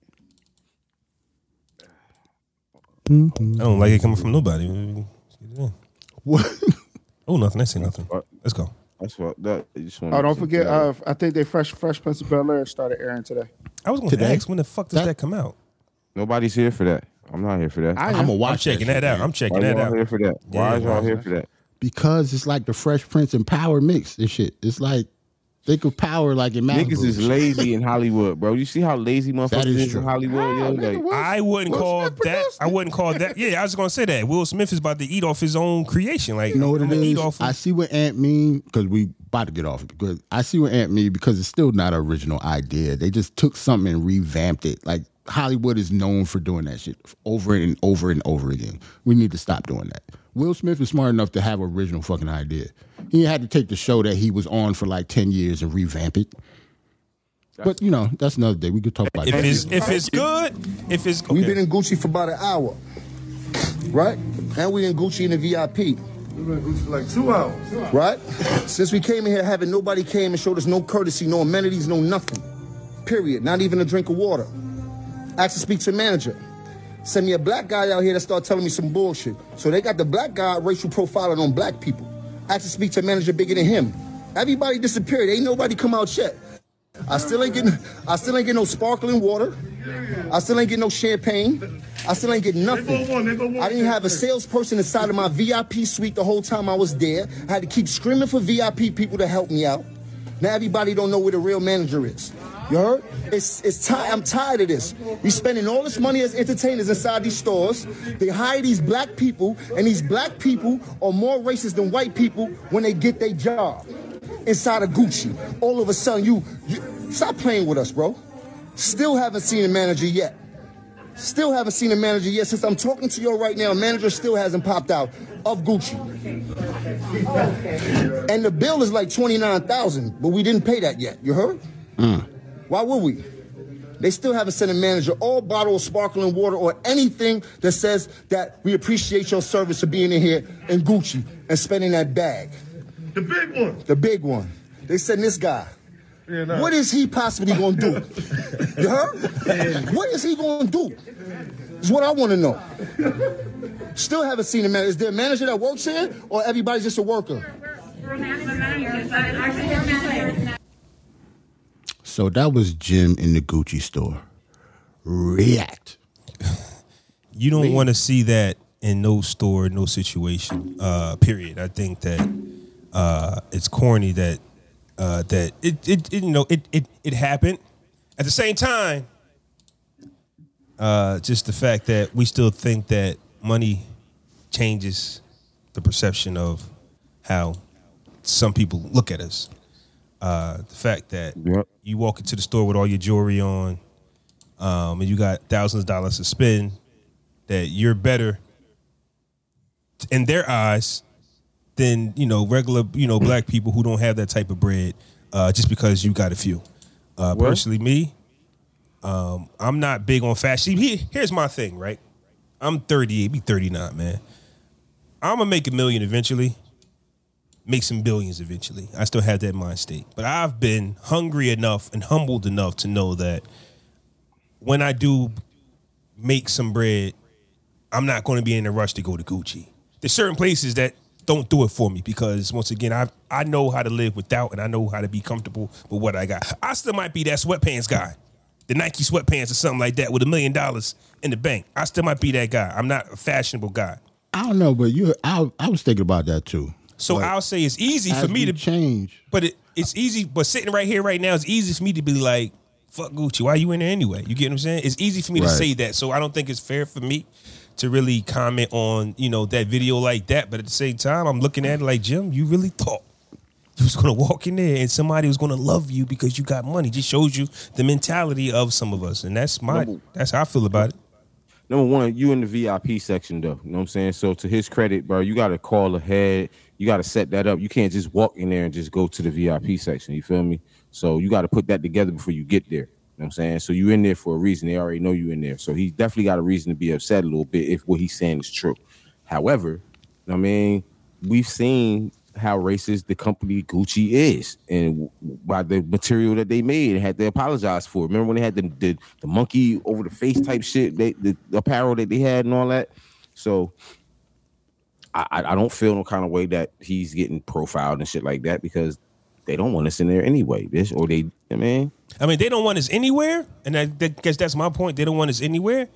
uh,
I don't like it coming from nobody.
what?
Oh, nothing. I say nothing. Let's go.
That's what. That. I just wanna-
Oh, don't forget. Uh, I think they fresh Fresh Prince of Bel Air started airing today.
I was going to
Today?
ask when the fuck does
That-
that come out?
Nobody's here for that. I'm not here for that.
I
I'm gonna
am.
I'm
watch that
checking
shit,
that out.
man.
I'm checking
Why
that
y'all
out.
here for that? Why
Yeah,
is y'all
why-
here for that?
because it's like the Fresh Prince and Power mix and shit. It's like they could power like in Malibu.
Niggas is lazy in Hollywood, bro. You see how lazy motherfuckers
is
is,
true.
in Hollywood, yo?
nigga,
Like,
what-
I wouldn't
Will
call
Smith
that.
produced
I wouldn't call that. Yeah, I was gonna say that. Will Smith is about to eat off his own creation. Like,
You know what
I'm
it
gonna
is?
Eat off
I see what Ant mean because we about to get off it because I see what Ant mean because it's still not an original idea. They just took something and revamped it. Like Hollywood is known for doing that shit over and over and over again. We need to stop doing that. Will Smith is smart enough to have an original fucking idea. He had to take the show that he was on for like ten years and revamp it. But you know that's another day. We could talk about
if
that.
it's if it's good, if it's okay.
We've been in Gucci for about an hour, right? And we in Gucci in the VIP,
We've been in Gucci for like two hours.
right? Since we came in here, having nobody came and showed us no courtesy, no amenities, no nothing. Period. Not even a drink of water. Asked to speak to the manager. Send me a black guy out here to start telling me some bullshit. So they got the black guy racial profiling on black people. Asked to speak to a manager bigger than him. Everybody disappeared. Ain't nobody come out yet. I still ain't getting. I still ain't getting no sparkling water. I still ain't getting no champagne. I still ain't getting nothing.
They go one, they go one.
I didn't have a salesperson inside of my VIP suite the whole time I was there. I had to keep screaming for VIP people to help me out. Now everybody don't know where the real manager is. You heard? It's it's time. I'm tired of this. We spending all this money as entertainers inside these stores. They hire these black people, and these black people are more racist than white people when they get their job inside of Gucci. All of a sudden, you, you stop playing with us, bro. Still haven't seen a manager yet. Still haven't seen a manager yet. Since I'm talking to you right now, a manager still hasn't popped out of Gucci. And the bill is like 29,000, but we didn't pay that yet. You heard?
Mm.
Why would we? They still haven't sent a manager or bottle of sparkling water or anything that says that we appreciate your service for being in here in Gucci and spending that bag.
The big one.
The big one. They send this guy.
Yeah, nah.
What is he possibly gonna do? you heard? What is he gonna do? Is what I wanna know. Still haven't seen a manager. Is there a manager that works here or everybody's just a worker?
so that was Jim in the Gucci store. React.
you don't want to see that in no store, no situation. Uh, period. I think that uh, it's corny that uh, that it, it, it you know it, it it happened. At the same time, uh, just the fact that we still think that money changes the perception of how some people look at us. Uh, the fact that
Yep.
you walk into the store with all your jewelry on, um, and you got thousands of dollars to spend, that you're better in their eyes than you know regular you know black people who don't have that type of bread uh, just because you got a few. Uh, personally, me, um, I'm not big on fashion. See, Here, here's my thing, right? I'm 38, be 39, man. I'm gonna make a million eventually, make some billions eventually. I still have that mind state, but I've been hungry enough and humbled enough to know that when I do make some bread, I'm not going to be in a rush to go to Gucci. There's certain places that don't do it for me because once again, I I know how to live without and I know how to be comfortable with what I got. I still might be that sweatpants guy, the Nike sweatpants or something like that with a million dollars in the bank. I still might be that guy. I'm not a fashionable guy.
I don't know, but you, I, I was thinking about that too.
So
Like,
I'll say it's easy for
as
me
we
to
change.
But it, it's easy. But sitting right here, right now, it's easy for me to be like, "Fuck Gucci, why you in there anyway?" You get what I'm saying? It's easy for me to
Right.
say that. So I don't think it's fair for me to really comment on you know that video like that. But at the same time, I'm looking at it like, Jim, you really thought you was gonna walk in there and somebody was gonna love you because you got money. Just shows you the mentality of some of us, and that's my
Number-
that's how I feel about it.
Number one, you in the VIP section though. You know what I'm saying? So to his credit, bro, you gotta call ahead. You gotta set that up. You can't just walk in there and just go to the VIP section. You feel me? So you gotta put that together before you get there. You know what I'm saying? So you in there for a reason. They already know you in there. So he definitely got a reason to be upset a little bit if what he's saying is true. However, I mean, we've seen how racist the company Gucci is, and by the material that they made, and had to apologize for. Remember when they had the the, the monkey over the face type shit, they, the, the apparel that they had, and all that. So, I I I don't feel no kind of way that he's getting profiled and shit like that because they don't want us in there anyway, bitch. Or they, I mean,
I mean, they don't want us anywhere, and I, that, guess that's my point. They don't want us anywhere.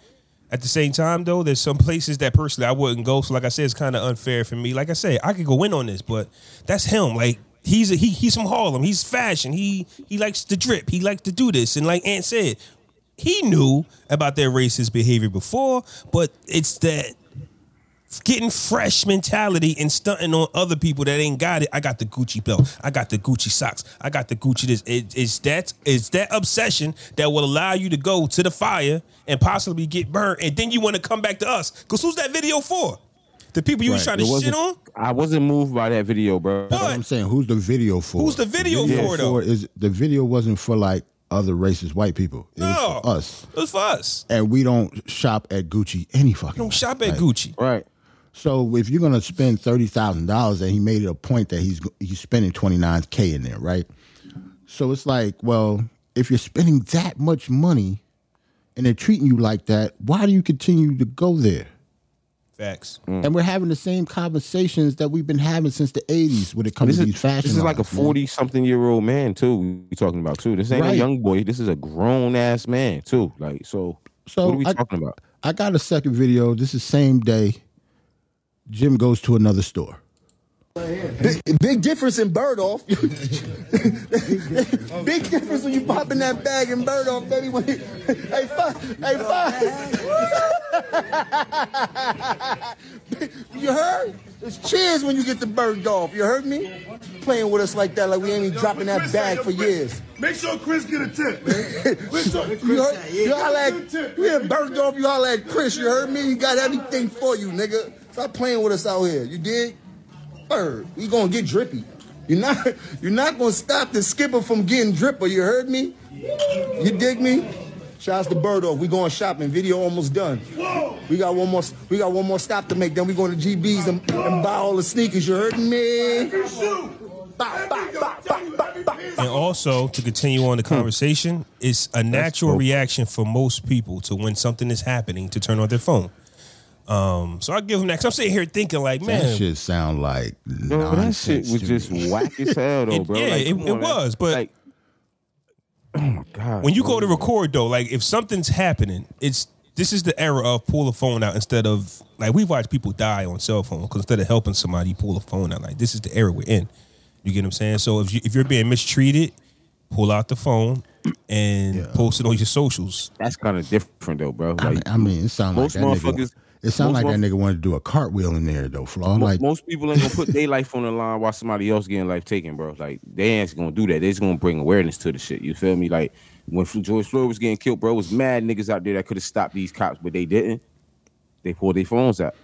At the same time, though, there's some places that personally I wouldn't go. So, like I said, it's kind of unfair for me. Like I said, I could go in on this, but that's him. Like he's a, he he's from Harlem. He's fashion. He he likes to drip. He likes to do this. And like Ant said, he knew about their racist behavior before, but it's that getting fresh mentality and stunting on other people that ain't got it. I got the Gucci belt. I got the Gucci socks. I got the Gucci this. It, it's that it's that obsession that will allow you to go to the fire and possibly get burned, and then you want to come back to us. Cause who's that video for? The people you was trying to
it
shit
wasn't-
on.
I wasn't moved by that video, bro.
That's what I'm saying. Who's the video for?
Who's the video for, though?
Is the video wasn't for like other racist white people? It
No,
was for us,
It was for us.
and we don't shop at Gucci any fucking.
Don't
way.
shop at
Like,
Gucci.
Right.
So if you're gonna spend thirty thousand dollars, and he made it a point that he's he's spending twenty nine k in there, right? So it's like, well, if you're spending that much money, and they're treating you like that, why do you continue to go there?
Facts.
And we're having the same conversations that we've been having since the '80s when it comes
This
to
is,
these fashion.
this is like a
lines, man.
forty-something year old man too. We talking about too. This ain't a
Right.
young boy. This is a grown ass man too. Like so.
So
what are we
I-
talking about?
I got a second video. This is same day. Jim goes to another store.
Big, big difference in bird off. big difference when you pop in that bag and bird off, baby. When you, hey, fuck, hey, fuck. you heard? It's cheers when you get the bird off. You heard me? Playing with us like that, like we ain't even dropping that bag for years.
Make sure Chris get a tip, man. Make sure-
You heard? You holla at, you hear bird off, you holla at Chris. You heard me? You got everything for you, nigga. Stop playing with us out here. You dig? Bird, we gonna get drippy. You're not, you're not gonna stop the skipper from getting dripper. You heard me? You dig me? Shouts to Bird off. We going shopping. Video almost done. We got one more. We got one more stop to make. Then we going to GB's and, and buy all the sneakers. You heard me?
Every shoe.
Bop, bop,
Every-
bop,
tell you,
bop,
every
bop,
piece.
And also to continue on the conversation, it's a natural
Hmm. dope.
reaction for most people to when something is happening to turn on their phone. Um, so I give them that. 'cause I'm sitting here thinking like, man,
That shit sound like
Bro, that
nonsense.
shit was
to
just
me.
whack as hell, though,
It-
bro.
yeah,
Like,
it-
come
it
on, man.
was, but-
like, oh my god,
when you
bro.
go to record though, like if something's happening, it's this is the era of pull a phone out instead of like we watch people die on cell phone because instead of helping somebody, you pull a phone out. Like this is the era we're in. You get what I'm saying? So if you if you're being mistreated, pull out the phone and post it on your socials.
that's kind of different, though, bro. Like,
I mean, I mean, it sound like
most
that nigga.
motherfuckers-
It sound
most
like that
motherf-
nigga wanted to do a cartwheel in there though. Flaw,
mo-
like
most people ain't gonna put their life on the line while somebody else getting life taken, bro. Like, they ain't gonna do that. They just gonna bring awareness to the shit. You feel me? Like, when Fl- George Floyd was getting killed, bro, it was mad niggas out there that could have stopped these cops, but they didn't. They pulled their phones out.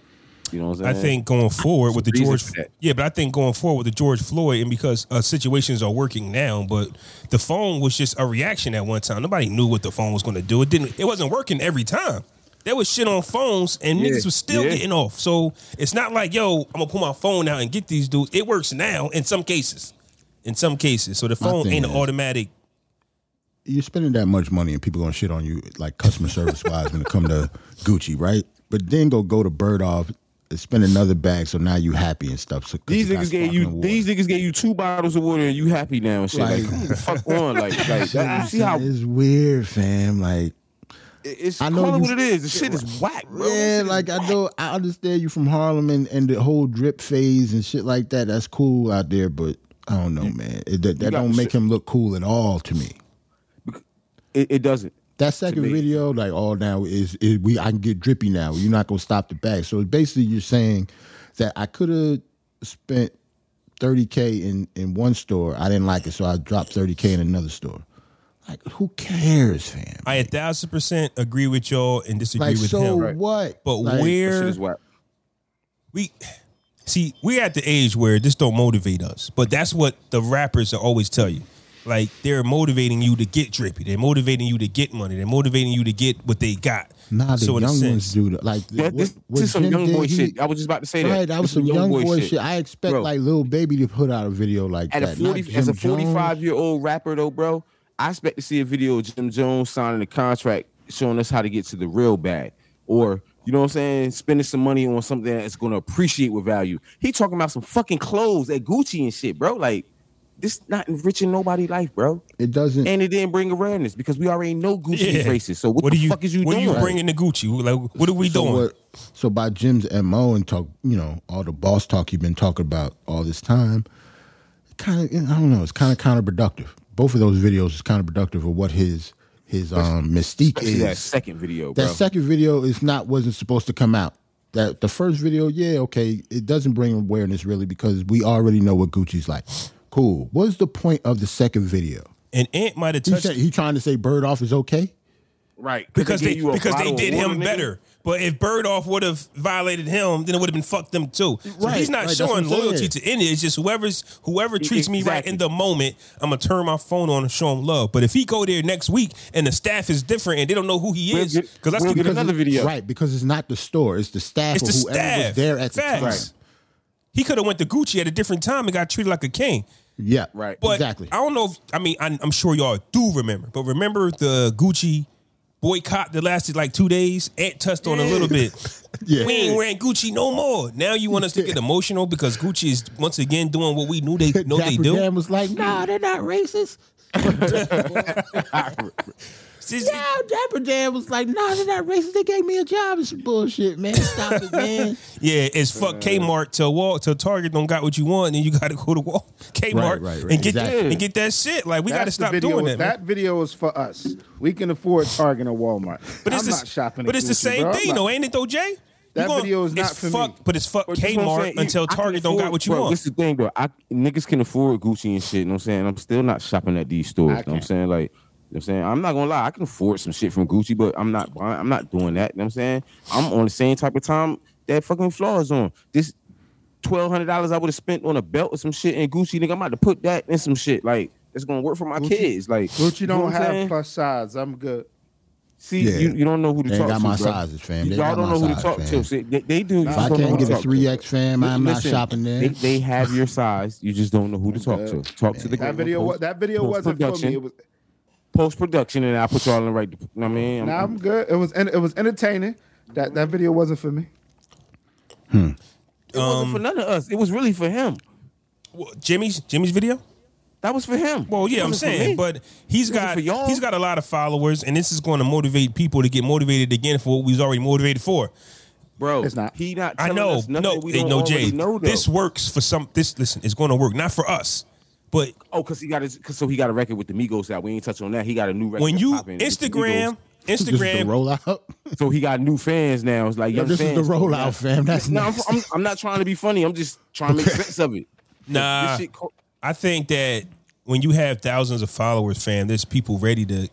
You know what I'm
I
saying?
think going forward with the
Reason
George,
for that.
yeah, but I think going forward with the George Floyd, and because uh, situations are working now, but the phone was just a reaction at one time. Nobody knew what the phone was going to do. It didn't. It wasn't working every time. There was shit on phones, and niggas was still
yeah.
getting off. So it's not like yo, I'm gonna pull my phone out and get these dudes. It works now in some cases. In some cases, so the
My
phone
thing
ain't an
is-
automatic.
You're spending that much money and people gonna shit on you like customer service wise when it come to Gucci, right? But then go go to Bird off and spend another bag, so now you happy and stuff. So 'cause
These
you got
niggas gave
sparkling
you
water.
these niggas gave you two bottles of water and you happy now and shit. Like,
Like-
come the fuck on, like, like
Shit,
that- you see how it-
it's weird, fam. Like
it's
I know
call it
you-
what it is. The shit is whack, bro.
Yeah, like I know I understand you from Harlem and, and the whole drip phase and shit like that. That's cool out there, but I don't know, man. It, that that
got
don't
the
make
shit.
him look cool at all to me.
It, it doesn't.
That second
me.
video, like all now is, is we I can get drippy now. You're not gonna stop the bag. So basically, you're saying that I could have spent 30k in in one store. I didn't like it, so I dropped 30k in another store. Like who cares, fam?
I a thousand percent agree with y'all and disagree
Like
with
so
him.
what?
But
Like,
That
where
shit is whack.
we see we're at the age where this don't motivate us but that's what the rappers always tell you like they're motivating you to get drippy they're motivating you to get money they're motivating you to get what they got
Nah, the
so in a
young ones
sense
do that. Like
That- this, this is some
Jim
young
did,
boy
he-
shit. I was just about to say that.
Right, that
This
was
is
some young boy shit. I expect
Bro.
like Lil Baby to put out a video like
At
that.
a
not
forty, as
Jim
a forty-five
Jones.
year old rapper though, bro, I expect to see a video of Jim Jones signing a contract showing us how to get to the real bag, or you know what I'm saying, spending some money on something that's going to appreciate with value. He talking about some fucking clothes at Gucci and shit, bro. Like this not enriching nobody life, bro.
it doesn't.
And it didn't bring awareness because we already know Gucci
Yeah.
is racist. So what,
what
the
are you
fuck is you
what
doing?
are you bringing to gucci like what are we
so
doing
what- so by Jim's mo and talk, you know, all the boss talk you've been talking about all this time, kind of, I don't know, it's kind of counterproductive. Both of those videos is counterproductive of what his his um mystique
Especially that
is.
second
Oh,
video, bro.
That second video is not wasn't supposed to come out. That the first video, yeah, okay, it doesn't bring awareness really because we already know what Gucci's like. Cool. What's the point of the second video?
and ant might have
He,
touched
said, he trying to say bird off is okay.
right?
because
gave
they
you a
because they
bottle of
did
water,
him
nigga.
better but if Birdoff would have violated him, then it would have been fucked them too. So
Right,
he's not
right, that's
showing
what I'm
loyalty
saying.
to any. It's just whoever's whoever treats me right
E, exactly.
in the moment, I'm gonna turn my phone on and show him love. But if he go there next week and the staff is different and they don't know who he
We'll
is,
get-
because that's
we'll
the-
get another video.
Right, because it's not the store, it's the staff
it's
or
the
whoever
staff
was there at the time.
Facts. He could have went to Gucci at a different time and got treated like a king.
Yeah.
Right.
But
exactly.
I don't know. If, I mean, I'm, I'm sure y'all do remember, but remember the Gucci boycott that lasted like two days. Ant touched on a little bit.
Yeah.
We ain't wearing Gucci no more. Now you want us to get emotional because Gucci is once again doing what we knew they know
Dapper
they do.
Dan was like, nah, they're not racist.
Since-
Yeah, Dapper Dan was like, nah, they're not racist. They gave me a job. It's bullshit, man. Stop it, man.
Yeah, it's fuck Kmart till Wal till Target don't got what you want, and you got to go to Wal Kmart
Right, right, right.
and get
Exactly.
and get that shit. Like we
That's
got to
the
stop
video-
doing that. man.
That video is for us. We can afford Target or Walmart.
But it's
I'm
the,
not shopping.
But
at
it's the
Gucci,
same
bro. I'm
thing,
not-
though, ain't it though, Jay?
That
You gonna-
video is not
it's
for me.
fuck, But it's fuck
But this is what I'm
Kmart
saying, you-
until
I can
Target don't got
afford-
what you
bro,
want.
This is the thing, bro. I, niggas can afford Gucci and shit. You know what I'm saying? I'm still not shopping at these stores. You know what I'm
can't.
saying? Like, you know what I'm saying? I'm not gonna lie, I can afford some shit from Gucci, but I'm not buying, I'm not doing that. You know what I'm saying? I'm on the same type of time that fucking flaw is on. This twelve hundred dollars I would have spent on a belt or some shit in Gucci, nigga. I'm about to put that in some shit. Like, it's gonna work for my kids. Like
Gucci
you know
don't
what I'm
have
saying?
plus size. I'm good.
See,
Yeah.
you, you don't know who to
They ain't
talk
got
to.
my
bro.
sizes, fam. They got
Y'all don't
my
know who to
size,
talk
fam.
to. See, they, they do. You
If
just
I
don't know who
can't
to
get a
talk to.
3X, fam, I'm not
Listen,
shopping
They,
there.
they have your size. You just don't know who to talk to. Talk to the
That video. wa- That video wasn't for me. It was.
post production, and I put y'all in the right. You know what I mean,
Nah, I'm good. It was. en- It was entertaining. That that video wasn't for me.
it
Um,
Um,
wasn't for none of us. It was really for him.
Well, Jimmy's Jimmy's video.
That was for him.
Well, yeah,
It
I'm
wasn't for me.
saying, but he's
It wasn't
got
for y'all.
he's got a lot of followers, and this is going to motivate people to get motivated again for what we was already motivated for.
bro,
It's not.
He not.
I
Telling
know,
Us nothing
no,
we
eh,
don't
no,
already
Jay,
Know, though.
this works for some. This listen, it's going to work not for us, but
Oh, cause he got his. Cause so he got a record with the Migos out. We ain't touch on that. He got a new record.
when you
that's popping with the
Instagram,
This is the
Instagram,
rollout.
Migos. so he got new fans now. It's like young
This is
fans.
the rollout, fam. That's
No, I'm,
nasty.
I'm, I'm not trying to be funny. I'm just trying to make sense of it.
nah,
This shit co-
I think that when you have thousands of followers, fam, there's people ready to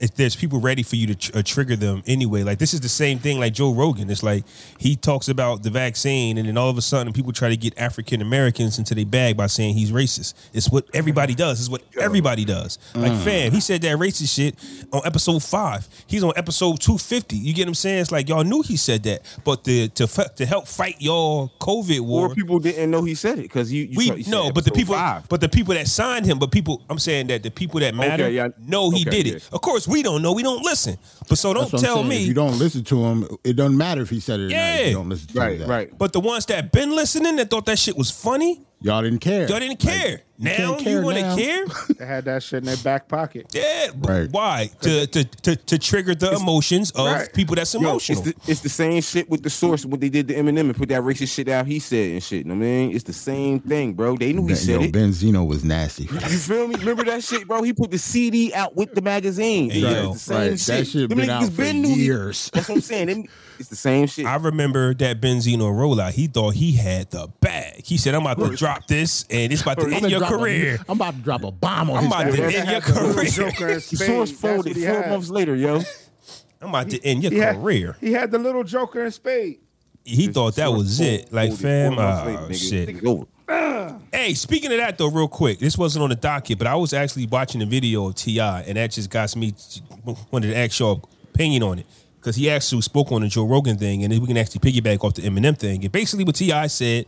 if there's people ready for you to tr- uh, trigger them anyway. Like this is the same thing like Joe Rogan. It's like he talks about the vaccine, and then all of a sudden people try to get African Americans into their bag by saying he's racist. It's what
Mm.
everybody does. It's what everybody does. Like fam, he said that racist shit on episode five. He's on episode two fifty. You get what I'm saying? It's like y'all knew he said that, but the to f- to help fight y'all COVID war.
Or people didn't know he said it because you, you
we
saw- you said
no, but the
episode
people,
five.
but the people that signed him, but people, I'm saying that the people that matter
yeah.
know he
Okay,
did it.
yeah.
Of course, we don't know. We don't listen. But so
That's
don't
what I'm
tell
saying.
me.
If you don't listen to him, it doesn't matter if he said it or not. If
Yeah.
you don't listen to
right,
that.
right.
But the ones that been listening that thought that shit was funny,
Y'all didn't care.
y'all didn't care. now
can't care
you want
now.
to care?
They had that shit in their back pocket.
Yeah. but
Right.
Why? To, to to to trigger the emotions of
right.
people that's
Yo,
emotional.
It's the, it's the same shit with the source. What they did to Eminem and put that racist shit out. He said and shit. know what I mean, it's the same thing, bro. They knew he
Yo,
said it.
Benzino was nasty.
You feel me? Remember that shit, bro? He put the CD out with the magazine.
Hey,
bro.
yo.
It's the same
Right,
shit.
that shit
Them
been
niggas
out for
knew he-
years.
That's what I'm saying. Them- it's the same shit.
I remember that Benzino rollout. He thought he had the bag. He said, "I'm about to drop this, and it's about to
I'm
end
gonna
your
drop a-
career."
I'm about to drop a bomb on
I'm
his
about to
head.
end
They
your
had the little
career.
Joker in
the
Spain.
source
That's what
folded
he
four
had.
months later, yo.
I'm about to end your
He had-
career.
He had the little Joker in Spade.
he thought that
Source
was
folded
it. Like,
four
fam,
months
oh,
later, nigga.
shit.
It's over.
Hey, speaking of that though, real quick, this wasn't on the docket, but I was actually watching a video of Ti, and that just got me wanted to ask your opinion on it because he actually spoke on the Joe Rogan thing, and then we can actually piggyback off the Eminem thing. And basically, what Ti said,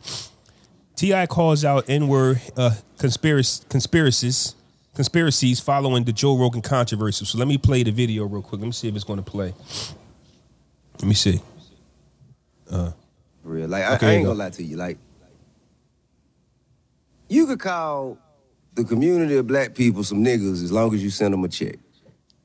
Ti calls out N-word uh, conspiracy conspiracies conspiracies following the Joe Rogan controversy. So let me play the video real quick. Let me see if it's going to play. Let me see.
For real. Like, I-
Okay,
I,
you
ain't
go.
gonna lie to you. Like, you could call the community of black people some niggas as long as you send them a check.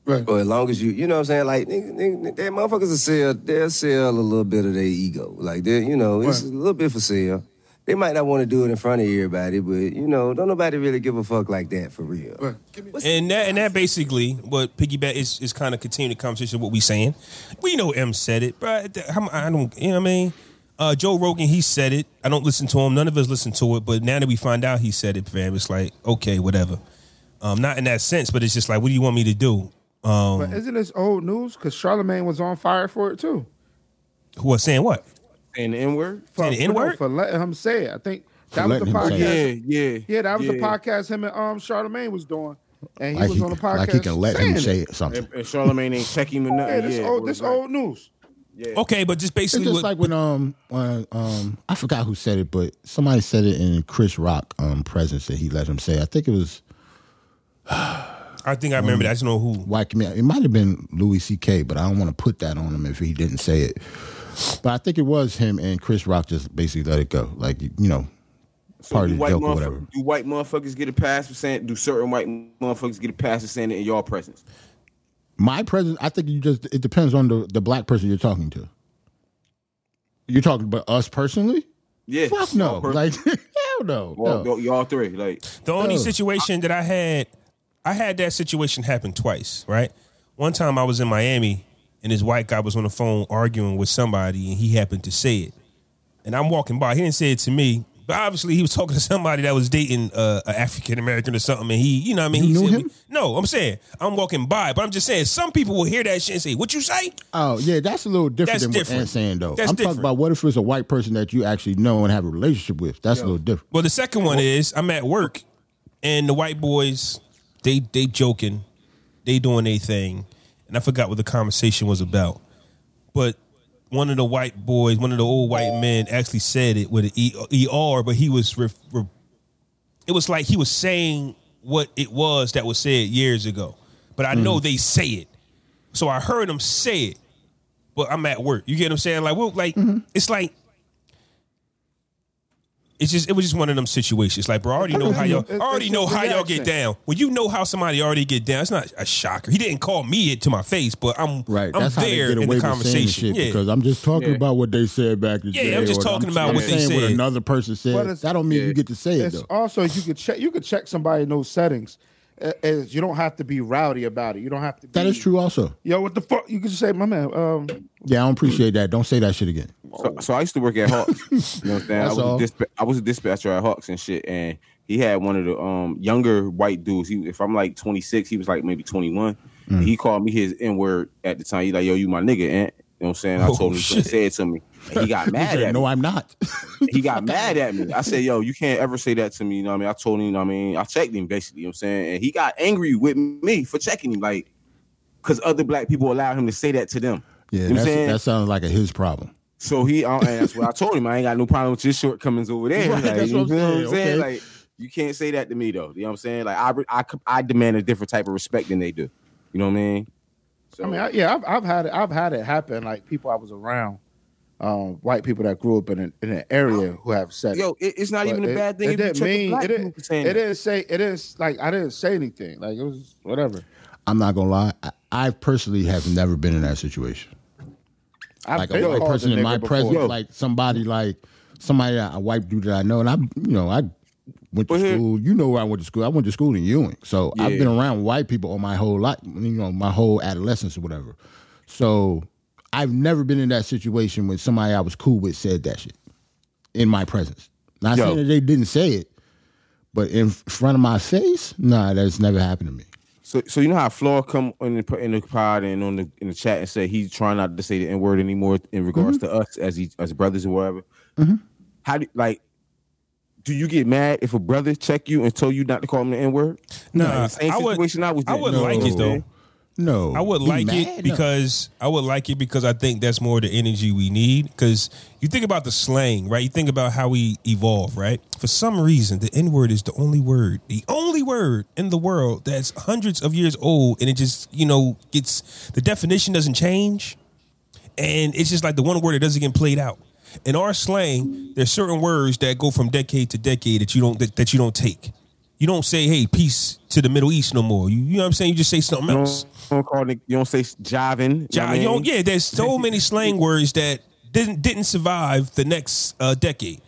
Right.
Or as long as you, you know what I'm saying? Like, nigga, nigga, they motherfuckers are sell, they'll sell a little bit of their ego. Like, they you know, it's a little bit for sale. They might not want to do it in front of everybody, but, you know, don't nobody really give a fuck like that for real.
And that and that basically what piggyback is is kind of continuing the conversation of what we saying. We know M said it, but I don't. You know what I mean? Uh, Joe Rogan, he said it. I don't listen to him. None of us listen to it. But now that we find out he said it, fam, it's like okay, whatever. Um, not in that sense, but it's just like, what do you want me to do? Um,
Um,
But isn't this old news? Because Charlemagne was on fire for it too.
Who was saying what?
And the N word.
For,
the
for-
N-word?
for letting him say it. I think that was
letting
the
him
podcast.
say
Yeah, yeah,
Yeah, that was the podcast him and um Charlemagne was doing, and he
Like
was
he,
on the podcast.
like he can let
saying
him say
it.
it something.
And, and Charlemagne ain't checking him or nothing.
Yeah, this
yeah,
old
or
this
like-
old news.
Okay, but just
It's
basically
just
what,
like when um when um I forgot who said it, but somebody said it in Chris Rock um presence that he let him say. I think it was
I think I
Mm.
remember. That. I just know who.
Um, white community. It might have been Louis C.K., but I don't want to put that on him if he didn't say it. But I think it was him and Chris Rock just basically let it go, like you know, part of
do
the
white
joke or
motherfuck-
whatever.
Do white motherfuckers get a pass for saying? Do certain white motherfuckers get a pass for saying it in your presence?
My presence, I think you just it depends on the the black person you're talking to. You're talking about us personally?
Yeah.
Fuck no,
Y'all per-
like hell no,
Well,
no.
y'all- y'all three, like
The only
Ugh.
situation that I had, I had that situation happen twice, right? One time I was in Miami and this white guy was on the phone arguing with somebody and he happened to say it. And I'm walking by. He didn't say it to me, but obviously he was talking to somebody that was dating uh, an African American or something. And he, you know what I mean?
You
he
knew
said,
him?
No, I'm saying, I'm walking by, but I'm just saying, some people will hear that shit and say, What you say?
Oh yeah, that's a little different
That's
than
different.
what Ant's saying though.
That's
I'm
different.
talking about what if it's a white person that you actually know and have a relationship with. That's a little different.
Well, the second one is I'm at work, and the white boys they they joking, they doing their thing, and I forgot what the conversation was about. But one of the white boys, one of the old white men, actually said it with an e- er, but he was re- re- it was like he was saying what it was that was said years ago. But I know they say it, so I heard him say it. But I'm at work. You get what I'm saying? Like, well, like
Mm-hmm.
it's like it's just it was just one of them situations. Like, bro, I already know how y'all I
It's-
already
it's
know
just
how y'all get
reaction.
down. When you know how somebody already get down, it's not a shocker. He didn't call me it to my face, but I'm
Right.
I'm
that's how they
there
get
in
away
the
with saying
conversation.
shit
Yeah.
because I'm just talking
Yeah.
about what they said back in the
Yeah,
day.
I'm just
or
talking about
I'm
what they
saying What
said.
another person
But
said.
it's-
That don't mean you get to say it
It's
though.
also you could check you could check somebody in those settings. Uh, Is you don't have to be rowdy about it. You don't have to. Be,
That is true also.
Yo, what the fuck? You could just say, my man. Um,
Yeah, I don't appreciate that. Don't say that shit again.
So, so I used to work at Hawks. you know what I'm saying? I
That's
was, a
all.
dispa- I was a dispatcher at Hawks and shit. And he had one of the um younger white dudes. He, if I'm like 26, he was like maybe 21. And
Mm.
he called me his N word at the time. He like, yo, you my nigga, and you know what I'm saying? I
Oh,
told him he
shit.
said it to me. And he got
He
mad
said,
at me.
no, I'm not.
he got mad at me. I said, yo, you can't ever say that to me. You know what I mean? I told him, you know what I mean? I checked him basically, you know what I'm saying? And he got angry with me for checking him, like, because other black people allowed him to say that to them.
yeah,
you know what I'm
that's,
saying?
that sounds like a his problem.
So he, I, and that's what I told him. I ain't got no problem with your shortcomings over there.
Right,
Like,
that's what I'm
you know
saying, okay.
Like, you can't say that to me though. You know what I'm saying? Like, I, re- I, c- I demand a different type of respect than they do. You know what I mean? So,
I mean, I, yeah, I've, I've had it. I've had it happen. Like people I was around, um, white people that grew up in an, in an area who have said,
yo, it, it's not
But
even a
it-
bad thing.
It
if you
didn't
check a
mean
black
it
dude for
didn't.
saying
It
that.
didn't say it is like I didn't say anything. Like it was whatever.
I'm not gonna lie. I, I personally have never been in that situation.
I've
like
been
a white
called
person
a
in
nigga
my
before.
presence,
Yo.
like somebody like somebody that- a white dude that I know, and I you know I went to
Well, here-
school. You know where I went to school. I went to school in Ewing, so I've
Yeah.
been around white people all my whole life. You know, my whole adolescence or whatever. So I've never been in that situation when somebody I was cool with said that shit in my presence. Not
Yo.
saying that they didn't say it, but in front of my face, nah, that's never happened to me.
So, so you know how Flaw come in the in the pod and on the in the chat and say he's trying not to say the n word anymore in regards
Mm-hmm.
to us as he as brothers or whatever. How do like? Do you get mad if a brother check you and told you not to call him the n word?
Nah,
the same
I would-
situation I was.
I
in.
would like it though.
No,
I would
Be
like
mad?
it
No.
because I would like it because I think that's more the energy we need. Because you think about the slang, right? You think about how we evolve, right? For some reason, the N word is the only word, the only word in the world that's hundreds of years old, and it just you know gets the definition doesn't change, and it's just like the one word that doesn't get played out. In our slang, there's certain words that go from decade to decade that you don't that, that you don't take. You don't say, "Hey, peace to the Middle East" no more. You, you know what I'm saying? You just say something
You
else.
don't, you don't call nigg- you don't say jiving.
John, you don't- yeah, there's so many slang words that didn't didn't survive the next uh, decade.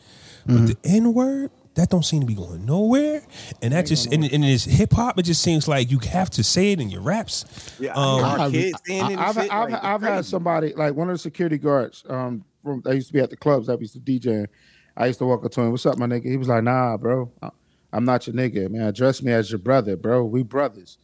Mm-hmm.
But the N word that don't seem to be going nowhere, and that just in, in this hip hop, it just seems like you have to say it in your raps.
Yeah,
Um,
I,
I-
mean, kids saying it and
I've,
shit,
I've,
like,
I've had
crazy.
somebody like one of the security guards um from that used to be at the clubs that used to DJ. I used to walk up to him, "What's up, my nigga?" He was like, "Nah, bro, I- I'm not your nigga, man. Address me as your brother, bro. We brothers."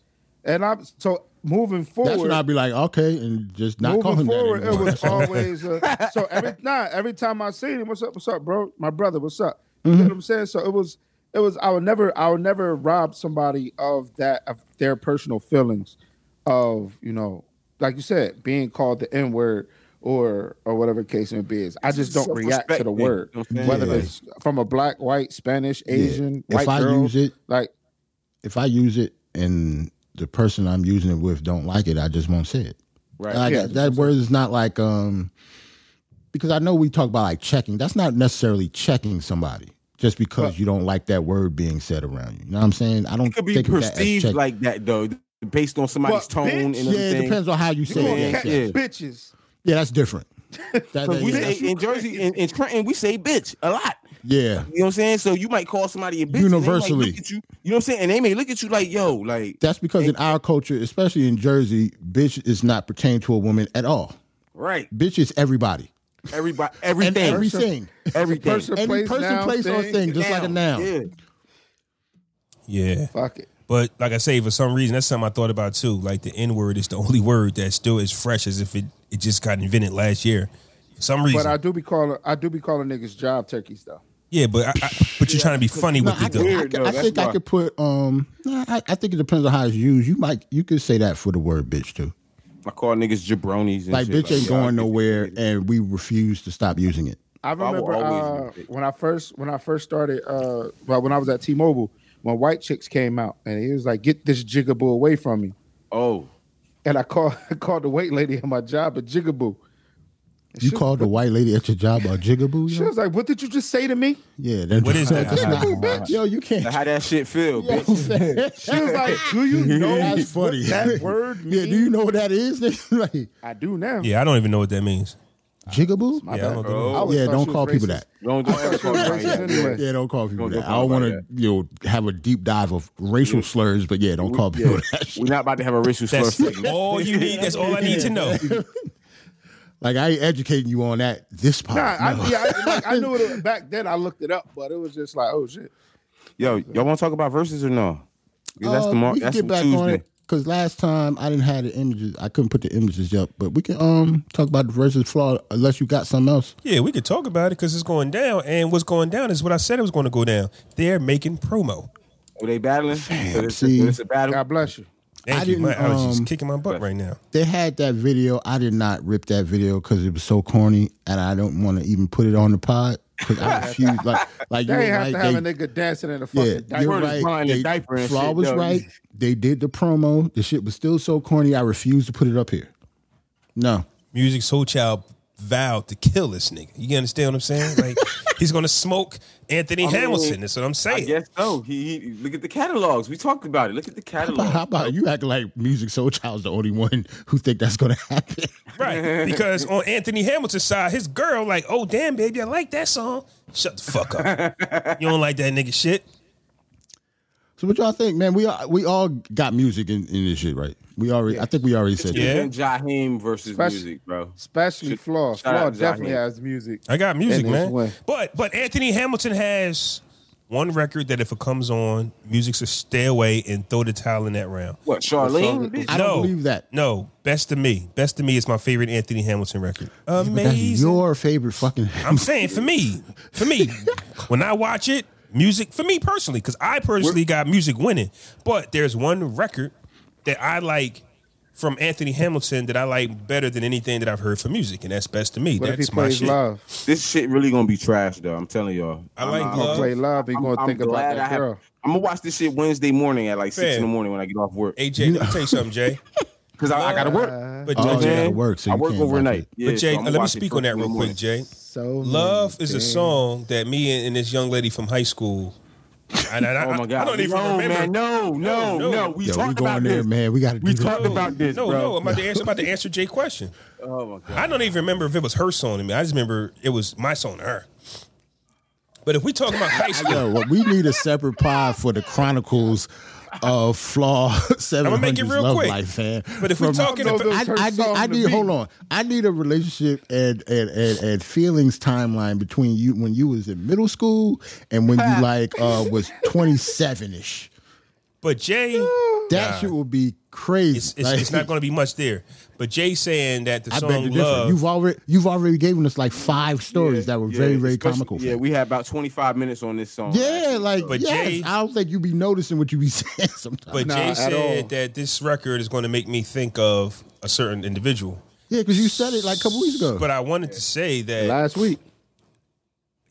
And I'm so moving forward.
That's when I'd be like, okay, and just not call
Moving
him
forward,
that anymore.
it was always uh, so every nah, every time I seen him, what's up, what's up, bro? My brother, what's up? You know
Mm-hmm.
what I'm saying? So it was it was I would never I would never rob somebody of that of their personal feelings of, you know, like you said, being called the N word or or whatever the case may be is. I just don't react to the
Self-respect,
word.
you know what I'm
Whether
saying?
it's from a black, white, Spanish, Asian,
If
white
I
girl,
use it-
like
if I use it and the person I'm using it with don't like it, I just won't say it.
Right.
Like,
Yeah,
that- that word is not like um because I know we talk about like checking. That's not necessarily checking somebody just because you don't like that word being said around you. You know what I'm saying? I don't
It could be
think of that as
perceived
checking.
like that though, based on somebody's
Well,
tone and
bitch,
everything.
yeah, it depends on how you
you
say
gonna
it. Yes,
catch
yes.
bitches.
Yeah, that's different. That- that-
we
yeah,
say
that's-
in Jersey, in, in Trenton, we say bitch a lot.
yeah,
You know what I'm saying? So you might call somebody a bitch. and they might
Universally.
look at you, you know what I'm saying? And they may look at you like, yo, like
that's because in our culture, especially in Jersey, bitch is not pertained to a woman at all.
right,
Bitch is everybody
everybody,
and
everything,
everything,
everything.
Person,
any
place,
person,
noun,
place, or
thing.
thing, just like a noun.
Yeah.
Yeah,
Fuck it.
but like I say, for some reason, that's something I thought about too. Like the N word is the only word that still is fresh, as if it it just got invented last year. For some reason,
But I do be calling I do be calling niggas job turkeys though.
yeah, but I, I, but you're trying to be funny
No,
with
I,
it though.
I-
Weird,
I-
no,
I
that's
think I
why.
could put. Um, nah, I, I think it depends on how it's used. You might you could say that for the word bitch too.
I call niggas jabronis. And
Like
shit.
bitch ain't
yeah, I
going
get
nowhere,
it.
and we refuse to stop using it.
I
will
remember uh,
always be big.
when I first when I first started uh, well, when I was at T-Mobile when White Chicks came out and he was like, "Get this jigaboo away from me,"
Oh,
and I called I called the wait lady at my job a jigaboo. And
You
she,
called the white lady at your job a jigaboo?
She
yo?
was like, "What did you just say to me?"
Yeah, that's,
What is that?
that's not-
Jigaboo,
Yo, you can't.
how that shit feel, bitch?
She was like, "Do you know
That's funny.
what that word means?"
Yeah, do you know what that is? like
I do now.
Yeah, I don't even know what that means.
jigaboo?
My
Yeah, I
bad.
don't think-
I
Bro,
always
Yeah,
thought
don't
she was
call
racist.
people that.
don't, don't ever
thought she
call
was
nobody
racist
that.
anyway.
Yeah, don't call people
Don't-
that.
don't
I
call
don't want
nobody
to, you know, have a deep dive of racial slurs, but yeah, don't call people that.
We're not about to have a racial slur
That's
segment.
all Oh, you need. That's all I need to know.
Like I ain't educating you on that this part.
Nah, I,
no.
yeah, I, like, I knew it back then. I looked it up, but it was just like, "Oh shit."
Yo, y'all want to talk about verses or no? 'Cause that's
Uh,
tomorrow.
we can
That's
get back on
Tuesday.
it. Cause last time I didn't have the images, I couldn't put the images up. But we can um talk about the versus flaw unless you got something else.
Yeah, we could talk about it because it's going down, and what's going down is what I said it was going to go down. They're making promo.
Were they battling? So it's,
see.
so it's a battle.
God bless you.
Thank
I
you. My
didn't,
allergies
um,
kicking my butt right now.
They had that video. I did not rip that video because it was so corny, and I don't want to even put it on the pod because I refuse. like, like you
They
were
have
right.
to have
they-
a nigga dancing in a
Yeah,
fucking diaper.
you're
Word is
right.
blind and
They,
diaper and
Flaw
shit,
was
though.
right. They did the promo. The shit was still so corny. I refused to put it up here. No,
Music Soul Child vowed to kill this nigga. You understand what I'm saying? Like he's going to smoke Anthony
mean,
Hamilton. That's what I'm
I
saying.
guess so. He, he look at the catalogs. We talked about it. Look at the
But how
catalog.
about you acting like Music Soul Child's the only one who think that's gonna happen?
Right. Because on Anthony Hamilton's side, his girl, like, oh damn, baby, I like that song. Shut the fuck up. you don't like that nigga shit.
So what y'all think, man? We all, we all got music in, in this shit, right? We already, I think we already said
Yeah.
that.
And Jaheim versus
Especially-
music, bro.
Especially Flaw.
shout
Flaw
out to
definitely
Jaheim.
has music.
I got music,
And it's
man.
one.
But but Anthony Hamilton has one record that if it comes on, music's a stay away and throw the towel in that round.
What Charlene? bitch?
I don't believe that.
No, best of me. Best of me is my favorite Anthony Hamilton record.
But that's
Amazing.
your favorite fucking.
I'm saying for me, for me, when I watch it, music for me personally, because I personally got music winning. But there's one record that I like from Anthony Hamilton that I like better than anything that I've heard for music, and that's best to me.
But if he
that's my
plays
shit.
love,
This shit really gonna be trash, though. I'm telling y'all.
I like
I'm,
Love.
I'm,
play love, he
I'm,
gonna
I'm
think
glad
about
I
that
have.
girl.
I'm gonna watch this shit Wednesday morning at like six
Fam.
in the morning when I get off work
AJ, let me tell you something, Jay.
because I, I gotta work.
But
Oh,
Jay,
you gotta
Yeah.
work, so
I
you
work
can't watch
overnight.
it.
Yeah,
but Jay,
so I'ma
let me
watch it
speak on that
first
real
thing in the
quick, Jay.
So
Love
many
is a
things.
song that me and, and this young lady from high school. And I, I,
morning. Oh my god!
I don't even
no,
remember.
Man, no, no,
No,
no,
no.
We
Yo, we
talked
going
about
there,
this.
man. We got to
We
do this.
talked about this,
No,
bro.
no, I'm about to answer I'm about to answer Jay's question.
Oh my god!
I don't even remember if it was her song to me. I just remember it was my song to her. But if we talking about high school,
Yo, well, we need a separate pod for the chronicles of flaw seven
I'ma make
hundred
it real
love
quick.
life, man.
But if we
From-
talking about
I, I need, I need hold on. I need a relationship and and, and and feelings timeline between you when you was in middle school and when you like uh was twenty seven ish.
but Jay,
That
Nah.
shit will be crazy.
it's, it's, it's not going to be much there. But Jay saying that the
I beg
song
to differ.
"Love,"
You've already you've already given us like five stories that were
Yeah,
very very
especially-
comical.
Yeah, we had about 25 minutes on this song.
yeah, like
But
yes,
Jay-
I don't think you be noticing what you be saying sometimes.
but
Nah,
Jay
at
said
all.
that this record is going to make me think of a certain individual.
yeah, because you said it like a couple weeks ago.
But I wanted to say that
Last week,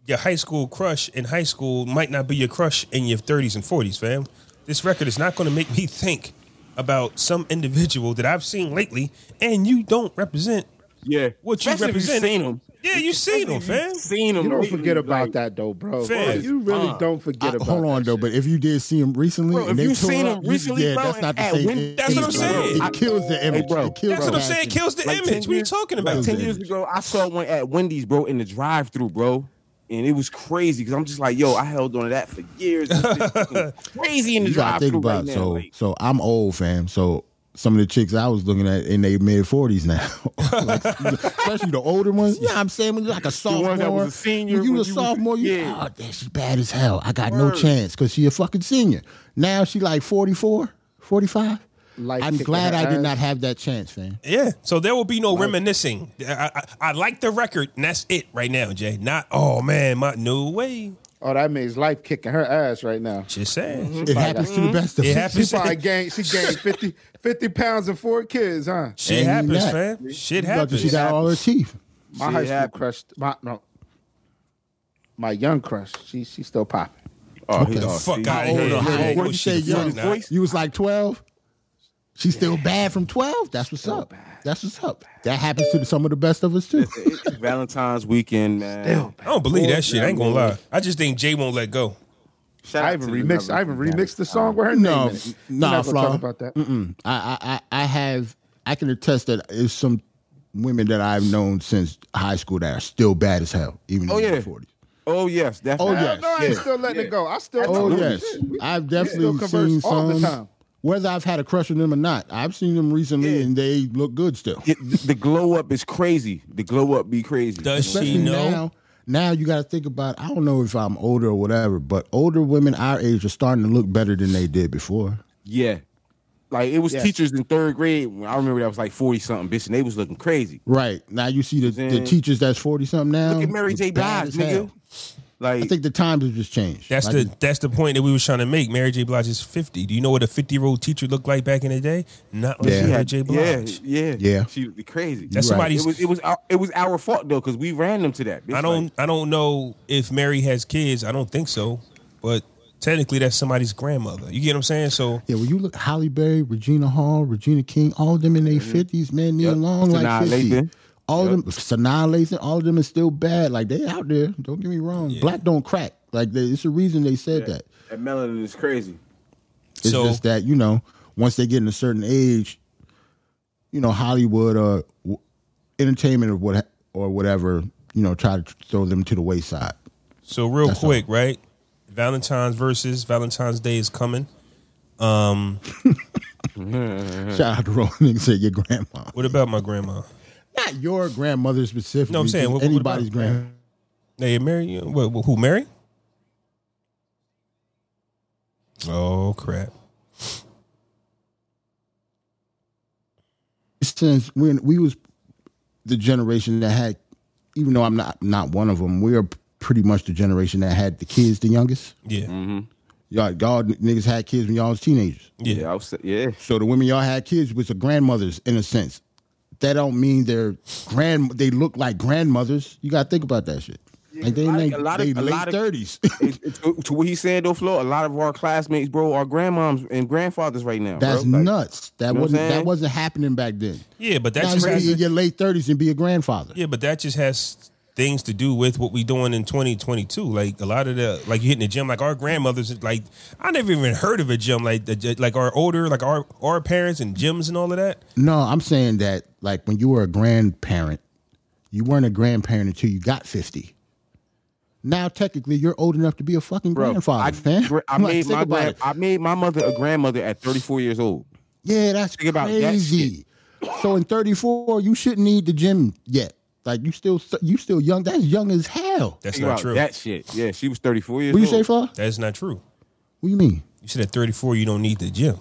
your high school crush in high school might not be your crush in your 30s and 40s, fam. This record is not going to make me think about some individual that I've seen lately, and you don't represent
Yeah.
what
Especially
you
if
represent.
Seen him.
Yeah, you seen him, fam.
Seen him.
you don't
lately,
forget about
like,
that though, bro.
Fam.
You really
Uh,
don't forget
I-
about.
hold on
that
though,
shit.
but if you did see him recently,
Bro,
and
if
they
you
tore
seen
up,
him
you-
recently,
yeah,
bro,
that's not the
at
same.
when-
thing.
That's what I'm
It
saying. I-
kills the image.
bro,
it kills
That's what I'm
the
saying.
passion.
Kills the
like 10
image. What are you
years-
talking
like
about?
10 years ago, I saw one at Wendy's, bro, in the drive through bro. And it was crazy because I'm just like, yo, I held on to that for years. This shit's fucking crazy in the
You gotta
drive
think
through
about
right
it.
now.
so.
like,
So I'm old, fam. So some of the chicks I was looking at in their mid 40s now, Like, especially the older ones. Yeah, I'm saying when you're like a sophomore,
that was a senior,
when you a
when you was-
sophomore, you
yeah.
oh, damn, she's bad as hell. I got no chance because she a fucking senior. Now she like 44, 45.
Life
I'm
kicking
glad
her
I did
ass.
not have that chance, fam.
Yeah. So there will be no reminiscing. I, I, I like the record, and that's it right now, Jay. Not oh man, my no way.
oh, that means life kicking her ass right now. Mm-hmm.
Just saying.
Mm-hmm.
It happens to the best of us.
It happens.
She probably gained she gained 50, 50 pounds and four kids, huh?
Shit
And
happens,
that-
fam. Shit
Lucky
happens.
she got all her teeth.
My
Shit
high school
happened.
crush, my no, my young crush. She she's still popping.
oh, he
the
done.
fuck
See,
outta
how
here.
old are-
Yeah,
how
yeah,
old
yeah.
are
What
What'd you
you?
say,
she
young?
forty now.
You was like 12? She's still bad from 12? That's what's up. That's what's up. That happens to some of the best of us, too.
It's Valentine's weekend, man.
I don't believe that shit. I ain't gonna lie. I just think Jay won't let go.
Shout out
I even
to
remixed.
another-
I even remixed the song with her
No,
name. in it.
nah,
We're not gonna
Flaw.
talk about that.
Mm-mm. I, I, I I have, I can attest that there's some women that I've known since high school that are still bad as hell, even
Oh,
in their
yeah.
40s.
Oh, yes.
Oh,
Definitely.
yes.
No, I ain't
yeah.
still letting it go. I still.
Oh
talk.
yes, I've definitely
converse
seen
all the
some.
time.
Whether I've had a crush on them or not, I've seen them recently,
Yeah.
and they look good still.
It- the glow up is crazy. The glow up be crazy.
Does she
Especially
know?
now, now you got to think about. I don't know if I'm older or whatever, but older women our age are starting to look better than they did before.
Yeah. Like it was
Yeah.
teachers in third grade. when I remember that was like forty something, bitch, and they was looking crazy.
Right now, you see the, the
Then-
teachers that's forty something now.
Look at Mary
it's
J.
bad
Blige,
as hell.
nigga. Like
I think the times have just changed.
That's
Like,
the that's the point that we were trying to make. Mary J. Blige is fifty. Do you know what a fifty year old teacher looked like back in the day? Not like
Yeah.
Mary
yeah,
Oh, J. Blige.
yeah, yeah,
Yeah.
She was crazy.
That's
Right.
somebody's.
it was it was our, it was our fault though because we ran them to that. Bitch.
I don't I don't know if Mary has kids. I don't think so, but technically that's somebody's grandmother. You get what I'm saying? So
Yeah, when you look Holly Berry, Regina Hall, Regina King, all of them in their 50s, man, kneeling
Yep.
long
Mm-hmm. Sanaa
like 50.
Lathan.
All of them, Sanaa Lathan, all of them is still bad. Like, they out there. Don't get me wrong. Black don't crack. Like, they, it's the reason they said that.
That melanin is crazy.
It's
So-
just that, you know, once they get in a certain age, you know, Hollywood or w- entertainment or, what, or whatever, you know, try to throw them to the wayside.
So real quick, right? Valentine's versus Valentine's Day is coming. Um,
Shout out to Rolling and say your grandma.
What about my grandma?
Not your grandmother specifically.
No, I'm saying,
just
what- what about-
anybody's grandma.
Hey, Mary, you- what, what- who Mary? Oh crap!
since when we was the generation that had, even though I'm not not one of them, we are pretty much the generation that had the kids the youngest.
Yeah,
Mm-hmm.
Y'all, y'all niggas had kids when y'all was teenagers.
yeah.
Yeah, I was, yeah.
So the women y'all had kids with the grandmothers in a sense. That don't mean they're grand. They look like grandmothers. You gotta think about that shit. like they
a lot-
in
a
their
lot of-
they
a lot
late
of-
thirties.
It- it- to, to what he's saying though, Flo, a lot of our classmates, bro, are grandmoms and grandfathers right now.
That's
bro. Like,
nuts. That
know what I'm
wasn't that
saying?
wasn't happening back then.
Yeah, but that
Now
just
you
has
be in your late thirties and be a grandfather.
yeah, but that just has things to do with what we doing in 2022. Like a lot of the like you hitting the gym. Like our grandmothers, like I never even heard of a gym. Like the, like our older like our our parents and gyms and all of that.
No, I'm saying that like when you were a grandparent, you weren't a grandparent until you got 50. Now technically you're old enough to be a fucking
bro,
grandfather,
I,
man.
gra- I
Like,
made
think
my
about
grand,
it.
I made my mother a grandmother at 34 years old.
Yeah, that's
think about that
crazy. so in 34, you shouldn't need the gym yet. Like you still you still young. That's young as hell.
That's
Think
not
about
true.
that shit. Yeah, she was 34 years
What you
old.
say, Fly?
That's not true.
What you mean?
You said at 34 you don't need the gym.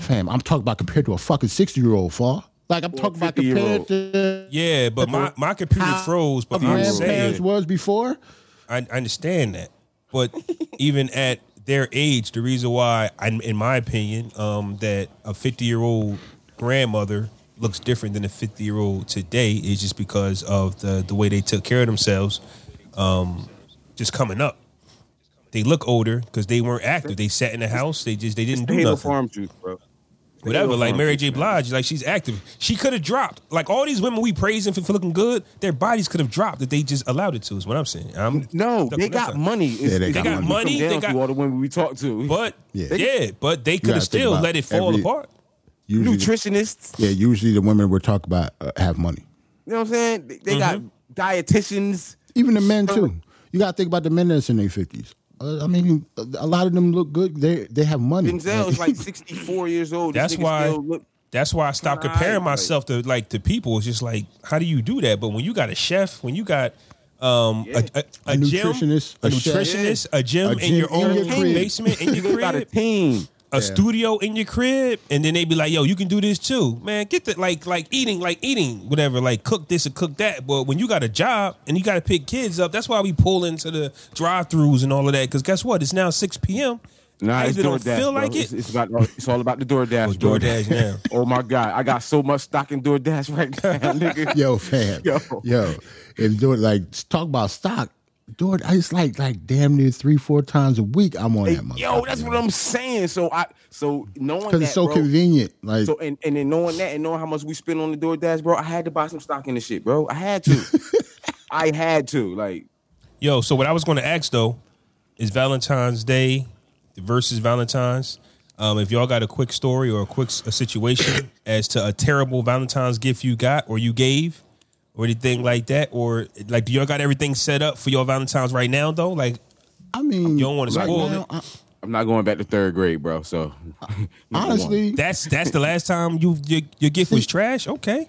Fam, I'm talking about compared to a fucking 60 year old, Fly. Like I'm talking about
50-year-old.
compared to
Yeah, but my, my computer froze. But I'm
grandparents
saying
was before.
I, I understand that, but even at their age, the reason why, I, in my opinion, um, that a 50 year old grandmother looks different than a 50 year old today is just because of the the way they took care of themselves, um, just coming up. They look older because they weren't active. They sat in the house. They just they didn't do
Halo
nothing
Farm Juice, bro.
whatever.
Halo
Like
Farm
Mary
Juice,
J.
man.
Blige, like she's active. She could have dropped. Like all these women we praising for, for looking good, their bodies could have dropped if they just allowed it to. Is what I'm saying. I'm
No,
stuck
they
on that
got
side.
money.
Yeah, they got
money. money,
They
they got-
got all the women we talked to.
But yeah,
Yeah.
but they could
gotta think
have still
about
let it fall
every-
apart.
Usually,
nutritionists,
yeah, usually the women we're talking about uh, have money.
you know what I'm saying? They, they
Mm-hmm.
got dietitians.
Even the men too. You gotta think about the men that's in their fifties. Uh, I mean, a a lot of them look good. They they have money.
Denzel's like 64 years old. This
That's
nigga
why-
Still look,
That's why I stopped
Right,
comparing
right.
myself to like to people. It's just like, how do you do that? But when you got a chef, when you got um, a, a, a,
A
gym,
nutritionist,
a
a chef.
nutritionist, a gym,
A
in
gym
your
in
own
your crib.
basement, in your
you got a
crib,
team.
a studio in your crib, and then they be like, "Yo, you can do this too, man. Get the like, like eating, like eating, whatever. Like cook this and cook that." But when you got a job and you got to pick kids up, that's why we pull into the drive-throughs and all of that. Because guess what? It's now six p.m.
Nah,
I
it's
either don't
DoorDash.
feel
bro.
like
it's,
it.
It's, about, uh, it's all about the DoorDash.
Oh, DoorDash now.
oh my God, I got so much stock in DoorDash right now, nigga.
yo, fam, yo,
Yo.
yo, and do it like talk about stock. Do it. I just like like damn near three four times a week. I'm on
Hey,
that motherfucker.
yo, that's what I'm saying. So I, so knowing that,
because it's so
bro,
convenient. Like
So and, and then knowing that and knowing how much we spend on the DoorDash, bro, I had to buy some stock in this shit, bro. I had to. I had to. Like,
Yo, so what I was going to ask though is Valentine's Day versus Valentine's. Um, if y'all got a quick story or a quick s- a situation as to a terrible Valentine's gift you got or you gave or anything like that, or like do y'all got everything set up for your Valentine's right now though? Like
I mean,
you don't wanna spoil it.
I-
I'm not going back to third grade, bro. So number one.
honestly,
that's that's the last time you your, your gift was trash. Okay,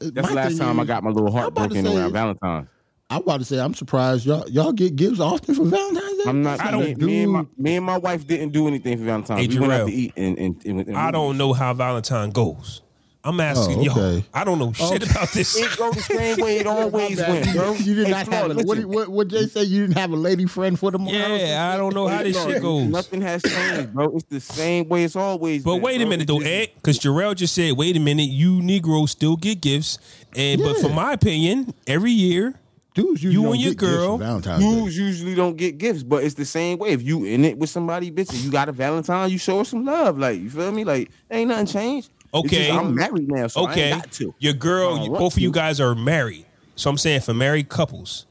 that's
uh, my
the last
thing
time I
is-
got my little
I'm
heart
about to
broken
say-
around Valentine's.
I about to say I'm surprised y'all y'all get gifts often for Valentine's Day.
I'm not.
I
I don't.
don't-
Me, me and my,
dude.
me and my wife didn't do anything for Valentine's.
Hey,
we went out
Jarrell.
to eat and. and, and, and
I don't know how Valentine goes. I'm asking
Oh,
y'all.
okay. Oh,
I don't know shit about this.
It go the same way it
My
always
bad.
went, bro.
You did
Hey,
not
come
have
on,
a
listen.
what, did- what what Jay say you didn't have a lady friend for them.
yeah, I don't know how this shit goes.
Nothing has changed, bro. It's the same way it's always.
But
been,
wait a
bro.
minute
It
though,
just-
Ed, because eh, Jarrell just said, wait a minute, you Negroes still get gifts. And but for
Yeah.
my opinion, every year,
dudes, you,
You
don't
and your
get gifts for
girl.
Valentine's Day.
Dudes usually don't get gifts, but it's the same way. If you in it with somebody, bitch, and you got a Valentine, you show her some love. Like you feel me? Like ain't nothing changed. It's
Okay.
just I'm married now, so I
okay,
ain't got to.
your girl,
I
you-
want
both of you
to.
guys are married. So I'm saying for married couples,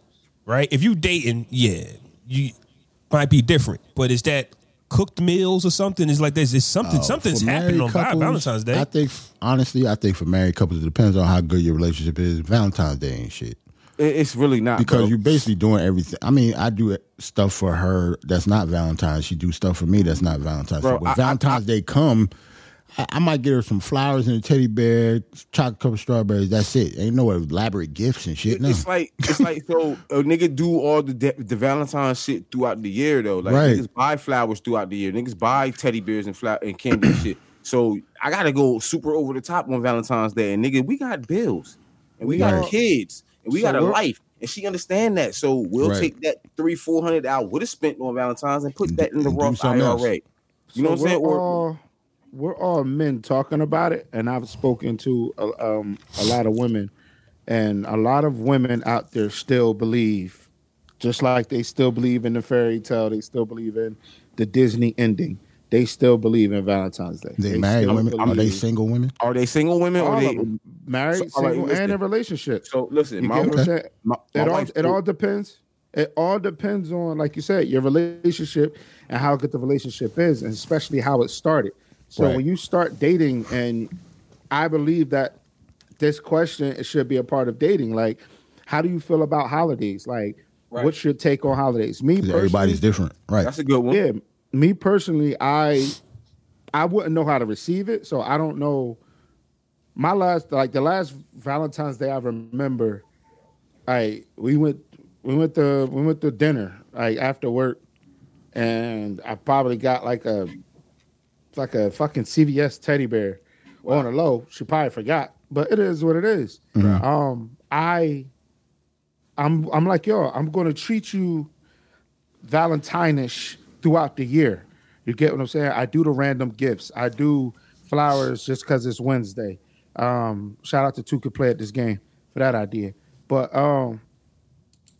right? If you dating, yeah, you might be different. But is that cooked meals or something? It's like there's it's something
Oh,
something's
for married
happening on
couples,
Valentine's Day.
I think honestly, I think for married couples, it depends on how good your relationship is. Valentine's Day ain't shit.
It- It's really not
because
bro.
you're basically doing everything. I mean, I do stuff for her that's not Valentine's. She do stuff for me that's not Valentine's.
Bro,
so when
I- I-
Valentine's Day come, I, I might get her some flowers and a teddy bear, chocolate cup of strawberries. That's it. Ain't no elaborate gifts and shit. No.
It's like it's like so a nigga do all the de- the Valentine shit throughout the year though. Like
Right.
niggas buy flowers throughout the year. Niggas buy teddy bears and flower and candy and shit. So I gotta go super over the top on Valentine's Day. And nigga, we got bills and we
Right.
got kids and we
So
got a
we're-
life. And she understand that. So we'll
Right.
take that three, four hundred that I would have spent on Valentine's and put
And
that in the
do
Roth
something else.
IRA. You know what I'm
we're
saying? Or-
all, we're all men talking about it, and I've spoken to uh, um, a lot of women, and a lot of women out there still believe, just like they still believe in the fairy tale, they still believe in the Disney ending, they still believe in Valentine's Day.
they married
still
women? Are they
believe-
single women?
are they single women
All
or
of
they
them, married,
So, all right,
single,
listen.
and in relationships.
so listen,
You
my,
get what I'm saying?
my, my
It all
wife-
it all depends. It all depends on, like you said, your relationship and how good the relationship is, and especially how it started. So
Right.
when you start dating, and I believe that this question it should be a part of dating. Like, how do you feel about holidays? Like, what's your take on holidays? Me,
'Cause
personally,
Everybody's different, right?
that's a good one.
yeah, me personally, I I wouldn't know how to receive it, so I don't know. My last, like the last Valentine's Day I remember, I we went we went to we went to dinner like after work, and I probably got like a like a fucking CVS teddy bear on the low. She probably forgot, but it is what it is. Um, I I'm I'm like yo, I'm gonna treat you Valentine-ish throughout the year. You get what I'm saying? I do the random gifts. I do flowers just because it's Wednesday. Um, shout out to two could play at this game for that idea. But um,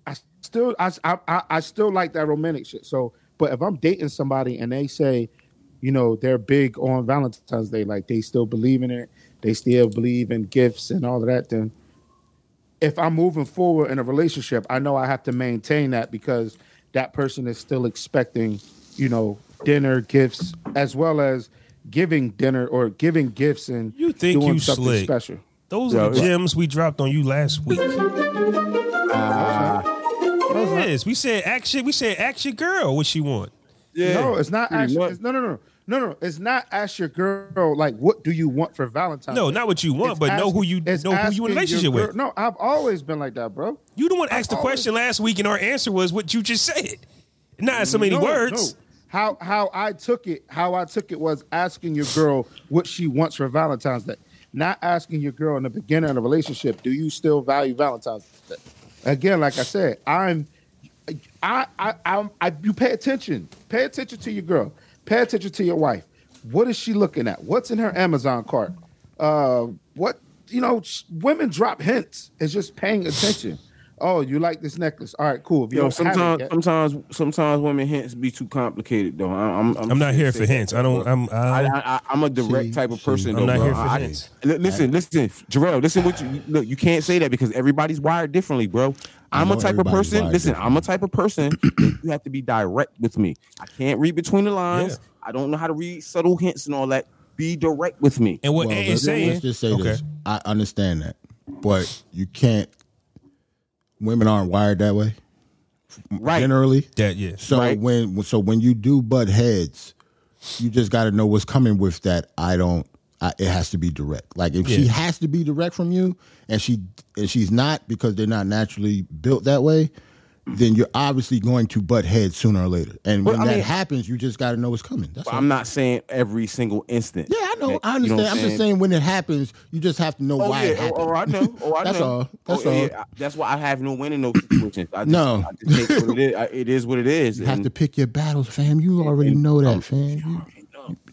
I still I, I I- I still like that romantic shit. So, but if I'm dating somebody and they say, you know, they're big on Valentine's Day, like they still believe in it, they still believe in gifts and all of that, then if I'm moving forward in a relationship, I know I have to maintain that because that person is still expecting, you know, dinner, gifts, as well as giving dinner or giving gifts and
You think
doing
you
something
slick.
special.
Those are the gems we dropped on you last week.
Ah.
yes, we said action. We said action girl. What she want?
No, it's not
Pretty
actually.
much.
It's, no, no, no, no, no. It's not ask your girl like, what do you want for Valentine's?
No, not what you want,
It's
but know
ask-
who you
it's
know who you in a
asking your
relationship with.
girl- No, I've always been like that, bro.
You the one asked the question last week, and our answer was what you just said. Not in so many
No,
words.
no. How how I took it, how I took it was asking your girl what she wants for Valentine's Day, not asking your girl in the beginning of a relationship, do you still value Valentine's Day? Again, like I said, I'm I I I'm, I you pay attention, pay attention to your girl, pay attention to your wife. What is she looking at? What's in her Amazon cart? Uh, what you know? sh- Women drop hints. It's just paying attention. Oh, you like this necklace? All right, cool. If you
Yo,
don't have it
sometimes,
yet-
sometimes, sometimes women hints be too complicated though. I- I'm, I'm,
I'm not here for
saying-
hints. I don't. I'm.
I,
I,
I, I'm a direct
See,
type of
see.
person.
I'm
though,
not
bro.
here for
I-
hints.
I- li- listen, listen, Jarrell. Listen, what you look. You can't say that because everybody's wired differently, bro. I'm
know
a type of
everybody's
person.
wired
Listen, I'm a type of person. that you have to be direct with me. I can't read between the lines. I don't know how to read subtle hints and all that. Be direct with me.
and what
Well,
Ed
let's,
is saying.
let's just say
okay.
this. I understand that, but you can't. Women aren't wired that way
Right.
generally.
That yes.
So
Right.
when so when you do butt heads, you just got to know what's coming with that. I don't I, it has to be direct. Like if she
Yeah.
has to be direct from you, and she and she's not because they're not naturally built that way, then you're obviously going to butt heads sooner or later. And
Well,
when
I
that
mean-
happens, you just got to know it's coming. That's
But
all.
I'm not saying every single instant.
yeah, I know. I
You
understand.
what
I'm just saying when it happens, you just have to know
Oh
why it
yeah,
happened.
oh, oh, I know. Oh, I
That's
know.
all. That's
oh, yeah,
all.
yeah. That's why I have no win in those situations. I just,
No.
I just take what it is. I, it is what it is.
You have
and-
to pick your battles, fam. You already know that, fam. You,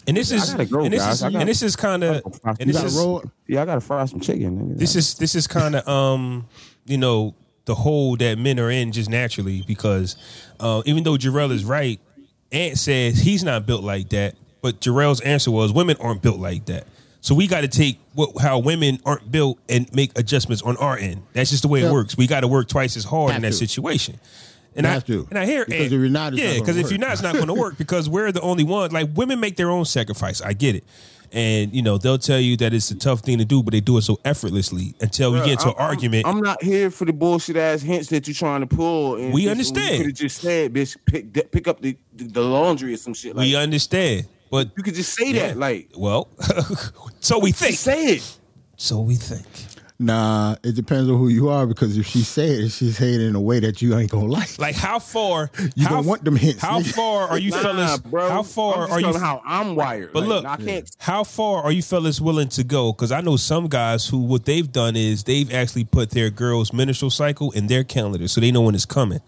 And this is
gotta go,
and this
guys.
is
I gotta-
and this is kind of
gotta
and
you
this
gotta
is
roll.
Yeah, I gotta fry some chicken. Nigga.
this is this is kind of um you know the hole that men are in just naturally because uh, even though Jarrell is right, Ant says he's not built like that, but Jarrell's answer was women aren't built like that. So we got to take what, how women aren't built and make adjustments on our end. That's just the way
Yeah.
it works. We got to work twice as hard
Have
in that
to.
situation. And
You
I
have to.
and I hear
Because if
Ant-
you're not, it's not
yeah,
gonna
because if
work.
you're not, it's not going to work because we're the only ones. Like women make their own sacrifice. I get it, and you know they'll tell you that it's a tough thing to do, but they do it so effortlessly until we get into an
I'm-
argument.
I'm not here for the bullshit ass hints that you're trying to pull. And
We
bitch,
understand.
You could have just said, "Bitch, pick that- pick up the, the, the laundry or some shit." Like,
we understand, but
you could just say that. Like,
well, so we think.
say it.
So we think.
Nah, it depends on who you are because if she said it, she's saying it in a way that you ain't gonna like.
Like how far?
You
how,
don't want them hints,
How
nigga.
far are you
Nah,
fellas?
bro.
How far
I'm just
are you?
telling How I'm wired.
But
Like,
look,
I can't.
how far are you fellas willing to go? Because I know some guys who what they've done is they've actually put their girl's menstrual cycle in their calendar, so they know when it's coming.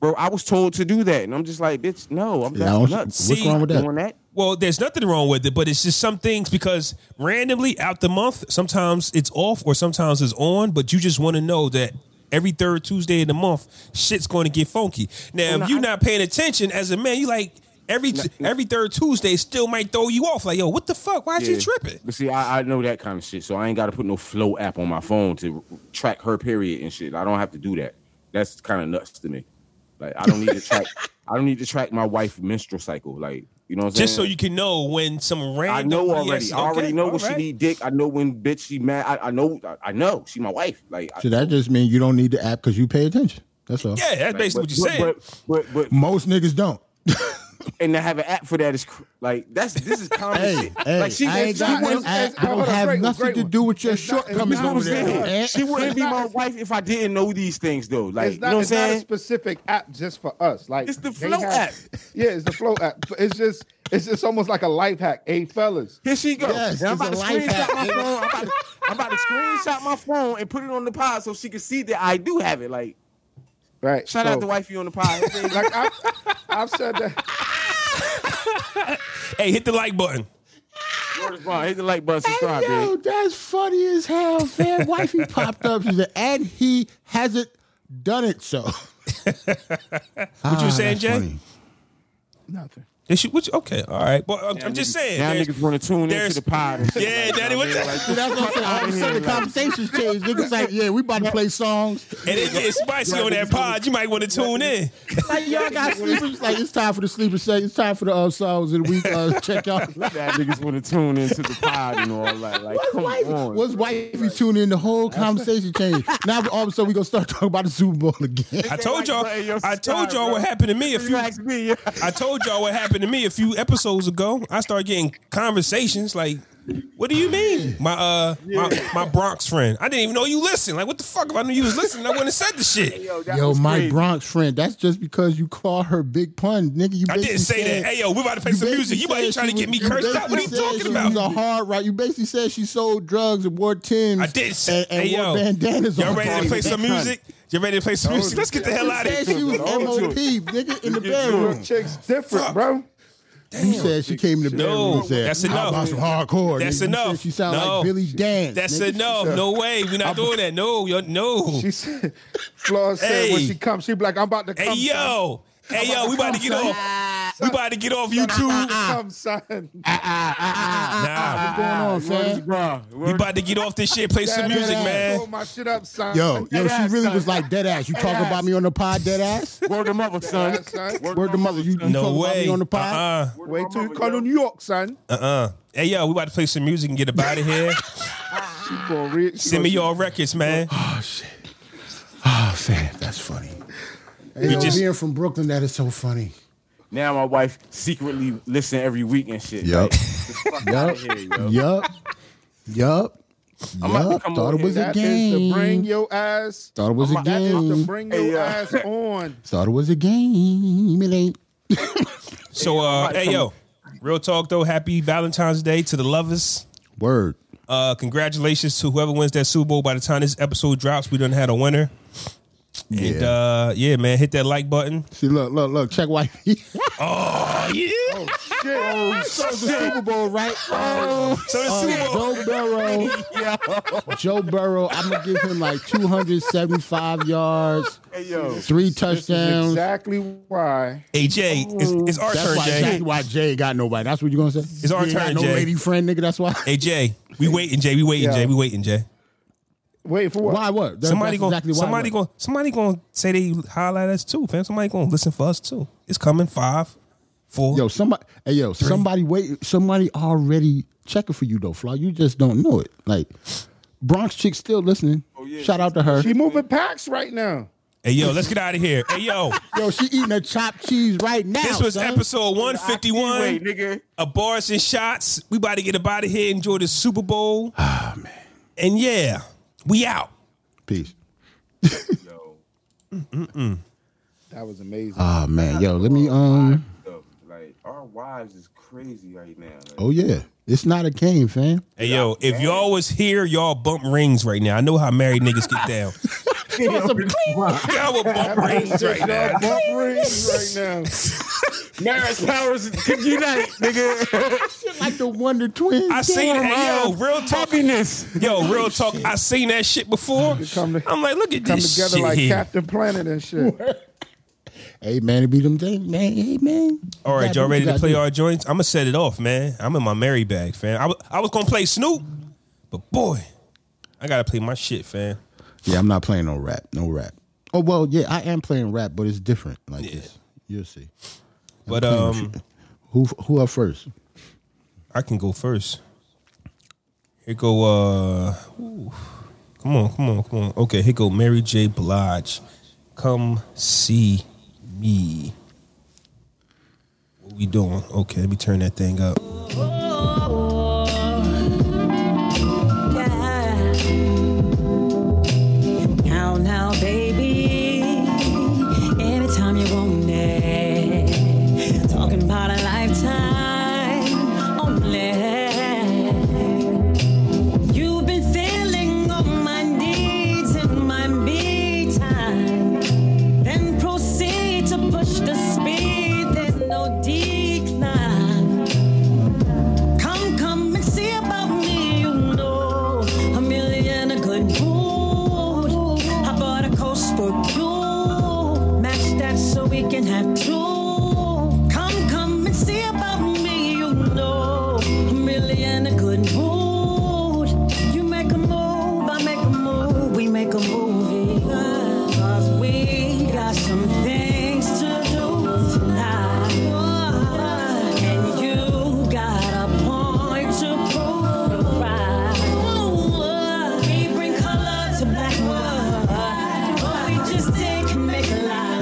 Bro, I was told to do that, and I'm just like, bitch, no, I'm
Yeah, I don't-
that's nuts.
what's
wrong
with that?
Doing that?
Well, there's nothing wrong with it, but it's just some things because randomly out the month, sometimes it's off or sometimes it's on, but you just want to know that every third Tuesday of the month, shit's going to get funky. Now,
no,
if you're
I-
not paying attention as a man, you like every every third Tuesday still might throw you off. Like, yo, what the fuck? Why is
Yeah.
she tripping?
But see, I, I know that kind of shit, so I ain't got to put no flow app on my phone to track her period and shit. I don't have to do that. That's kind of nuts to me. Like, I don't need to track. I don't need to track my wife's menstrual cycle. Like, you know what I'm
Just so
saying?
you can know when some random.
I know already.
BS
I already
okay,
know
all
when she
right.
need dick. I know when bitch she mad. I, I know. I, I know she my wife. Like, I,
So that just means you don't need the app because you pay attention. That's all.
Yeah, that's basically
but,
what you're saying.
but, but, but, but
Most niggas don't.
and to have an app for that is cr- like that's this is common
Hey,
shit.
hey,
like she
I ain't
she
got
wouldn't-
no
it's-
app.
it's-
I don't
hold on,
have
great one,
nothing
great
to
one.
do with your
It's not- it's
shortcomings
not
over
as
there. Eh?
bad.
man.
She wouldn't be
not
my
as-
wife if I didn't know these things though. Like
it's not,
you know what I'm
it's not a
saying?
specific app just for us. Like
It's the
they
Flow app.
Yeah, it's the flow app. It's just it's just almost like a life hack. Hey fellas,
Here she goes.
Yes, it's
I'm about
a
to
life
screenshot
hack,
my
nigga.
phone. I'm about, to, I'm about to screenshot my phone and put it on the pod so she can see that I do have it. Like
right?
shout out
so-
to wifey on the pod.
Like I've, I've said that.
Hey, hit the like button.
Word is bond. Hit the like button, subscribe,
Hey, yo,
bitch.
that's funny as hell, fam. Wifey popped up. She said, and he hasn't done it so. what
What
Ah,
you saying, Jay?
Nothing.
Is she- what you- okay, all right. But I'm, I'm just saying.
Now
there's-
niggas want to tune
there's-
into the pod. and shit
Yeah,
like,
daddy,
you know I mean?
what the-
Like,
That's what I'm saying. All of a sudden, the conversations changed. Niggas like, yeah, we about to play songs.
and it gets spicy on that pod. You might want to tune in.
Like, y'all got sleepers. Like, it's time for the sleeper set. It's time for the uh, songs of the week. Uh, check out.
that niggas want to tune into the pod and all that. Like, come
What's wife,
on.
what's wifey tune in? The whole conversation changed. Now all of a sudden we gonna start talking about the Super Bowl again.
I told
like
y'all.
playing your
I told
side,
y'all what
bro.
happened to me a
you
few.
ask me? Yeah.
I told y'all what happened to me a few episodes ago. I started getting conversations like, "What do you mean, my uh, my, my Bronx friend? I didn't even know you listened. Like, what the fuck? If I knew you was listening, I wouldn't have said the shit.
that
Yo,
was
my
crazy.
Bronx friend, that's just because you call her big pun, nigga. You
I didn't say that. Hey yo, we about to play some music. You might be trying to get me cursed out. What are you talking
She's a
about?
hard right. You basically said she sold drugs and wore Tim's.
I did say-
and, and
hey,
wore
yo.
bandanas.
Y'all
on
ready to
Friday.
play some music? You ready to play some music? Let's get the hell out of
Said
here.
she was
Told you.
MOP, nigga, in the
Your
bedroom.
chicks different, bro.
You said she came in the bedroom
No,
and said,
that's
"How
enough.
about some hardcore.
That's
nigga?" You
enough.
said She sound
No.
like Billy Dan.
That's
nigga.
enough. No way. We're not doing that. No, yo, no.
She said, Flora said when
Hey.
she comes, she be like, I'm about to come.
Hey yo, hey yo, we about to get off. We about to get off YouTube.
Son. Come, son. ah,
Nah,
What's going on, fam?
we about to get off this shit. Play some music,
Pull
man.
my shit up, son.
Yo, yo, she
ass,
really
son.
was like dead ass. You talking about me on the pod, dead ass?
Word them up, son.
Son, son.
Word the mother, you, you
No
talking about
way.
me on the
Uh
pod?
uh.
Wait till you come to New York, son.
Uh uh. Hey yo, we about to play some music and get up out of here.
She gonna read. she
Send me
gonna-
your records, man.
Oh shit. Oh fam, that's funny. Hey, yo,
Uh-uh. just-
being from Brooklyn, that is so funny.
Now my wife secretly listen every week and shit.
Yup.
Like, get the fuck outta here, yo.
Yup. Yup.
about to
Yup.
come
Thought
over
it was a
That is to bring
game.
your ass.
Thought it was a
That is to
game.
bring
Hey,
your
uh,
ass on.
Thought it was a game. It ain't.
So, uh, hey, yo, real talk though. Happy Valentine's Day to the lovers.
Word.
Uh, congratulations to whoever wins that Super Bowl. By the time this episode drops, we done had a winner. And
Yeah.
uh, yeah, man, hit that like button.
See, look, look, look. Check wifey.
Oh yeah.
Shit.
so the Super Bowl, right? Oh,
So the Super Bowl.
Joe Burrow. Joe Burrow. I'm gonna give him like 275 yards,
Hey yo,
This
three
is
touchdowns.
exactly why.
Hey Jay, it's, it's our
That's
turn,
why,
Jay.
Jay. why Jay ain't got nobody. That's what you gonna say? It's
our turn,
got no
Jay.
lady friend, nigga. That's why.
Hey Jay, we waiting, Jay. We waiting,
Yeah.
Jay. We waiting, Jay.
Wait for what?
Why what? That-
Somebody
that's
gonna,
exactly why
somebody
what?
gonna, somebody gonna say they highlight us too, fam. Somebody gonna listen for us too. It's coming five, four.
Yo, somebody. Hey, yo, somebody wait. Somebody already checking for you though, Flaw. You just don't know it. Like Bronx chick still listening.
Oh,
Shout out to her.
She moving packs right now.
Hey yo, let's get out of here. Hey yo,
yo, she eating a chopped cheese right now.
this was
son.
episode one fifty
wait,
one.
nigga.
A bars and shots. We about to get up out of here. Enjoy the Super Bowl. Ah man. And yeah, we out.
Peace.
Yo,
That was amazing.
Oh man, yo, let me um.
yo, like our wives is crazy right now. Like,
Oh yeah, it's not a game, fam.
Hey yo, if y'all was here, y'all bump rings right now. I know how married niggas get down. y'all would bump rings right now.
Bump rings right now.
Marriage powers unite, nigga.
Like the Wonder Twins.
I seen
Damn,
hey, yo, real talk.
Happiness.
Yo, real talk. I seen that shit before.
come to-
I'm like, look at
Come
this
together
shit
like
here.
Captain Planet and shit.
Hey man, it be them things, man. Hey man.
All right, y'all ready to play
our?
our joints? I'm gonna set it off, man. I'm in my merry bag, fam. I, w- I was gonna play Snoop, but boy, I gotta play my shit, fam.
Yeah, I'm not playing no rap. No rap. Oh well, yeah, I am playing rap, but it's different. Like this, you'll see.
But um,
Who who up first?
I can go first. Here go. uh ooh. Come on, come on, come on. Okay, here go Mary J. Blige. Come see me. What we doing? Okay, let me turn that thing up.
Now, now, baby, anytime you want it, talking about a lifetime only. You've been filling all my needs in my me time, then proceed to push the speed. There's no decline. Come, come and see about me. You know, I'm really in a good mood. I bought a coast for you. Match that so we can have two. Come, come and see about me. You know, I'm really in a good mood. You make a move, I make a move, we make a movie. Cause we got some things to do tonight. And you got a point to prove right. We bring color to black wood. But we just did can make a lie.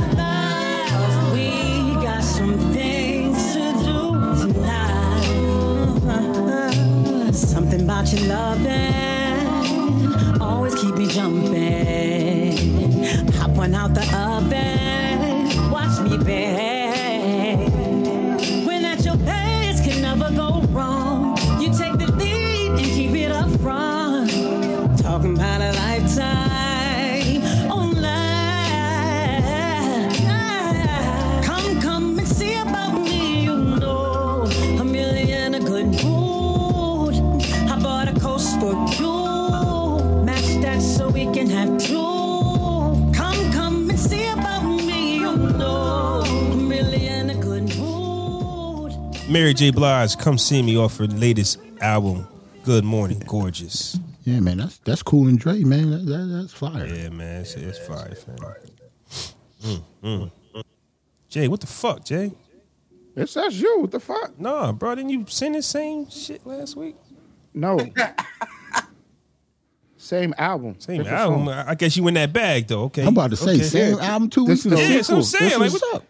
Cause we got some things to do tonight. Something about your loving always keep me jumping. Pop one out the oven, watch me bake. When at your best can never go wrong, you take the lead and keep it up front. Talking about a Oh, lifetime online. Come, come and see about me. You know I'm really in a good mood. I bought a coast for you. Match that so we can have two. Come, come and see about me. You know I'm really in a good mood.
Mary J. Blige, come see me off her latest album, Good Morning Gorgeous.
Yeah, man, that's that's cool and Dre, man. That, that, that's fire.
Yeah, man, it's, it's fire, fam. Mm, mm. Jay, what the fuck, Jay?
It's that's you. What the fuck?
Nah, bro, didn't you send the same shit last week?
No. Same album.
Same
Different
album.
song.
I I guess you in that bag though. Okay,
I'm about to say
Okay.
same album two
This is
weeks ago.
the
Yeah, that's what I'm
sequel.
saying.
This
Like,
is-
what's up?